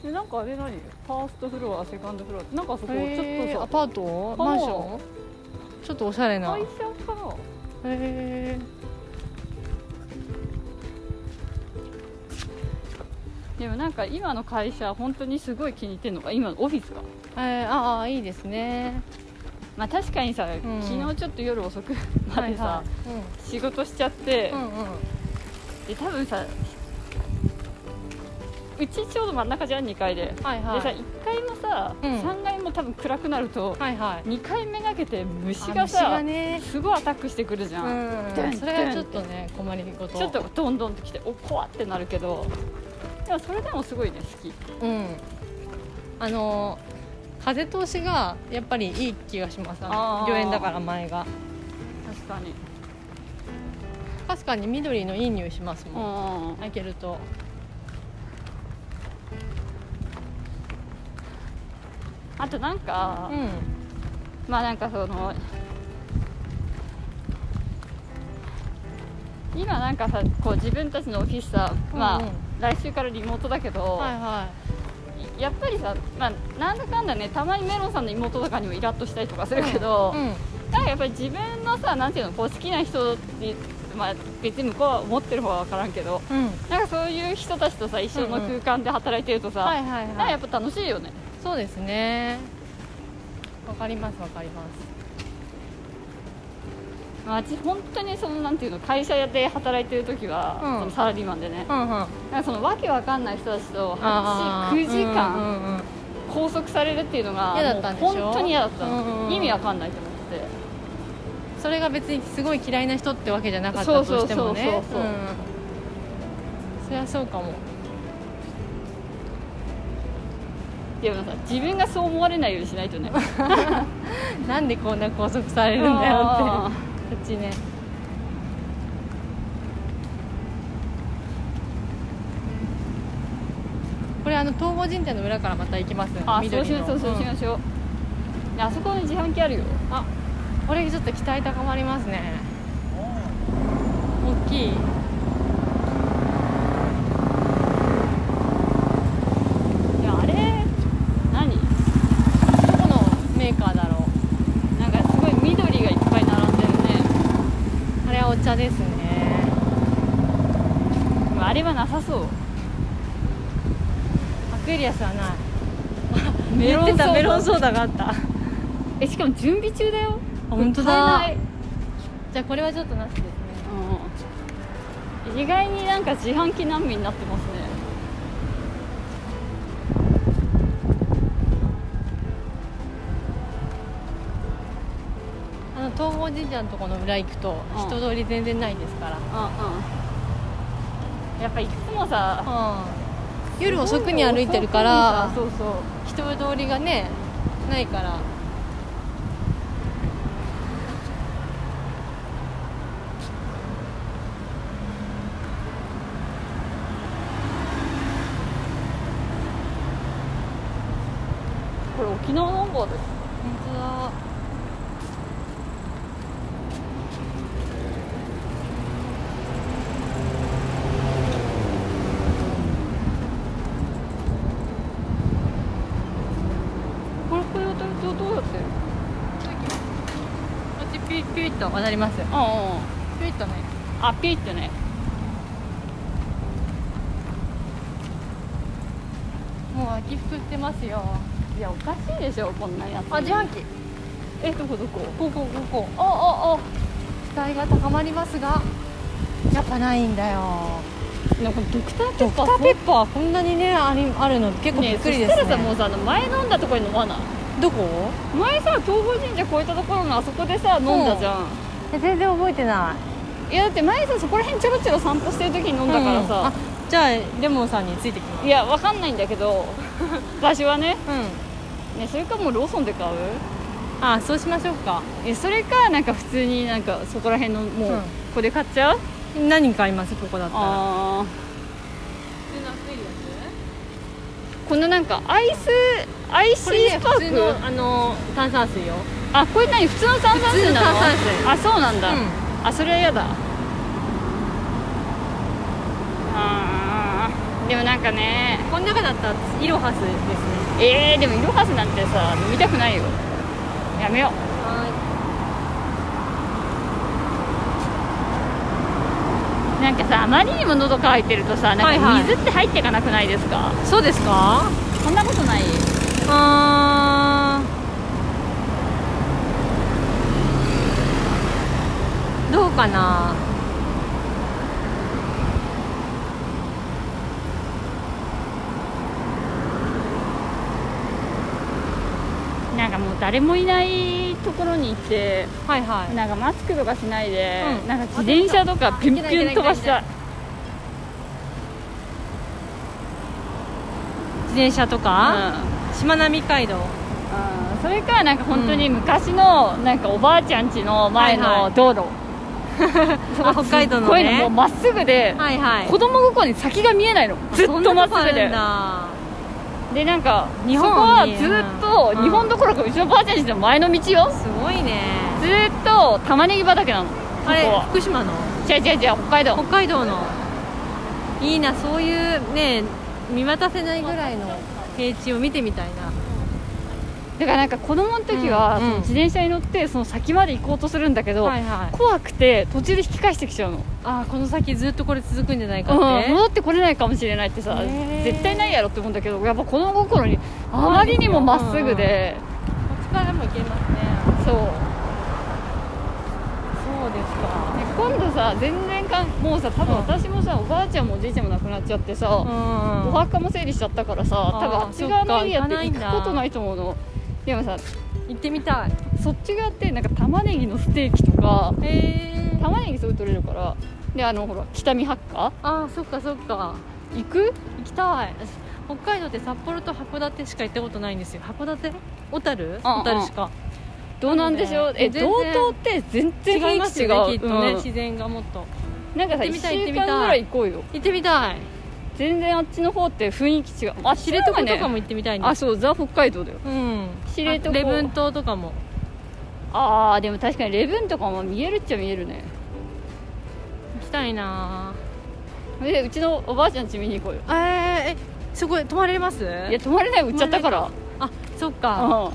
Speaker 1: でなんかあれ何ファーストフロアセカンドフロアなんかそこちょっ
Speaker 2: へー
Speaker 1: と
Speaker 2: ア
Speaker 1: さ
Speaker 2: パート
Speaker 1: パー
Speaker 2: マンションちょっとおしゃれな
Speaker 1: 会社かな
Speaker 2: へ
Speaker 1: でもなんか今の会社本当にすごい気に入ってんのが今のオフィスが
Speaker 2: えああいいですね
Speaker 1: まあ確かにさ、
Speaker 2: ん
Speaker 1: 昨日ちょっと夜遅くまでさ、仕事しちゃって、
Speaker 2: うん、うんうん
Speaker 1: で多分さうちちょうど真ん中じゃん2階で、
Speaker 2: はいはい
Speaker 1: でさ1階もさ、
Speaker 2: うん
Speaker 1: 3階も多分暗くなると、
Speaker 2: はいはい
Speaker 1: 2階めがけて虫
Speaker 2: あ
Speaker 1: が
Speaker 2: 虫
Speaker 1: さ
Speaker 2: がね
Speaker 1: すごいアタックしてくるじゃん、
Speaker 2: うんそれはちょっとね困りごと
Speaker 1: ちょっとどんどんってきてお怖ってなるけどでもそれでもすごいね好き
Speaker 2: うんあの風通しがやっぱりいい気がします
Speaker 1: あー
Speaker 2: 漁園だから前が
Speaker 1: 確かに
Speaker 2: かすかに緑のいい匂いします
Speaker 1: う
Speaker 2: もん、
Speaker 1: ん
Speaker 2: 開けると
Speaker 1: あとなんか、
Speaker 2: うん
Speaker 1: まあなんかその今なんかさこう自分たちのオフィスさ、まあ
Speaker 2: うんうん
Speaker 1: 来週からリモートだけど、
Speaker 2: はいは
Speaker 1: やっぱりさ、まあ、なんだかんだねたまにメロンさんの妹とかにもイラッとしたりとかするけど、
Speaker 2: いうん
Speaker 1: なんかやっぱり自分のさなんていうのこう好きな人って、まあ、別に向こうは思ってる方は分からんけど
Speaker 2: うん
Speaker 1: なんかそういう人たちとさ一緒の
Speaker 2: うんう
Speaker 1: 空
Speaker 2: ん
Speaker 1: 間で働いてるとさ、
Speaker 2: はいはい
Speaker 1: なんか
Speaker 2: は
Speaker 1: や
Speaker 2: い
Speaker 1: っぱ楽しいよね
Speaker 2: そうですねわかりますわかります
Speaker 1: まあ私本当にそのなんていうの会社で働いてる時は、
Speaker 2: うん
Speaker 1: そのサラリーマンでね
Speaker 2: うんうん
Speaker 1: なんかそのわけわかんない人たちと
Speaker 2: あー
Speaker 1: 89時
Speaker 2: うん
Speaker 1: 間
Speaker 2: うんうん
Speaker 1: 拘束されるっていうのが
Speaker 2: 嫌だったんでしょ
Speaker 1: もう本当に嫌だったの、
Speaker 2: うんうん
Speaker 1: 意味わかんないと思って
Speaker 2: それが別にすごい嫌いな人ってわけじゃなかったとしてもね
Speaker 1: そうそうそうそう
Speaker 2: うんそりゃそうかも
Speaker 1: でもさ自分がそう思われないようにしないと ね
Speaker 2: なんでこんな拘束され
Speaker 1: い
Speaker 2: るんだよってこっちねこれあの東郷神社の裏からまた行きます
Speaker 1: あそう
Speaker 2: 緑
Speaker 1: しま
Speaker 2: の
Speaker 1: しょうそうしましょう、ねあそこに自販機あるよ
Speaker 2: うんあこれちょっと期待高まりますね大き
Speaker 1: い
Speaker 2: い
Speaker 1: やあれ何
Speaker 2: どこのメーカーだろう
Speaker 1: なんかすごい緑がいっぱい並んでるね
Speaker 2: あれはお茶ですね
Speaker 1: でもあれはなさそう
Speaker 2: アクエリアスはない
Speaker 1: メロンソーダ
Speaker 2: ーダがあ った
Speaker 1: えしかも準備中だよ
Speaker 2: 本当
Speaker 1: これ買え
Speaker 2: だ
Speaker 1: ない
Speaker 2: じゃあこれはちょっとなしですね
Speaker 1: う意外になんか自販機難民になってますね
Speaker 2: あの東郷神社のところの裏行くと
Speaker 1: うん
Speaker 2: 人通り全然ないですから、
Speaker 1: うんうんやっぱいつもさ
Speaker 2: うん、夜遅くに歩いてるから
Speaker 1: そうそう
Speaker 2: 人通りがねないから
Speaker 1: これ沖縄の本郷です
Speaker 2: 本当だ
Speaker 1: これこれどどうやってる
Speaker 2: こっちピュイピュイと渡りますピ
Speaker 1: あ
Speaker 2: ュイとね
Speaker 1: ああピーってね
Speaker 2: もう秋服売ってますよ
Speaker 1: いやおかしいでしょこんなやつ
Speaker 2: あ自販機
Speaker 1: えどこどこ
Speaker 2: こうこうこうこう
Speaker 1: ああ
Speaker 2: 期待が高まりますがやっぱないんだよ
Speaker 1: あなんかドクターペ
Speaker 2: ド
Speaker 1: ッ
Speaker 2: ク
Speaker 1: パ
Speaker 2: タ
Speaker 1: ー
Speaker 2: ーペッパーこんなにねありあるの結構び
Speaker 1: ね
Speaker 2: っ
Speaker 1: え
Speaker 2: く
Speaker 1: そ
Speaker 2: り
Speaker 1: し
Speaker 2: です
Speaker 1: た
Speaker 2: ね
Speaker 1: らさもうさあの前飲んだとこに飲まない
Speaker 2: どこ
Speaker 1: 前さ東峰神社越えたところのあそこでさ飲んだじゃん、
Speaker 2: え全然覚えてない
Speaker 1: いやだって前さそこら辺ちょろちょろ散歩してる時に飲んだからさ、
Speaker 2: うんあじゃあレモンさんについてきます
Speaker 1: いやわかんないんだけど 場所はね
Speaker 2: う
Speaker 1: ねそれかもうローソンで買うん
Speaker 2: あそうしましょうか
Speaker 1: えそれかなんか普通になんかそこら辺のもう、
Speaker 2: うん
Speaker 1: ここで買っちゃう
Speaker 2: 何買いますここだったら
Speaker 1: ああこのなんかアイスアイシ
Speaker 2: これ
Speaker 1: ー
Speaker 2: ね
Speaker 1: スパー
Speaker 2: 普
Speaker 1: ク、
Speaker 2: 通のあの炭酸水よ
Speaker 1: あこれ何普通の炭酸水なの
Speaker 2: 普通の炭酸水
Speaker 1: あそうなんだ、
Speaker 2: うん
Speaker 1: あそれは嫌だあーでもなんかね
Speaker 2: この中だったらイロハスですね
Speaker 1: えー、でもイロハスなんてさ飲みたくないよやめような
Speaker 2: は
Speaker 1: んかさあまりにも喉乾いてるとさなん
Speaker 2: は
Speaker 1: か
Speaker 2: いはい
Speaker 1: 水って入っていかなくないですか、
Speaker 2: いそうですか
Speaker 1: そんなことない
Speaker 2: あーどうかな
Speaker 1: なんかもう誰もいないところに行って
Speaker 2: はいはい
Speaker 1: なんかマスクとかしないで、
Speaker 2: うん
Speaker 1: なんか自転車とかピュンピュン飛ばしたい
Speaker 2: 自転車とか、しまなみ海道
Speaker 1: うんうんそれかなんか本当に昔のなんかおばあちゃん家の前
Speaker 2: はいは
Speaker 1: の
Speaker 2: い
Speaker 1: 道路、 そ
Speaker 2: あ北海道のね
Speaker 1: こういうのもうまっすぐで、
Speaker 2: はいはい
Speaker 1: 子供心に先が見えないのずっ
Speaker 2: そん
Speaker 1: とま
Speaker 2: な
Speaker 1: っ
Speaker 2: こあ
Speaker 1: すぐ
Speaker 2: る
Speaker 1: で
Speaker 2: んだ
Speaker 1: でなんか
Speaker 2: 日本
Speaker 1: そこは
Speaker 2: に
Speaker 1: ずっ
Speaker 2: うん
Speaker 1: と日本どころかうちのばあちゃん家の前の道よ
Speaker 2: すごいね
Speaker 1: ずっと玉ねぎ畑なのここ
Speaker 2: あれ
Speaker 1: は
Speaker 2: 福島の
Speaker 1: 違う違う違う北海道
Speaker 2: 北海道のいいなそういうね見渡せないぐらいの平地を見てみたいな
Speaker 1: だからなんか子供の時は、
Speaker 2: うん
Speaker 1: その自転車に乗ってその先まで行こうとするんだけど、
Speaker 2: はいはい
Speaker 1: 怖くて途中で引き返してきちゃうの、
Speaker 2: あーこの先ずっとこれ続くんじゃないかっ
Speaker 1: う
Speaker 2: て、
Speaker 1: ん戻ってこれないかもしれないってさ
Speaker 2: へー
Speaker 1: 絶対ないやろって思うんだけどやっぱ子供心にあまりにもまっすぐで、
Speaker 2: こっちからも行けますね
Speaker 1: そう
Speaker 2: そうです
Speaker 1: で
Speaker 2: か
Speaker 1: 今度さ全然かんもうさ多分
Speaker 2: うん
Speaker 1: 私もさ、おばあちゃんもおじいちゃんも亡くなっちゃってさ、
Speaker 2: ん
Speaker 1: お墓も整理しちゃったからさ
Speaker 2: ー
Speaker 1: 多分あっち側のエリアって行
Speaker 2: そっか行かないんだ
Speaker 1: くことないと思うのでもさ
Speaker 2: 行ってみたい
Speaker 1: そっち側ってなんか玉ねぎのステーキとか
Speaker 2: へえ
Speaker 1: 玉ねぎすぐ取れるからであのほら北見八花
Speaker 2: あーそっかそっか
Speaker 1: 行く
Speaker 2: 行きたい私北海道って札幌と函館しか行ったことないんですよ函館小樽
Speaker 1: うんうん
Speaker 2: 小樽しか
Speaker 1: どうなんでしょう、え
Speaker 2: 全然
Speaker 1: 道東って全然
Speaker 2: 違い
Speaker 1: 雰
Speaker 2: ま
Speaker 1: 囲
Speaker 2: す
Speaker 1: 気違
Speaker 2: よね
Speaker 1: う
Speaker 2: きっとね、
Speaker 1: うん
Speaker 2: 自然がもっと
Speaker 1: なんかさ
Speaker 2: 行ってみ
Speaker 1: 1
Speaker 2: たい行って
Speaker 1: 週
Speaker 2: みた
Speaker 1: 間
Speaker 2: い
Speaker 1: ぐらい行こうよ
Speaker 2: 行ってみたい
Speaker 1: 全然あっちの方って雰囲気違うあっ
Speaker 2: 知
Speaker 1: ちの方
Speaker 2: 床
Speaker 1: がね
Speaker 2: とかも行ってみたいんで
Speaker 1: あ
Speaker 2: す
Speaker 1: そうザ・北海道だよ
Speaker 2: うん
Speaker 1: 知床
Speaker 2: あ礼文島とかも
Speaker 1: あーでも確かにレブンとかも見えるっちゃ見えるね
Speaker 2: 行きたいな
Speaker 1: でうちのおばあちゃん家見に行こうよ
Speaker 2: えー、えそこ泊まれます
Speaker 1: いや泊まれない売っちゃったから
Speaker 2: あそっ
Speaker 1: う
Speaker 2: か
Speaker 1: ん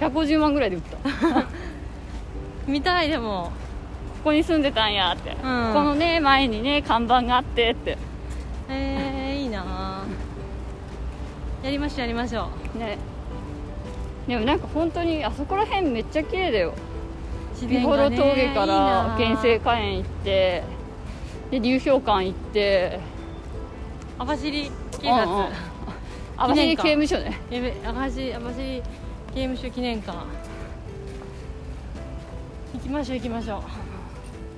Speaker 1: 150万ぐらいで売ったこ
Speaker 2: 見たいでも
Speaker 1: こに住んでたんやって、こ
Speaker 2: ん
Speaker 1: のね前にね看板があってって
Speaker 2: えー、いいなやりましょうやりましょ
Speaker 1: ねでもなんか本当にあそこら辺めっちゃ綺麗だよ
Speaker 2: う自
Speaker 1: 美
Speaker 2: が
Speaker 1: 幌
Speaker 2: ね
Speaker 1: 峠か
Speaker 2: いい
Speaker 1: ら
Speaker 2: な
Speaker 1: 原生花園行ってで流氷館行って
Speaker 2: 網走警
Speaker 1: うんうん
Speaker 2: 察
Speaker 1: 網走刑務所ね
Speaker 2: やべ網走網走刑務所記念館行きましょう行きましょ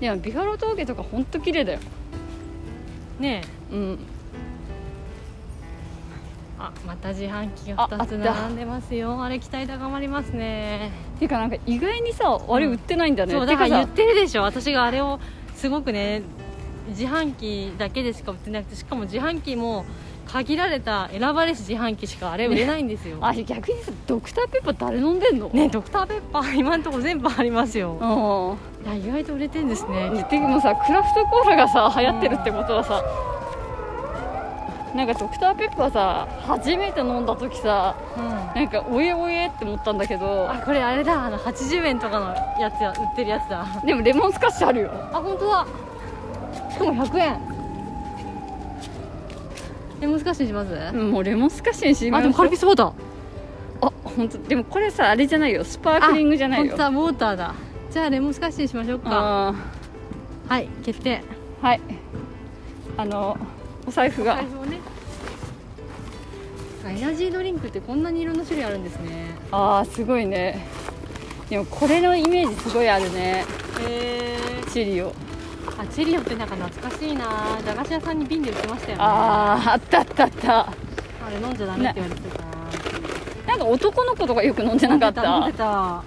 Speaker 1: でもビファロー峠とかほんと綺麗だよ
Speaker 2: うねえ
Speaker 1: うん
Speaker 2: あまた自販機が
Speaker 1: ああ
Speaker 2: 2
Speaker 1: っ
Speaker 2: つ
Speaker 1: た
Speaker 2: 並んでますよあれ期待高まりますね
Speaker 1: ていうかなんか意外にさあれ売ってないんだね、
Speaker 2: そう
Speaker 1: て
Speaker 2: だか
Speaker 1: から
Speaker 2: 言っ
Speaker 1: さ
Speaker 2: てるでしょ私があれをすごくね自販機だけでしか売ってなくてしかも自販機も限られた選ばれし自販機しかあれ売れないんですよ
Speaker 1: あ逆にさドクターペッパー誰飲んでんの
Speaker 2: ねドクターペッパー今のとこ全部ありますよ
Speaker 1: うん
Speaker 2: いや意外と売れてんですね
Speaker 1: でもさクラフトコーラがさ流行ってるってことはさ、なんかドクターペッパーさ初めて飲んだ時さ
Speaker 2: うん
Speaker 1: なんかおえおえって思ったんだけど
Speaker 2: あこれあれだあの80円とかのやつや売ってるやつだ
Speaker 1: でもレモンスカッシュあるよ
Speaker 2: あ本当だしかも100円え難しいにします、
Speaker 1: うんもうレモンスカッシュにしま
Speaker 2: あ
Speaker 1: す
Speaker 2: でもカルピスウォーター
Speaker 1: あ本当でもこれさあれじゃないよスパークリングじゃないよ
Speaker 2: あ本当だウォーターだじゃあレモンスカッシュにしましょうか
Speaker 1: あ
Speaker 2: はい決定
Speaker 1: ーはいあのお財布が、
Speaker 2: 布をねエナジードリンクってこんなにいろんな種類あるんですね
Speaker 1: ああすごいねでもこれのイメージすごいあるね
Speaker 2: へえ
Speaker 1: チリを
Speaker 2: あチェリオってなんか懐かしいな駄菓子屋さんに瓶で売ってましたよね
Speaker 1: あああったあったあった
Speaker 2: あれ飲んじゃダメって言われてた
Speaker 1: なんか男の子とかよく飲んでなかった
Speaker 2: 飲んでた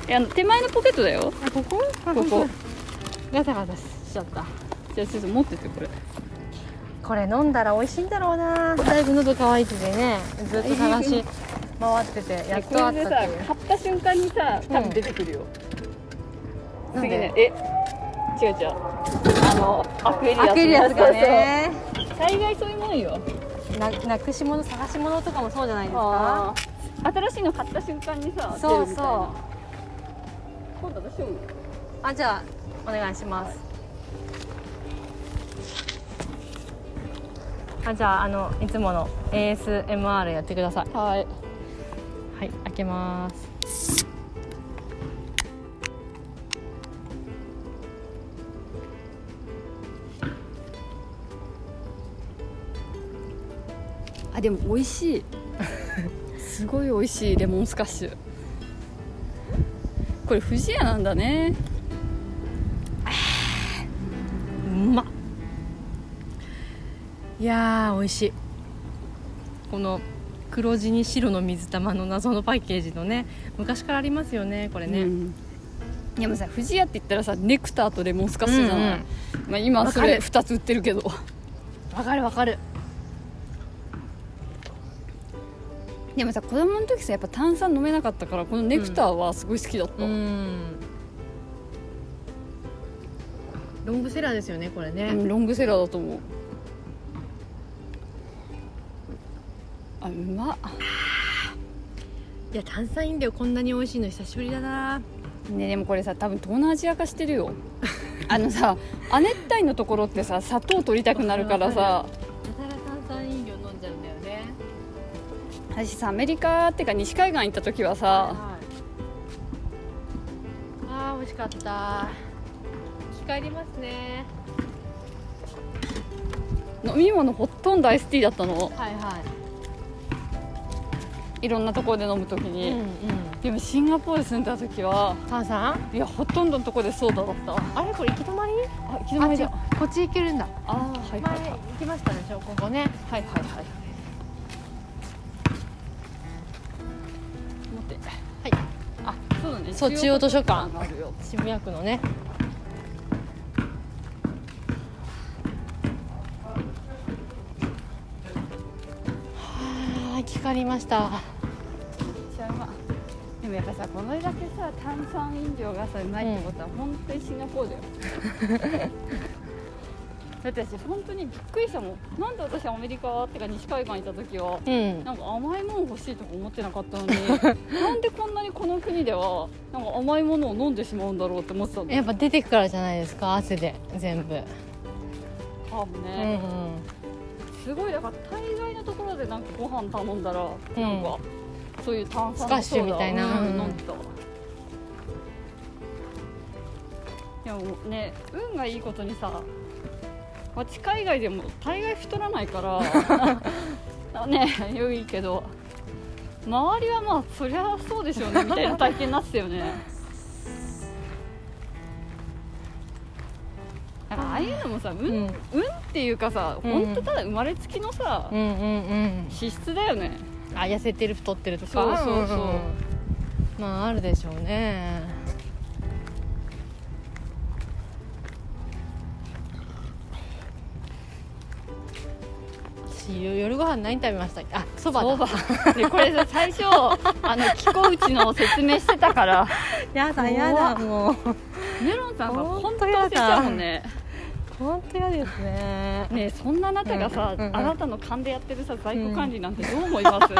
Speaker 2: 飲んで
Speaker 1: いや手前のポケットだよ
Speaker 2: たあここ
Speaker 1: ここ
Speaker 2: ガタガタしちゃった
Speaker 1: じゃあちょっと持っててこれ
Speaker 2: これ飲んだら美味しいんだろうなだいぶ喉乾いててねずっと探し回っててやっとあ
Speaker 1: こ
Speaker 2: っ
Speaker 1: れで
Speaker 2: た
Speaker 1: さ
Speaker 2: っていう
Speaker 1: 買った瞬間にさ多分出てくるよ、次ねえ違う違うあのアクエリアス
Speaker 2: 開けるやつがね
Speaker 1: そうそう大概そういうもんよ
Speaker 2: ななくし物探し物とかもそうじゃないですか
Speaker 1: あー新しいの買った瞬間にさ
Speaker 2: そ
Speaker 1: 出
Speaker 2: う
Speaker 1: るみたい
Speaker 2: そ
Speaker 1: な今度私も
Speaker 2: うあじゃあお願いします、あじゃああのいつもの ASMR やってください
Speaker 1: はい
Speaker 2: はい開けます
Speaker 1: あでも美味し いすごい美味しいレモンスカッシュこれ不二家なんだね
Speaker 2: うまっいやー美味しいこの黒地に白の水玉の謎のパッケージのね昔からありますよねこれね、
Speaker 1: うんでもさ不二家って言ったらさネクターとレモンスカッシュじゃない、
Speaker 2: うん
Speaker 1: まあ、今そ
Speaker 2: わか
Speaker 1: れ
Speaker 2: る
Speaker 1: 2つ売ってるけど
Speaker 2: わかるわかる
Speaker 1: でもさ子供の時さやっぱ炭酸飲めなかったからこのネクターはすごい好きだった、
Speaker 2: うんロングセラーですよねこれね、
Speaker 1: うんロングセラーだと思うあうまっ
Speaker 2: いや炭酸飲料こんなに美味しいの久しぶりだな
Speaker 1: ねでもこれさ多分東南アジア化してるよあのさ亜熱帯のところってさ砂糖取りたくなるから
Speaker 2: わ
Speaker 1: さ
Speaker 2: やたら炭酸飲料飲んじゃうんだよね
Speaker 1: 私さアメリカってか西海岸行った時はさ
Speaker 2: はいあー美味しかった生き返りますね
Speaker 1: 飲み物ほとんどアイスティーだったの
Speaker 2: はいはい
Speaker 1: いろんなところで飲む時に、
Speaker 2: うんうん
Speaker 1: でもシンガポール住んだ時は
Speaker 2: 炭酸
Speaker 1: いやほとんどのとこでソーダだったわ
Speaker 2: あれこれ行き止まり
Speaker 1: あ行き止
Speaker 2: あ
Speaker 1: まり
Speaker 2: 違
Speaker 1: だ
Speaker 2: うこっち行けるんだ
Speaker 1: ああーはいは
Speaker 2: 前
Speaker 1: いはい
Speaker 2: 行きましたでしょここね
Speaker 1: はいはいはい持ってはいあそうだね
Speaker 2: そう
Speaker 1: 図書
Speaker 2: 館
Speaker 1: があるよ
Speaker 2: 渋谷区のねはあ聞かりました
Speaker 1: めっちゃうまいでもやっぱさこれだけさ炭酸飲料がさうまいってことは本当にシンガポールだよだって私本当にびっくりしたもんなんで私アメリカってか西海岸行った時は
Speaker 2: うん
Speaker 1: なんか甘いもの欲しいとか思ってなかったのになんでこんなにこの国ではなんか甘いものを飲んでしまうんだろうって思ってたの
Speaker 2: やっぱ出てくからじゃないですか汗で全部
Speaker 1: かも
Speaker 2: う
Speaker 1: ね、
Speaker 2: ん
Speaker 1: すごいだから大概のところでなんかご飯頼んだら、
Speaker 2: うん
Speaker 1: なんかそういう炭酸のソーダ
Speaker 2: スカッシュみたいな
Speaker 1: うん、飲んでたわでもね運がいいことにさ私海外でも大概太らないから ね良いけど周りはまあそりゃそうでしょうねみたいな体験になってたよねなんかああいうのもさ、うん、
Speaker 2: うん
Speaker 1: 運っていうかさ、
Speaker 2: うん
Speaker 1: 本当ただ生まれつきのさ、
Speaker 2: うんうんうん
Speaker 1: 資質だよね
Speaker 2: あ痩せてる太ってるとか
Speaker 1: そうそうそうん
Speaker 2: んんまああるでしょうね私夜夜ご飯何食べましたっけあそばだ
Speaker 1: そうでこれさ最初あの気候ちの説明してたから
Speaker 2: やだ
Speaker 1: やだ
Speaker 2: もう
Speaker 1: メロンさんは本当
Speaker 2: 本当やだ
Speaker 1: 忘れちゃうもんね
Speaker 2: 本当嫌ですね
Speaker 1: ねえそんなあなたがさ、
Speaker 2: うんうんうん
Speaker 1: あなたの勘でやってるさ在庫管理なんてどう思います、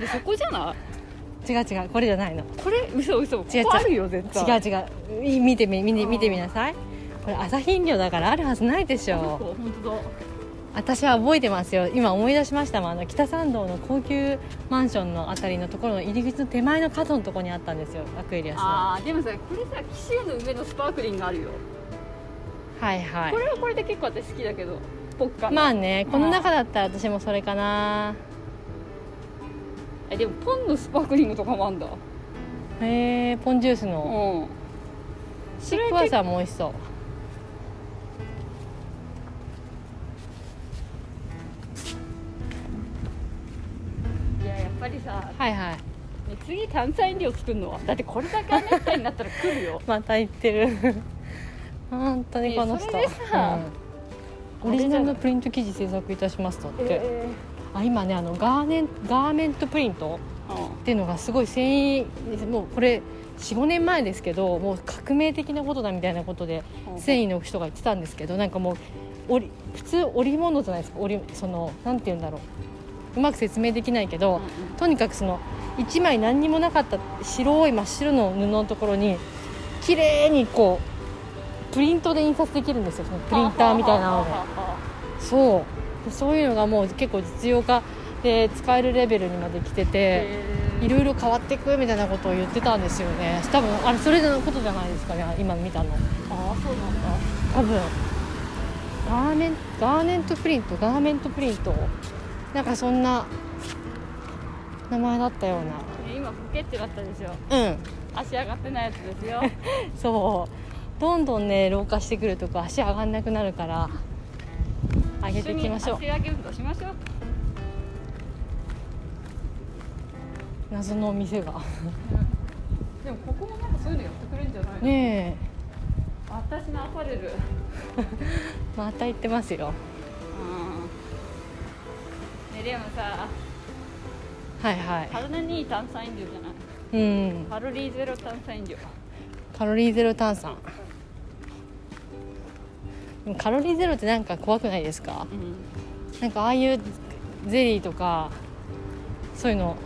Speaker 1: でそこじゃない
Speaker 2: 違う違うこれじゃないの
Speaker 1: これ嘘嘘
Speaker 2: 違う違う
Speaker 1: ここあるよ絶対
Speaker 2: 違う違うい見てみ見て見てみなさいこれ朝日飲料だからあるはずないでし
Speaker 1: あの
Speaker 2: ょ
Speaker 1: 子本当だ
Speaker 2: 私は覚えてますよ今思い出しましたもんあの北参道の高級マンションのあたりのところの入り口の手前の角のところにあったんですよアクエリアスのは
Speaker 1: あーでもさこれさ紀州の上のスパークリンがあるよ
Speaker 2: いは
Speaker 1: これはこれで結構私好きだけどポッカ
Speaker 2: いまあねこの中だったら私もそれかな
Speaker 1: えでもポンのスパークリングとかもあんだ
Speaker 2: へえポンジュース
Speaker 1: うん
Speaker 2: のシークワーサーも美味しそう
Speaker 1: いややっぱりさ、
Speaker 2: はいはい
Speaker 1: ね次炭酸飲料作るのはだってこれだけ亜熱帯になったら来るよ
Speaker 2: また行ってる本当にこの人、
Speaker 1: ねそれでさ
Speaker 2: うんオリジナルのプリント生地制作いたしますとって、
Speaker 1: え
Speaker 2: あ今ねあのガーネンガーメントプリント
Speaker 1: ーうん
Speaker 2: っていうのがすごい繊維もうこれ45年前ですけどもう革命的なことだみたいなことで繊維の人が言ってたんですけどなんかもう織り普通織物じゃないですか織りそのなんて言うんだろううまく説明できないけ
Speaker 1: うん
Speaker 2: ど、
Speaker 1: うん
Speaker 2: とにかくその1枚何にもなかった白い真っ白の布のところに綺麗にこうプリントで印刷できるんですよそのプリンターみたいなので
Speaker 1: はあはあはあは
Speaker 2: そうでそういうのがもう結構実用化で使えるレベルにまで来て
Speaker 1: あ
Speaker 2: て。
Speaker 1: へー
Speaker 2: いろいろ変わっていくみたいなことを言ってたんですよね多分あれそれのことじゃないですかね今見たの
Speaker 1: ああそうなんだ
Speaker 2: 多分ガーメンガーメントプリントガーメントプリントなんかそんな名前だったよう
Speaker 1: ね今ポケってなったでしょ
Speaker 2: なうん
Speaker 1: 足上がってないやつですよ
Speaker 2: そうどんどんね老化してくるとこ足上がんなくなるから 上げていきましょう
Speaker 1: 一緒に足上げ運動しましょう
Speaker 2: 謎のお店が
Speaker 1: でもここもなんかそういうのやってくれるんじゃないの、
Speaker 2: ね
Speaker 1: 私のアパレル
Speaker 2: えまた行ってますよ
Speaker 1: うんねでもさ
Speaker 2: はいはい
Speaker 1: 体にいい炭酸飲料じゃない
Speaker 2: うん
Speaker 1: カロリーゼロ炭酸飲料
Speaker 2: カロリーゼロ炭酸でもカロリーゼロってなんか怖くないですか
Speaker 1: うん
Speaker 2: なんかああいうゼリーとかそういうの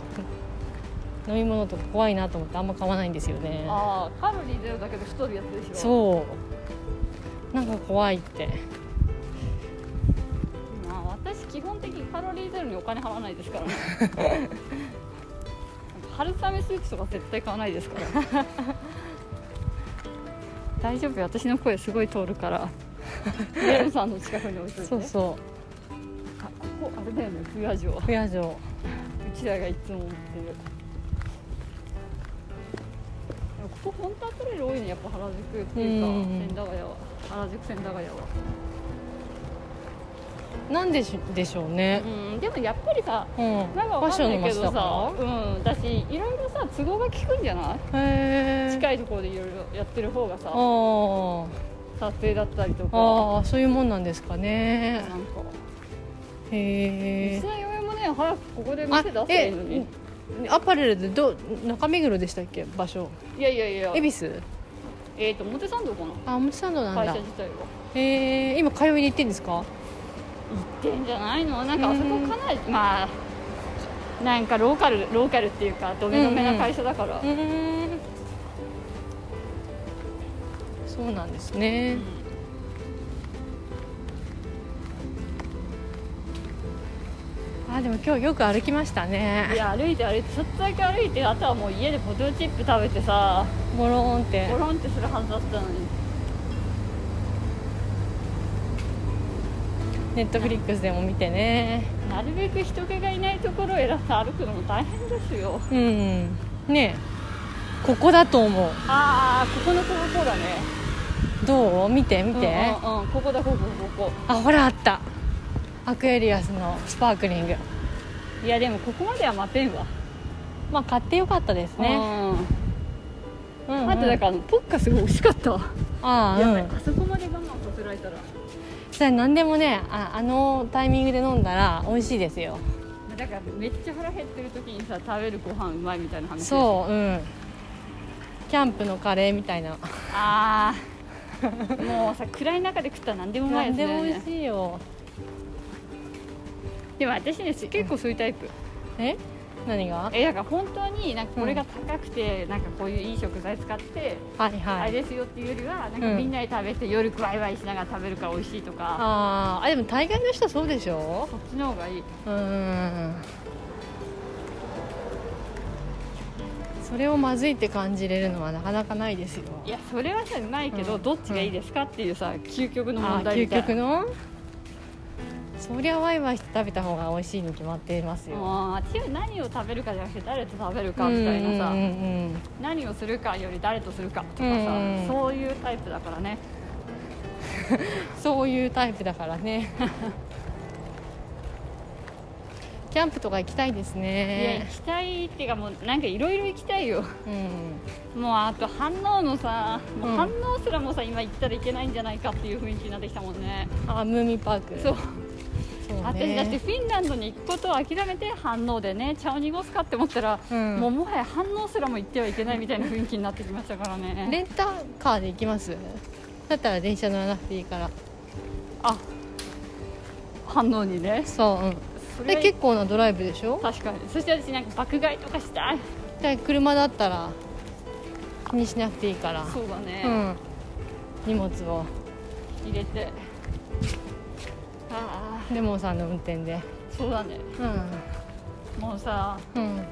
Speaker 2: 飲み物とか怖いなと思ってあんま買わないんですよね
Speaker 1: ああカロリーゼロだけど太るやつでしょう
Speaker 2: そうなんか怖いって
Speaker 1: まあ私基本的にカロリーゼロにお金払わないですからね 春雨スープとか絶対買わないですから 大丈夫よ私の声すごい通るからレオンさんの近くに置いといて、ね、
Speaker 2: そうそ
Speaker 1: あここあれだよね不夜城う
Speaker 2: う不夜城
Speaker 1: ちらがいつも持ってるでもここ本当アプレル多いねやっぱ原宿っていうか
Speaker 2: うん
Speaker 1: 千駄ヶ谷は原宿千駄ヶ谷は
Speaker 2: なんでしでしょうね
Speaker 1: うんでもやっぱりさ
Speaker 2: うんフ
Speaker 1: なんか
Speaker 2: ァ
Speaker 1: わ
Speaker 2: ッシ
Speaker 1: か
Speaker 2: ョ
Speaker 1: ん
Speaker 2: ンの
Speaker 1: ないけ
Speaker 2: 街
Speaker 1: ど
Speaker 2: だ
Speaker 1: さ
Speaker 2: か
Speaker 1: うんだしいろいろさ都合が利くんじゃない
Speaker 2: らへえ
Speaker 1: 近
Speaker 2: い
Speaker 1: いところでいろいろやってる方がさ
Speaker 2: あー
Speaker 1: 撮影だったりとか
Speaker 2: あーそういうもんなんですかね
Speaker 1: なんか
Speaker 2: へ
Speaker 1: 実
Speaker 2: え
Speaker 1: 際嫁もね早くここで
Speaker 2: あ
Speaker 1: 店出せばいいのに
Speaker 2: えアパレルでど中目黒でしたっけ場所
Speaker 1: いやいやいや
Speaker 2: 恵比寿
Speaker 1: えっと表参道かな
Speaker 2: あ表参道なん
Speaker 1: 会社
Speaker 2: だ
Speaker 1: 自体は
Speaker 2: えー、今通いに行ってんですか
Speaker 1: 行ってんじゃないのなんかあそこ
Speaker 2: うん
Speaker 1: かなりまあなんかローカルローカルっていうかドメドメな会社だから、
Speaker 2: うーんそうなんですね、あでも今日よく歩きました
Speaker 1: い
Speaker 2: ね
Speaker 1: や歩いて歩いてちょっとだけ歩いてあとはもう家でポテトチップ食べてさ
Speaker 2: ボローンって
Speaker 1: ゴロンってするはずだったのに
Speaker 2: ネットフリックスでも見てね
Speaker 1: なるべく人気がいないところを選んで歩くのも大変ですよ
Speaker 2: うんねえここだと思
Speaker 1: ああここのここだね
Speaker 2: うどう見て見て、
Speaker 1: うんうんうんここだここここ
Speaker 2: あほらあったアクエリアスのスパークリング
Speaker 1: いやでもここまでは待てんわ
Speaker 2: まあ買ってよかったですね、
Speaker 1: ね
Speaker 2: うんうん
Speaker 1: あとだからあのポッカすごい美味しかったわ
Speaker 2: ああ
Speaker 1: や
Speaker 2: う
Speaker 1: ばい
Speaker 2: ん
Speaker 1: あそこまで我慢させられたら
Speaker 2: それ何でもねああのタイミングで飲んだら美味しいですよ
Speaker 1: だからめっちゃ腹減ってる時にさ食べるご飯うまいみたいな話
Speaker 2: そううんキャンプのカレーみたいな
Speaker 1: うああもうさ暗い中で食ったら何でもうまいや
Speaker 2: 何
Speaker 1: つだ
Speaker 2: で
Speaker 1: よ
Speaker 2: も美
Speaker 1: ね
Speaker 2: 味しいよ
Speaker 1: でも私ね結構そういうタイプ
Speaker 2: え何が
Speaker 1: えだから本当になんかこれが高くて、なんかこういういい食材使って、
Speaker 2: はい
Speaker 1: あ
Speaker 2: は
Speaker 1: れ
Speaker 2: い
Speaker 1: ですよっていうよりはなんか
Speaker 2: うん
Speaker 1: みんなで食べて夜ワイワイしながら食べるから美味しいとか、
Speaker 2: あーあでも大概の人はそうでしょ
Speaker 1: こっちの方がいい
Speaker 2: うんそれをまずいって感じれるのはなかなかないですよ
Speaker 1: いやそれはさうまいけど、
Speaker 2: うん
Speaker 1: どっちがいいですかっていうさ究極の問
Speaker 2: あー
Speaker 1: 題み
Speaker 2: 究
Speaker 1: たいな
Speaker 2: 極のそりゃワイワイして食べた方が美味しいに決まっていますよ
Speaker 1: あーチーム何を食べるかじゃなくて誰と食べるかみたいなさ、
Speaker 2: うんうんうん
Speaker 1: 何をするかより誰とするかとかさ、
Speaker 2: うんうん
Speaker 1: そういうタイプだからね
Speaker 2: そういうタイプだか らねキャンプとか行きたいです
Speaker 1: いや行
Speaker 2: ね
Speaker 1: きたいっていうかもうなんかいろいろ行きたいよ
Speaker 2: うん
Speaker 1: もうあと反応のさもう
Speaker 2: うん
Speaker 1: 反応すらもさ今行ったらいけないんじゃないかっていう雰囲気になってきたもんね
Speaker 2: あムーミンパーク
Speaker 1: そう
Speaker 2: そうね
Speaker 1: 私だってフィンランドに行くことを諦めて反応でね茶を濁すかって思ったら、
Speaker 2: うん
Speaker 1: もうもはや反応すらも行ってはいけないみたいな雰囲気になってきましたからね
Speaker 2: レンタカーで行きますだったら電車乗らなくていいから
Speaker 1: あ反応にね
Speaker 2: そう
Speaker 1: そ
Speaker 2: うんで
Speaker 1: れは
Speaker 2: 結構なドライブでしょ
Speaker 1: 確かにそして私なんか爆買いとかしたい
Speaker 2: で車だったら気にしなくていいから
Speaker 1: そうだね、
Speaker 2: うん荷物を
Speaker 1: 入れてああ
Speaker 2: レモンさんの運転で
Speaker 1: そうだね
Speaker 2: う
Speaker 1: もうさ
Speaker 2: んうん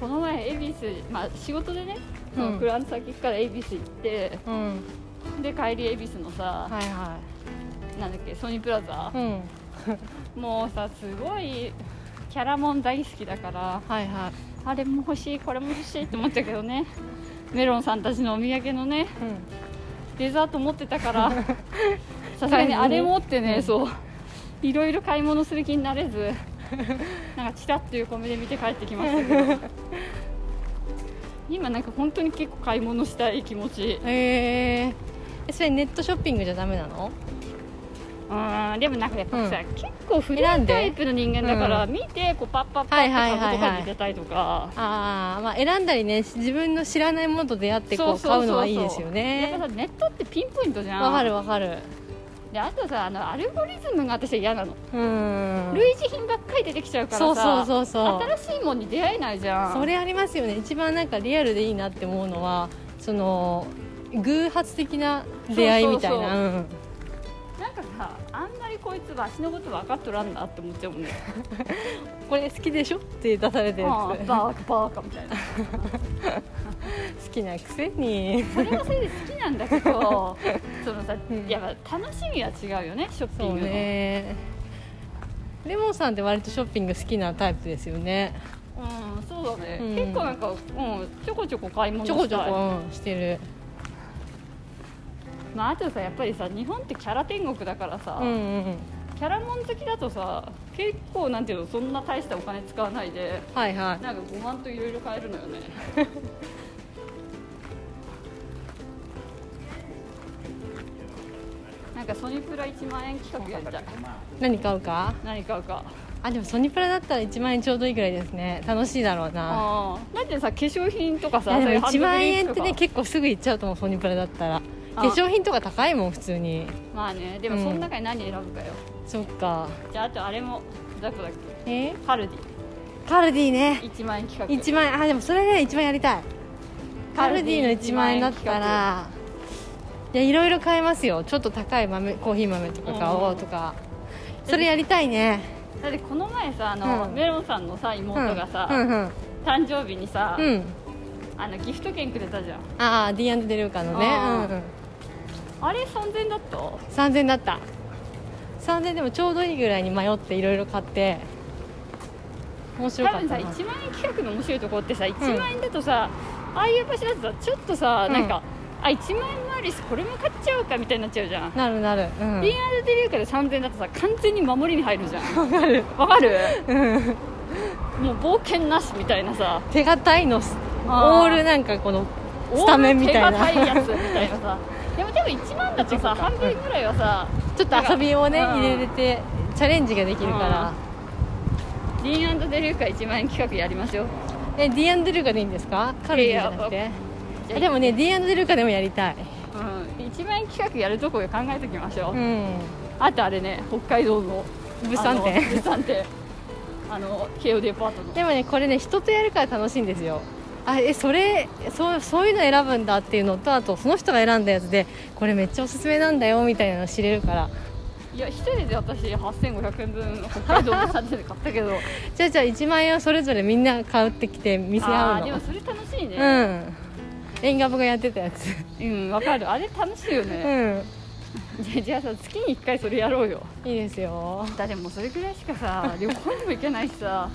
Speaker 1: この前恵比寿まあ仕事でね、
Speaker 2: うん
Speaker 1: そのクランツ先から恵比寿行って
Speaker 2: うん
Speaker 1: で帰り恵比寿のさ、
Speaker 2: はいは
Speaker 1: なんだっけソニープラザ
Speaker 2: い、うん
Speaker 1: もうさすごいキャラモン大好きだから
Speaker 2: はいはい
Speaker 1: あれも欲しいこれも欲しいって思ったけどね メロンさんたちのお土産のね
Speaker 2: うん
Speaker 1: デザート持ってたから さすがにあれ持ってね、そういろいろ買い物する気になれずなんかチラッと横目で見て帰ってきましたけど 今なんか本当に結構買い物したい気持ち
Speaker 2: えーえそれネットショッピングじゃダメなの
Speaker 1: うんでもなんかやっぱさ、
Speaker 2: う
Speaker 1: 結構古い
Speaker 2: 選んで
Speaker 1: タイプの人間だから、
Speaker 2: う
Speaker 1: 見てこうパッパッパ
Speaker 2: は
Speaker 1: ッ
Speaker 2: い
Speaker 1: て
Speaker 2: はいはいは
Speaker 1: カ
Speaker 2: い
Speaker 1: ゴとかに入れたりとか。
Speaker 2: ああまあ選んだりね自分の知らないものと出会ってこう
Speaker 1: そうそうそうそう
Speaker 2: 買うのはいいですよ
Speaker 1: やっぱさ
Speaker 2: ね
Speaker 1: ネットってピンポイントじゃん
Speaker 2: わかるわかる
Speaker 1: であとさあのアルゴリズムが私は嫌なの、
Speaker 2: うん
Speaker 1: 類似品ばっかり出てきちゃうからさ
Speaker 2: そうそうそうそう
Speaker 1: 新しいもんに出会えないじゃん
Speaker 2: それありますよね一番なんかリアルでいいなって思うのはその偶発的な出会いみたいな
Speaker 1: そう
Speaker 2: うん
Speaker 1: なんかさあんまりこいつわしのこと分かっとらんなって思っちゃうもんね
Speaker 2: これ好きでしょって出されてる
Speaker 1: あ
Speaker 2: や
Speaker 1: あバーカバーカみたいな
Speaker 2: つ好きなくせに
Speaker 1: それはそれで好きなんだけ どそのさ
Speaker 2: うん
Speaker 1: やっぱ楽しみは違うよねショッピン
Speaker 2: そう
Speaker 1: グの
Speaker 2: ねレモンさんって割とショッピング好きなタイプですよね
Speaker 1: うんそうだね、
Speaker 2: うん
Speaker 1: 結構なんか、うん、ちょこちょこ買い物した
Speaker 2: ちょ
Speaker 1: い
Speaker 2: こちょこ、うんしてる
Speaker 1: まあ、あとさやっぱりさ日本ってキャラ天国だからさ、
Speaker 2: うんうんうん
Speaker 1: キャラモン好きだとさ結構なんていうのそんな大したお金使わないで
Speaker 2: はいはい
Speaker 1: なんか5万といろいろ買えるのよねなんかソニプラ1万円企画やりたい
Speaker 2: 何買うか
Speaker 1: 何買うか
Speaker 2: あでもソニプラだったら1万円ちょうどいいぐらいですね楽しいだろうな
Speaker 1: ああだってさ化粧品とか
Speaker 2: い
Speaker 1: さ
Speaker 2: や
Speaker 1: そうい
Speaker 2: で
Speaker 1: う
Speaker 2: も
Speaker 1: ハンドク
Speaker 2: 1万
Speaker 1: リーム
Speaker 2: 円っ
Speaker 1: と
Speaker 2: て
Speaker 1: か
Speaker 2: ね結構すぐいっちゃうと思うソニプラだったら
Speaker 1: あ
Speaker 2: 化粧品とか高いもん普通に
Speaker 1: まあねでも
Speaker 2: うん
Speaker 1: その中に何選ぶかよ、
Speaker 2: そっか
Speaker 1: じゃああとあれもどこだっ
Speaker 2: え
Speaker 1: けカルディ
Speaker 2: カルディね
Speaker 1: 1万円企画
Speaker 2: 1万円あでもそれね一番やりたいカルディの1万円だった
Speaker 1: カルディの一万
Speaker 2: らいやいろいろ買えますよちょっと高い豆コーヒー豆とか買おうとかそれやりたいね
Speaker 1: だってこの前さあの、
Speaker 2: うん
Speaker 1: メロンさんのさ妹がさ、
Speaker 2: うんうん
Speaker 1: 誕生日にさ、
Speaker 2: うん、うん、
Speaker 1: あのギフト券くれたじゃん
Speaker 2: ああ D& デルーカのね、
Speaker 1: あー
Speaker 2: うんうん、
Speaker 1: あれ3000だった
Speaker 2: 3000だった3000でもちょうどいいぐらいに迷っていろいろ買って面白
Speaker 1: 多
Speaker 2: かっ
Speaker 1: 分さ
Speaker 2: たな
Speaker 1: 1万円企画の面白いところってさ1万円だとさ、ああいう場所だとさちょっとさ、
Speaker 2: うん
Speaker 1: なんかあ1万円もあるしこれも買っちゃおうかみたいになっちゃうじゃん
Speaker 2: なるなるうん
Speaker 1: B&D 流から3000円だとさ完全に守りに入るじゃんわかるわかるもう冒険なしみたいなさ
Speaker 2: 手堅いのす
Speaker 1: あー
Speaker 2: オールなんかこのスタメンみたい
Speaker 1: オール手堅いや
Speaker 2: な
Speaker 1: つみたいなさでもでも1万だとさ半分ぐらいはさ
Speaker 2: ちょっと遊びをね
Speaker 1: うん
Speaker 2: 入れれてチャレンジができるから
Speaker 1: リーンデリューカ1万円企画やりますよ
Speaker 2: え D& ルカでいいんですかカルディじゃなく
Speaker 1: いやい
Speaker 2: て
Speaker 1: や
Speaker 2: あでもね D& ルカでもやりたい
Speaker 1: うん、1万円企画やるとこよ考えときましょう、
Speaker 2: うん
Speaker 1: あとあれね北海道の
Speaker 2: 物産
Speaker 1: あ
Speaker 2: 展
Speaker 1: の物産展 あの慶応デパートの
Speaker 2: でもねこれね人とやるから楽しいんですよあえそれそうそういうの選ぶんだっていうのとあとその人が選んだやつでこれめっちゃおすすめなんだよみたいなの知れるから
Speaker 1: いや一人で私8500円分の北海道物産展で買ったけ ど
Speaker 2: じゃあじゃあ1万円をそれぞれみんな買うってきて見せ
Speaker 1: あ
Speaker 2: 合
Speaker 1: ー
Speaker 2: う
Speaker 1: でも
Speaker 2: の
Speaker 1: それ楽しいうね
Speaker 2: ん縁側がやってたやつ
Speaker 1: うんわ、かるあれ楽しいよ
Speaker 2: う
Speaker 1: ね、
Speaker 2: ん
Speaker 1: じゃじゃあさ月に1回それやろうよ
Speaker 2: いいですよ
Speaker 1: だってもうそれぐらいしかさ 旅行にも行けないしさ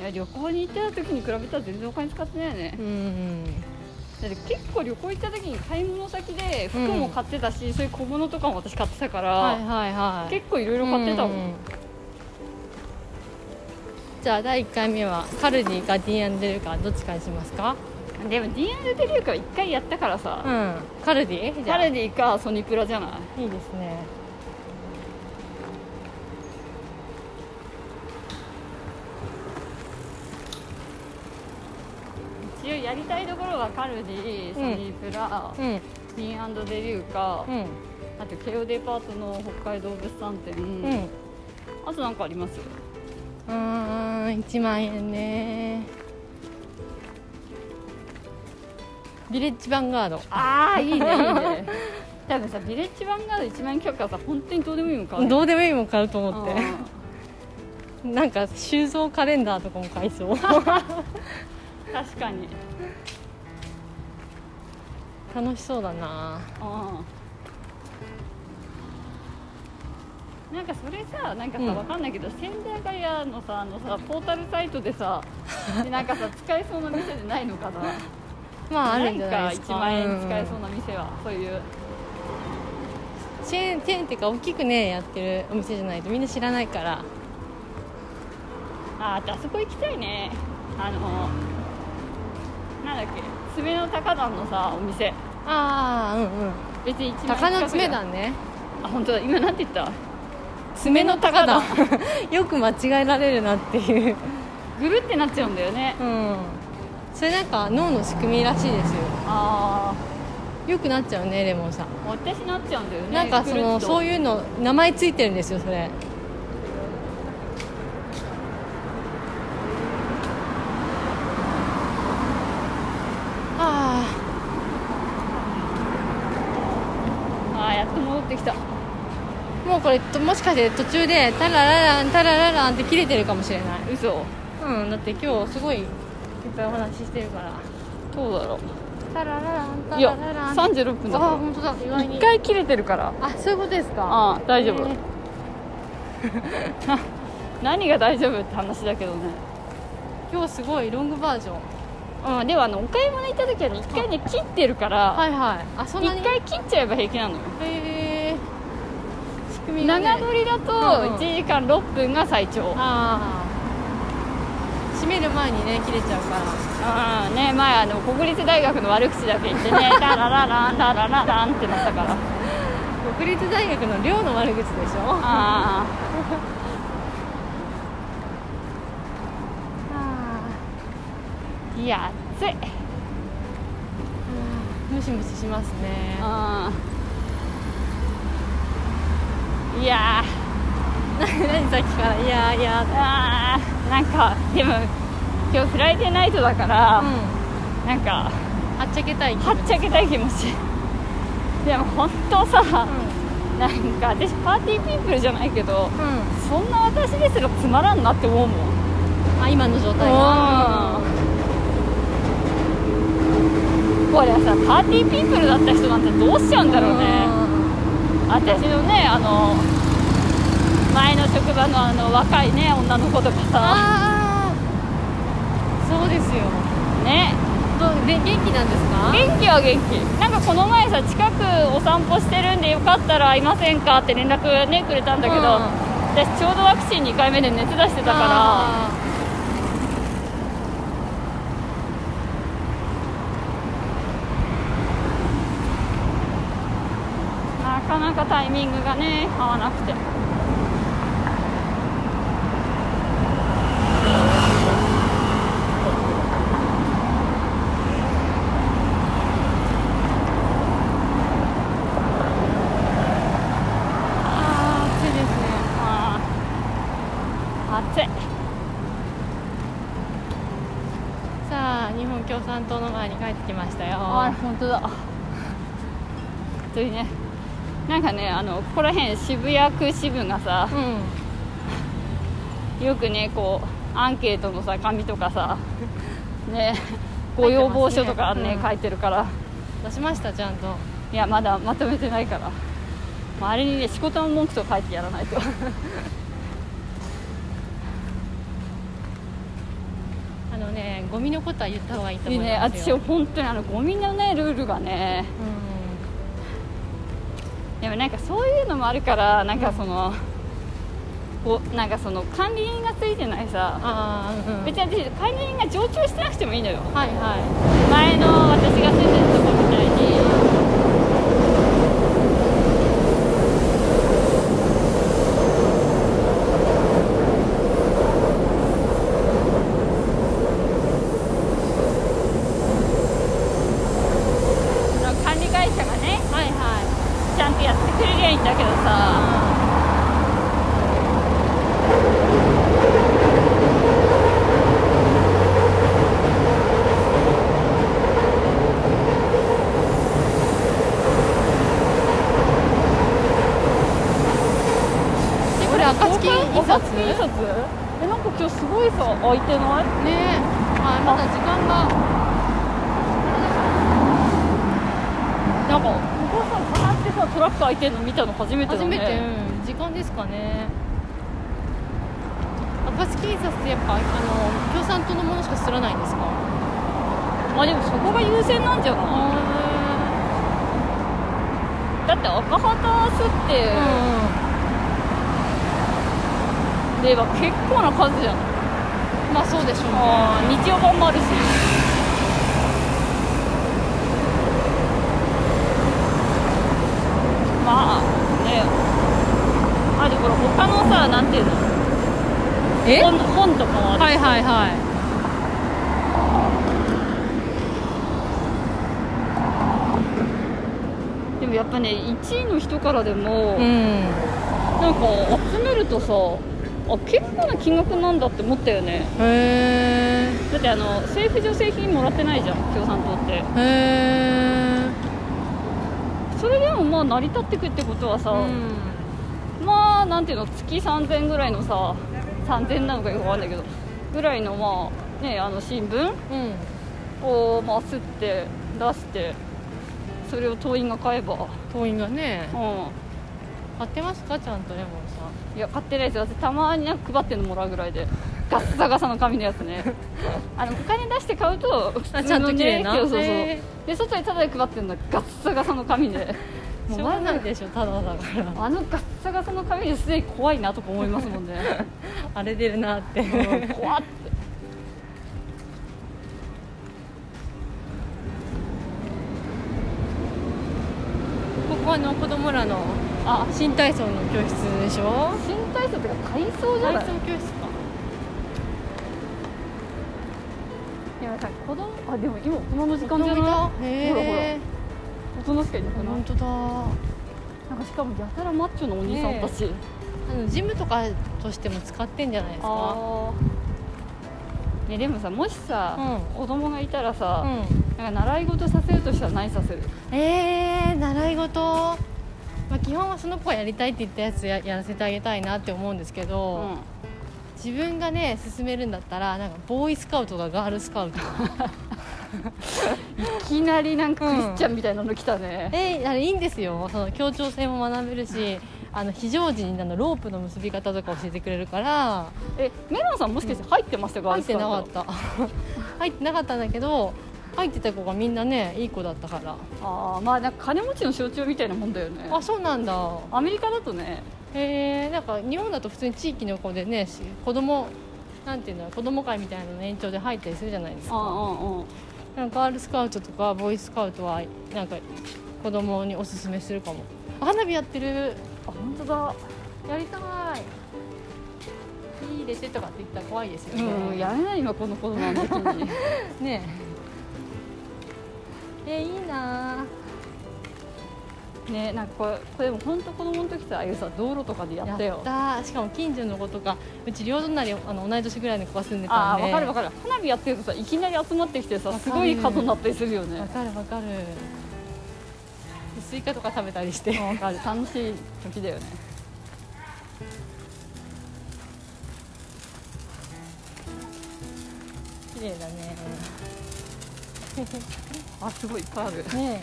Speaker 1: いや旅行に行ってた時に比べたら全然お金使ってないよね
Speaker 2: う、ん
Speaker 1: だって結構旅行行った時に買い物先で服も買ってたし、そういう小物とかも私買ってたから、
Speaker 2: はいはいはい
Speaker 1: 結構いろいろ買ってたもん、
Speaker 2: うじゃあ第1回目はカルディか D&L かどっちかにしますか
Speaker 1: でも D&D デリューカは1回やったからさ、
Speaker 2: うんカルディじ
Speaker 1: カ
Speaker 2: ゃあ
Speaker 1: ルディかソニプラじゃない
Speaker 2: いいですね
Speaker 1: 一応やりたいところはカルディソニプラ、
Speaker 2: うん
Speaker 1: ンデリューカ、
Speaker 2: うん
Speaker 1: あと慶応デパートの北海道物産展、
Speaker 2: うん
Speaker 1: あとなんかあります
Speaker 2: うーん1万円ねビレッジヴァンガード
Speaker 1: ああいいねいいね 多分さビレッジヴァンガード1万円許可はさ本当にどうでもいいのか
Speaker 2: どうでもいいもん買うと思っ
Speaker 1: うん
Speaker 2: て なんか収蔵カレンダーとかも買 いそう
Speaker 1: 確かに、うん、
Speaker 2: 楽しそうだな
Speaker 1: なんかそれさなんかさ、
Speaker 2: うん
Speaker 1: わかんないけど千駄ヶ谷のさあのさポータルサイトで さでなんかさ使えそうな店でないのかな
Speaker 2: まああるんじゃ
Speaker 1: な
Speaker 2: ない
Speaker 1: ん
Speaker 2: です
Speaker 1: か
Speaker 2: か
Speaker 1: 1万円使えそう
Speaker 2: う
Speaker 1: な店は、そういうん
Speaker 2: チェーンチェーンっていうか大きくねやってるお店じゃないとみんな知らないから
Speaker 1: あーあとあそこ行きたいねあのなんだっけ爪の高段のさお店
Speaker 2: ああうんうん
Speaker 1: 別に一万円
Speaker 2: 鷹の
Speaker 1: 近くじゃ
Speaker 2: 爪
Speaker 1: ん
Speaker 2: だね
Speaker 1: あ本当だ今なんて言った
Speaker 2: 爪の鷹だよく間違えられるなっていう
Speaker 1: ぐるってなっちゃうんだよね
Speaker 2: うんそれなんか脳の仕組みらしいですよ
Speaker 1: あ
Speaker 2: よくなっちゃうねレモンさ
Speaker 1: あ
Speaker 2: ん、
Speaker 1: 私なっちゃうんだよね
Speaker 2: なんかそのそ
Speaker 1: う
Speaker 2: ういうの名前ついてるんですよそれあ
Speaker 1: ああやっと戻ってきた
Speaker 2: ーもうこれともしかして途中でタララランタララランって切れてるかもしれない
Speaker 1: 嘘
Speaker 2: うんだって今日すごいいっぱいお話ししてるから
Speaker 1: どうだろ
Speaker 2: タラララン
Speaker 1: う
Speaker 2: タ
Speaker 1: い
Speaker 2: ラ
Speaker 1: や
Speaker 2: ラランあ
Speaker 1: 36分だ
Speaker 2: あ
Speaker 1: か
Speaker 2: 本当だ意
Speaker 1: ら
Speaker 2: 外に
Speaker 1: 1回切れてるから
Speaker 2: あそういうことですか
Speaker 1: ああ大丈夫、
Speaker 2: えー
Speaker 1: 何が大丈夫って話だけどね
Speaker 2: 今日すごいロングバージョン
Speaker 1: うんでもあのお買い物行った時はね1回ね切ってるから
Speaker 2: はいはいあそんなに
Speaker 1: 1回切っちゃえば平気なのよ
Speaker 2: へえ仕組みが、ね、
Speaker 1: 長取りだと
Speaker 2: うんうん
Speaker 1: 1時間6分が最長
Speaker 2: ああ閉める前にね切れちゃうから
Speaker 1: うんね前あの国立大学の悪口だけ言って ねダララランダララランってなったから
Speaker 2: 国立大学の寮の悪口でしょあ
Speaker 1: あ
Speaker 2: あ
Speaker 1: あいや暑い
Speaker 2: うんムシムシしますね
Speaker 1: うんいやー
Speaker 2: 何さっきからいやいや
Speaker 1: あーなんかでも今日フライデーナイトだから、
Speaker 2: うん
Speaker 1: なんか
Speaker 2: あっちゃけたい気
Speaker 1: は
Speaker 2: 分
Speaker 1: っちゃけたい気持ちでも本当さ、なんか私パーティーピープルじゃないけど
Speaker 2: う
Speaker 1: そんな私ですらつまらんなって思うもん
Speaker 2: んあ今の状態が
Speaker 1: うんこれさパーティーピープルだった人なんてどうしちゃうんだろうね
Speaker 2: ん
Speaker 1: 私のねあの前の職場のあの若いね女の子とかさ
Speaker 2: ああそうですよ
Speaker 1: ね
Speaker 2: どうで元気なんですか
Speaker 1: 元気は元気なんかこの前さ近くお散歩してるんでよかったらいませんかって連絡ねくれたんだけど、
Speaker 2: うん
Speaker 1: 私ちょうどワクチン2回目で熱出してたから
Speaker 2: あ
Speaker 1: なかなかタイミングがね合わなくて
Speaker 2: あー暑いですね
Speaker 1: ああ暑い
Speaker 2: さあ日本共産党の前に帰ってきましたよ
Speaker 1: あ本当だ本当にねなんかねあのここら辺渋谷区支部がさ
Speaker 2: うん
Speaker 1: よくねこうアンケートのさ紙とか さねご要望書とかね
Speaker 2: 書いてますねうん
Speaker 1: 書いてるから
Speaker 2: 出しましたちゃんと
Speaker 1: いやまだまとめてないから、まあ、あれにね仕事の文句とか書いてやらないと
Speaker 2: あのねゴミのことは言った方がいいと
Speaker 1: いい
Speaker 2: 思い
Speaker 1: ね
Speaker 2: ます
Speaker 1: 私
Speaker 2: よ、
Speaker 1: 本当にあのゴミのねルールがねでもなんかそういうのもあるからなんかその、こうなんかその管理人がついてないさ
Speaker 2: ああうん
Speaker 1: 別に私管理人が常駐してなくてもいいのよ
Speaker 2: はいは
Speaker 1: 前の私が住んでるとこみたいにその管理会社がね
Speaker 2: いはいは
Speaker 1: ちゃんとやってくれりゃいいんだけどさ
Speaker 2: いでこれ暁印刷
Speaker 1: 暁印刷えなんか今日すごいさ開いてない
Speaker 2: ねえはいまだ時間が
Speaker 1: なんかお母さんかなってさトラック開いてんの見たの初めてだ
Speaker 2: 初
Speaker 1: ね
Speaker 2: めて、うん時間ですかね暁印刷ってやっぱあの共産党のものしか刷らないんですか
Speaker 1: まあでもそこが優先なんじゃな
Speaker 2: あ
Speaker 1: いだって赤旗すって、
Speaker 2: うん
Speaker 1: で言えば結構な数じゃない
Speaker 2: まあそうでしょうね
Speaker 1: あー日曜版もあるしまあねあでこれ他のさなんていうの
Speaker 2: え
Speaker 1: 本本とかもある、
Speaker 2: はいはいはい
Speaker 1: でもやっぱね1位の人からでも、
Speaker 2: ん
Speaker 1: なんか集めるとさあ結構な金額なんだって思ったよね
Speaker 2: へ
Speaker 1: だってあの政府助成金もらってないじゃん共産党って
Speaker 2: えへえ
Speaker 1: それでもまあ成り立ってくってことはさ、まあなんていうの月3000ぐらいのさ3000なのかよくわかんないけどぐらいのまあねあの新聞
Speaker 2: うん
Speaker 1: をまあ吸って出してそれを党員が買えば
Speaker 2: 党員がね
Speaker 1: う
Speaker 2: 買ってますかちゃんとレモン
Speaker 1: んいや買ってないですよ私たまになんか配ってんのもらうぐらいで ガッサガサの紙のやつねあのお金出して買うと普通の、ね、
Speaker 2: ちゃんと綺麗な
Speaker 1: そうそうそう
Speaker 2: へ
Speaker 1: で外にただで配ってるのはガッサガサの紙で
Speaker 2: さんしょう
Speaker 1: わ
Speaker 2: が
Speaker 1: ざわざ
Speaker 2: ないでしょただだから
Speaker 1: あのガッサガサの紙ですでに怖いなとか思います もんね
Speaker 2: 荒れてるなって
Speaker 1: うん怖っって
Speaker 2: ここはあの子供らの
Speaker 1: あ
Speaker 2: 新体操の教室でしょ
Speaker 1: 新体操ってか体操じゃ
Speaker 2: 体
Speaker 1: ない
Speaker 2: 操教室か
Speaker 1: いやさ子供あでも今大人の時
Speaker 2: 子
Speaker 1: 間じゃ
Speaker 2: 供
Speaker 1: な
Speaker 2: だ
Speaker 1: い
Speaker 2: へえ
Speaker 1: 大人しかいなくない
Speaker 2: 本当だあ
Speaker 1: なんかしかもやたらマッチョのお兄さんたち、
Speaker 2: のジムとかとしても使ってんじゃないですか
Speaker 1: ああ、ね、でもさもしさ、
Speaker 2: う
Speaker 1: 子供がいたら
Speaker 2: う
Speaker 1: さ、
Speaker 2: ん
Speaker 1: なんか習い事させるとしたら何させる
Speaker 2: えー、習い事、まあ、基本はその子がやりたいって言ったやつややらせてあげたいなって思うんですけ
Speaker 1: う
Speaker 2: ど、
Speaker 1: ん
Speaker 2: 自分がね進めるんだったらなんかボーイスカウトとかガールスカ ウト
Speaker 1: いきなりなんかクリスチャンみたいなの来たね、
Speaker 2: えー、あれいいんですよその協調性も学べるしあの非常時にあのロープの結び方とか教えてくれるから
Speaker 1: えメロンさんもしかして入ってましたか、
Speaker 2: 入ってなかった入ってなかったんだけど入ってた子がみんなねいい子だったから
Speaker 1: ああまあなんか金持ちの象徴みたいなもんだよね
Speaker 2: あそうなんだ
Speaker 1: アメリカだとね
Speaker 2: へえなんか日本だと普通に地域の子でねし子供なんていうの子供会みたいなのの延長で入ったりするじゃないです
Speaker 1: あ
Speaker 2: か
Speaker 1: あ
Speaker 2: なんかガールスカウトとかボーイスカウトはなんか子供におすすめするかもあ花火やってる
Speaker 1: あ本当だ
Speaker 2: やりたいいいですとかって言ったら怖いですよね、
Speaker 1: うんやめない今この子供の時 に
Speaker 2: ねええいいな
Speaker 1: ねなんかこれこれでも本当子供の時さああいうさ道路とかでやったよ
Speaker 2: やったしかも近所の子とかうち両隣あの同い年ぐらいの子が住んでた
Speaker 1: あ
Speaker 2: ん
Speaker 1: あ
Speaker 2: で
Speaker 1: わかるわかる花火やってるとさいきなり集まってきてさ
Speaker 2: わかる
Speaker 1: すごい数になったりするよね
Speaker 2: わかるわかるスイカとか食べたりして
Speaker 1: わかる楽しい時だよね
Speaker 2: 綺麗だね
Speaker 1: あすごいいっぱいある
Speaker 2: ね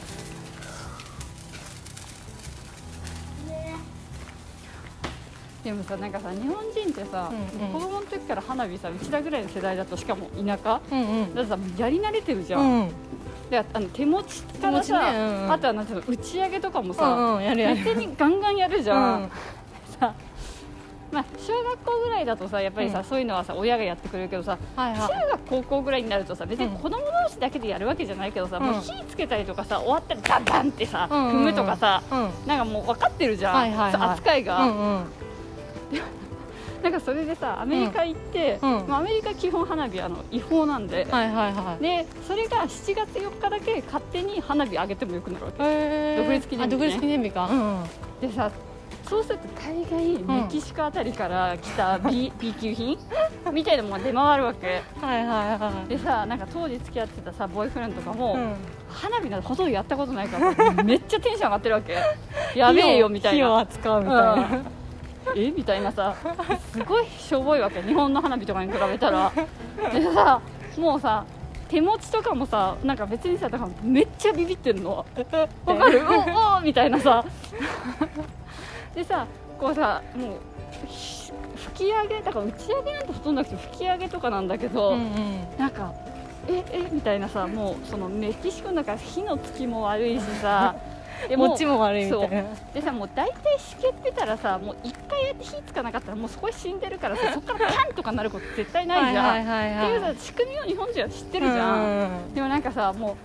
Speaker 1: でもさなんかさ日本人ってさ、
Speaker 2: うんうん
Speaker 1: 子供の時から花火さうちらぐらいの世代だとしかも田舎だか
Speaker 2: えうんうん
Speaker 1: らさやり慣れてるじゃん、
Speaker 2: うん
Speaker 1: であの手持ちから
Speaker 2: 手持ちね
Speaker 1: さ、
Speaker 2: うんうん
Speaker 1: あとはなんていうの打ち上げとかもさ、
Speaker 2: うんうんやるやる
Speaker 1: 別にガンガンやるじ
Speaker 2: う
Speaker 1: ゃん、
Speaker 2: ん
Speaker 1: さまあ、小学校ぐらいだとさやっぱりさ、
Speaker 2: うん
Speaker 1: そういうのはさ親がやってくれるけどさ
Speaker 2: はい
Speaker 1: 中
Speaker 2: は
Speaker 1: 学高校ぐらいになるとさ別に
Speaker 2: うん
Speaker 1: 子供同士だけでやるわけじゃないけどさ、
Speaker 2: うん
Speaker 1: もう火つけたりとかさ終わったらダンダンってさ、
Speaker 2: うんうんうん
Speaker 1: 踏むとかさ、
Speaker 2: いうん
Speaker 1: なんかもう分かってるじゃん、
Speaker 2: はいはいはい
Speaker 1: 扱いが、
Speaker 2: うんうん
Speaker 1: なんかそれでさアメリカ行って、
Speaker 2: うんうん
Speaker 1: まあ、アメリカ基本花火あの違法なんで、
Speaker 2: はいはいはい
Speaker 1: でそれが7月4日だけ勝手に花火上げてもよくなるわけ
Speaker 2: へー
Speaker 1: 独立記念日ね
Speaker 2: あ独立記念日かうんうん
Speaker 1: でさそうすると大概メキシコあたりから来た B,、B 級 品みたいなものが出回るわけ
Speaker 2: はいはいはい
Speaker 1: でさなんか当時付き合ってたさボーイフレンドとかも、
Speaker 2: うん
Speaker 1: 花火なんてほとんどやったことないからさめっちゃテンション上がってるわけやべえよみたい
Speaker 2: 火を
Speaker 1: な
Speaker 2: 扱うみたいな
Speaker 1: うんえみたいなさすごいしょぼいわけ日本の花火とかに比べたらでさもうさ手持ちとかもさなんか別にさだからめっちゃビビってんのわかるおおみたいなさでさこうさもうひ吹き上げだから打ち上げなんてほとんどなくて吹き上げとかなんだけど、
Speaker 2: うんうん
Speaker 1: なんかええみたいなさもうそのメキシコなんか火のつきも悪いし さで
Speaker 2: 持ちも悪いみたいな
Speaker 1: でさもう大体しけってたらさもう一回やって火つかなかったらもうそこで死んでるからさそこからパンとかなること絶対ないじゃん、
Speaker 2: はいはいはいはい
Speaker 1: っていうさ仕組みを日本人は知ってるじゃん、でもなんかさもう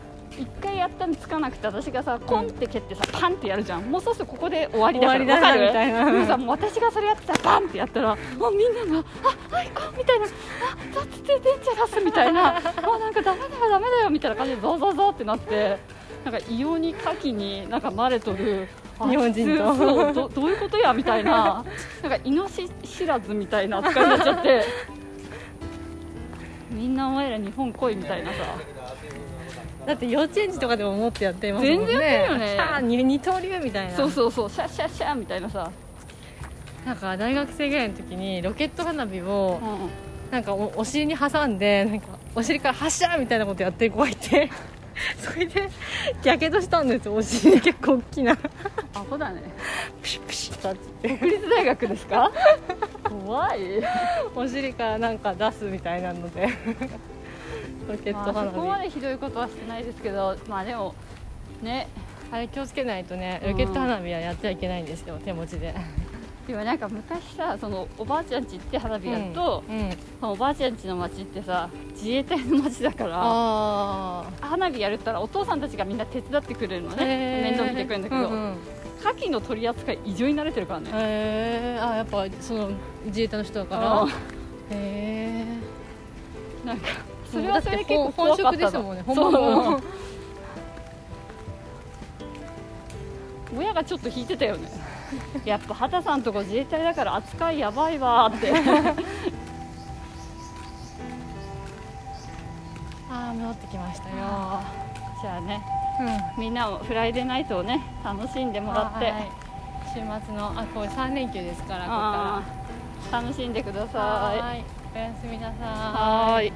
Speaker 1: 一回やったのつかなくて私がさコンって蹴ってさパンってやるじゃんもうそうするとここで終わりだから
Speaker 2: 終わりだな
Speaker 1: わかる
Speaker 2: みたいな
Speaker 1: でもさもう私がそれやってさパンってやったらもうみんながあアイコンみたいなあだってデンジャラスみたいなもうなんかダメだよダメだよみたいな感じでゾゾゾってなってなんか異様に火器になんか慣れとるあ
Speaker 2: 日本人と
Speaker 1: そうどどういうことやみたいななんか命知らずみたいな扱いになっちゃってみんなお前ら日本来いみたいなさ
Speaker 2: だって幼稚園児とかでも持ってやってますも
Speaker 1: 全
Speaker 2: んね
Speaker 1: 然やってるよね
Speaker 2: あー二二刀流みたいな
Speaker 1: そうそうそうシャッシャッシャーみたいなさ、
Speaker 2: なんか大学生ぐらいの時にロケット花火を
Speaker 1: うんうん
Speaker 2: なんかおお尻に挟んでなんかお尻から発射みたいなことやってる子がいて それでやけどしたんですよお尻結構大きな
Speaker 1: アホだね
Speaker 2: プシュプシュとって
Speaker 1: 国立大学ですか怖い
Speaker 2: お尻からなんか出すみたいなので ロケット
Speaker 1: まあ
Speaker 2: 花
Speaker 1: そこま
Speaker 2: 火
Speaker 1: でひどいことはしてないですけどまあでもね
Speaker 2: あれ気をつけないとね
Speaker 1: うん
Speaker 2: ロケット花火はやってはいけないんですよ手持ちで
Speaker 1: でもなんか昔さそのおばあちゃん家行って花火やると、
Speaker 2: うんうん
Speaker 1: そのおばあちゃん家の町ってさ自衛隊の町だから
Speaker 2: あ
Speaker 1: 花火やるったらお父さんたちがみんな手伝ってくれるの
Speaker 2: あ
Speaker 1: ね面倒見てくれるんだけど、
Speaker 2: ううん
Speaker 1: 牡蠣の取り扱い異常に慣れてるからね、
Speaker 2: へえあやっぱその自衛隊の人だから
Speaker 1: あ
Speaker 2: へえ
Speaker 1: なんか それはそれで結構
Speaker 2: 本
Speaker 1: 怖かっ
Speaker 2: 職で
Speaker 1: た
Speaker 2: す
Speaker 1: の
Speaker 2: もんね本
Speaker 1: そ
Speaker 2: 物の
Speaker 1: う親がちょっと引いてたよねやっぱ畑さんとこ自衛隊だから扱いやばいわーって
Speaker 2: ああ戻ってきましたよ
Speaker 1: じゃあね
Speaker 2: うん
Speaker 1: みんなもフライデーナイトをね楽しんでもらって、
Speaker 2: はい週末のあこれ三連休ですからここ
Speaker 1: あー楽しんでくだ
Speaker 2: から
Speaker 1: さい
Speaker 2: はいおやすみなさい
Speaker 1: はーい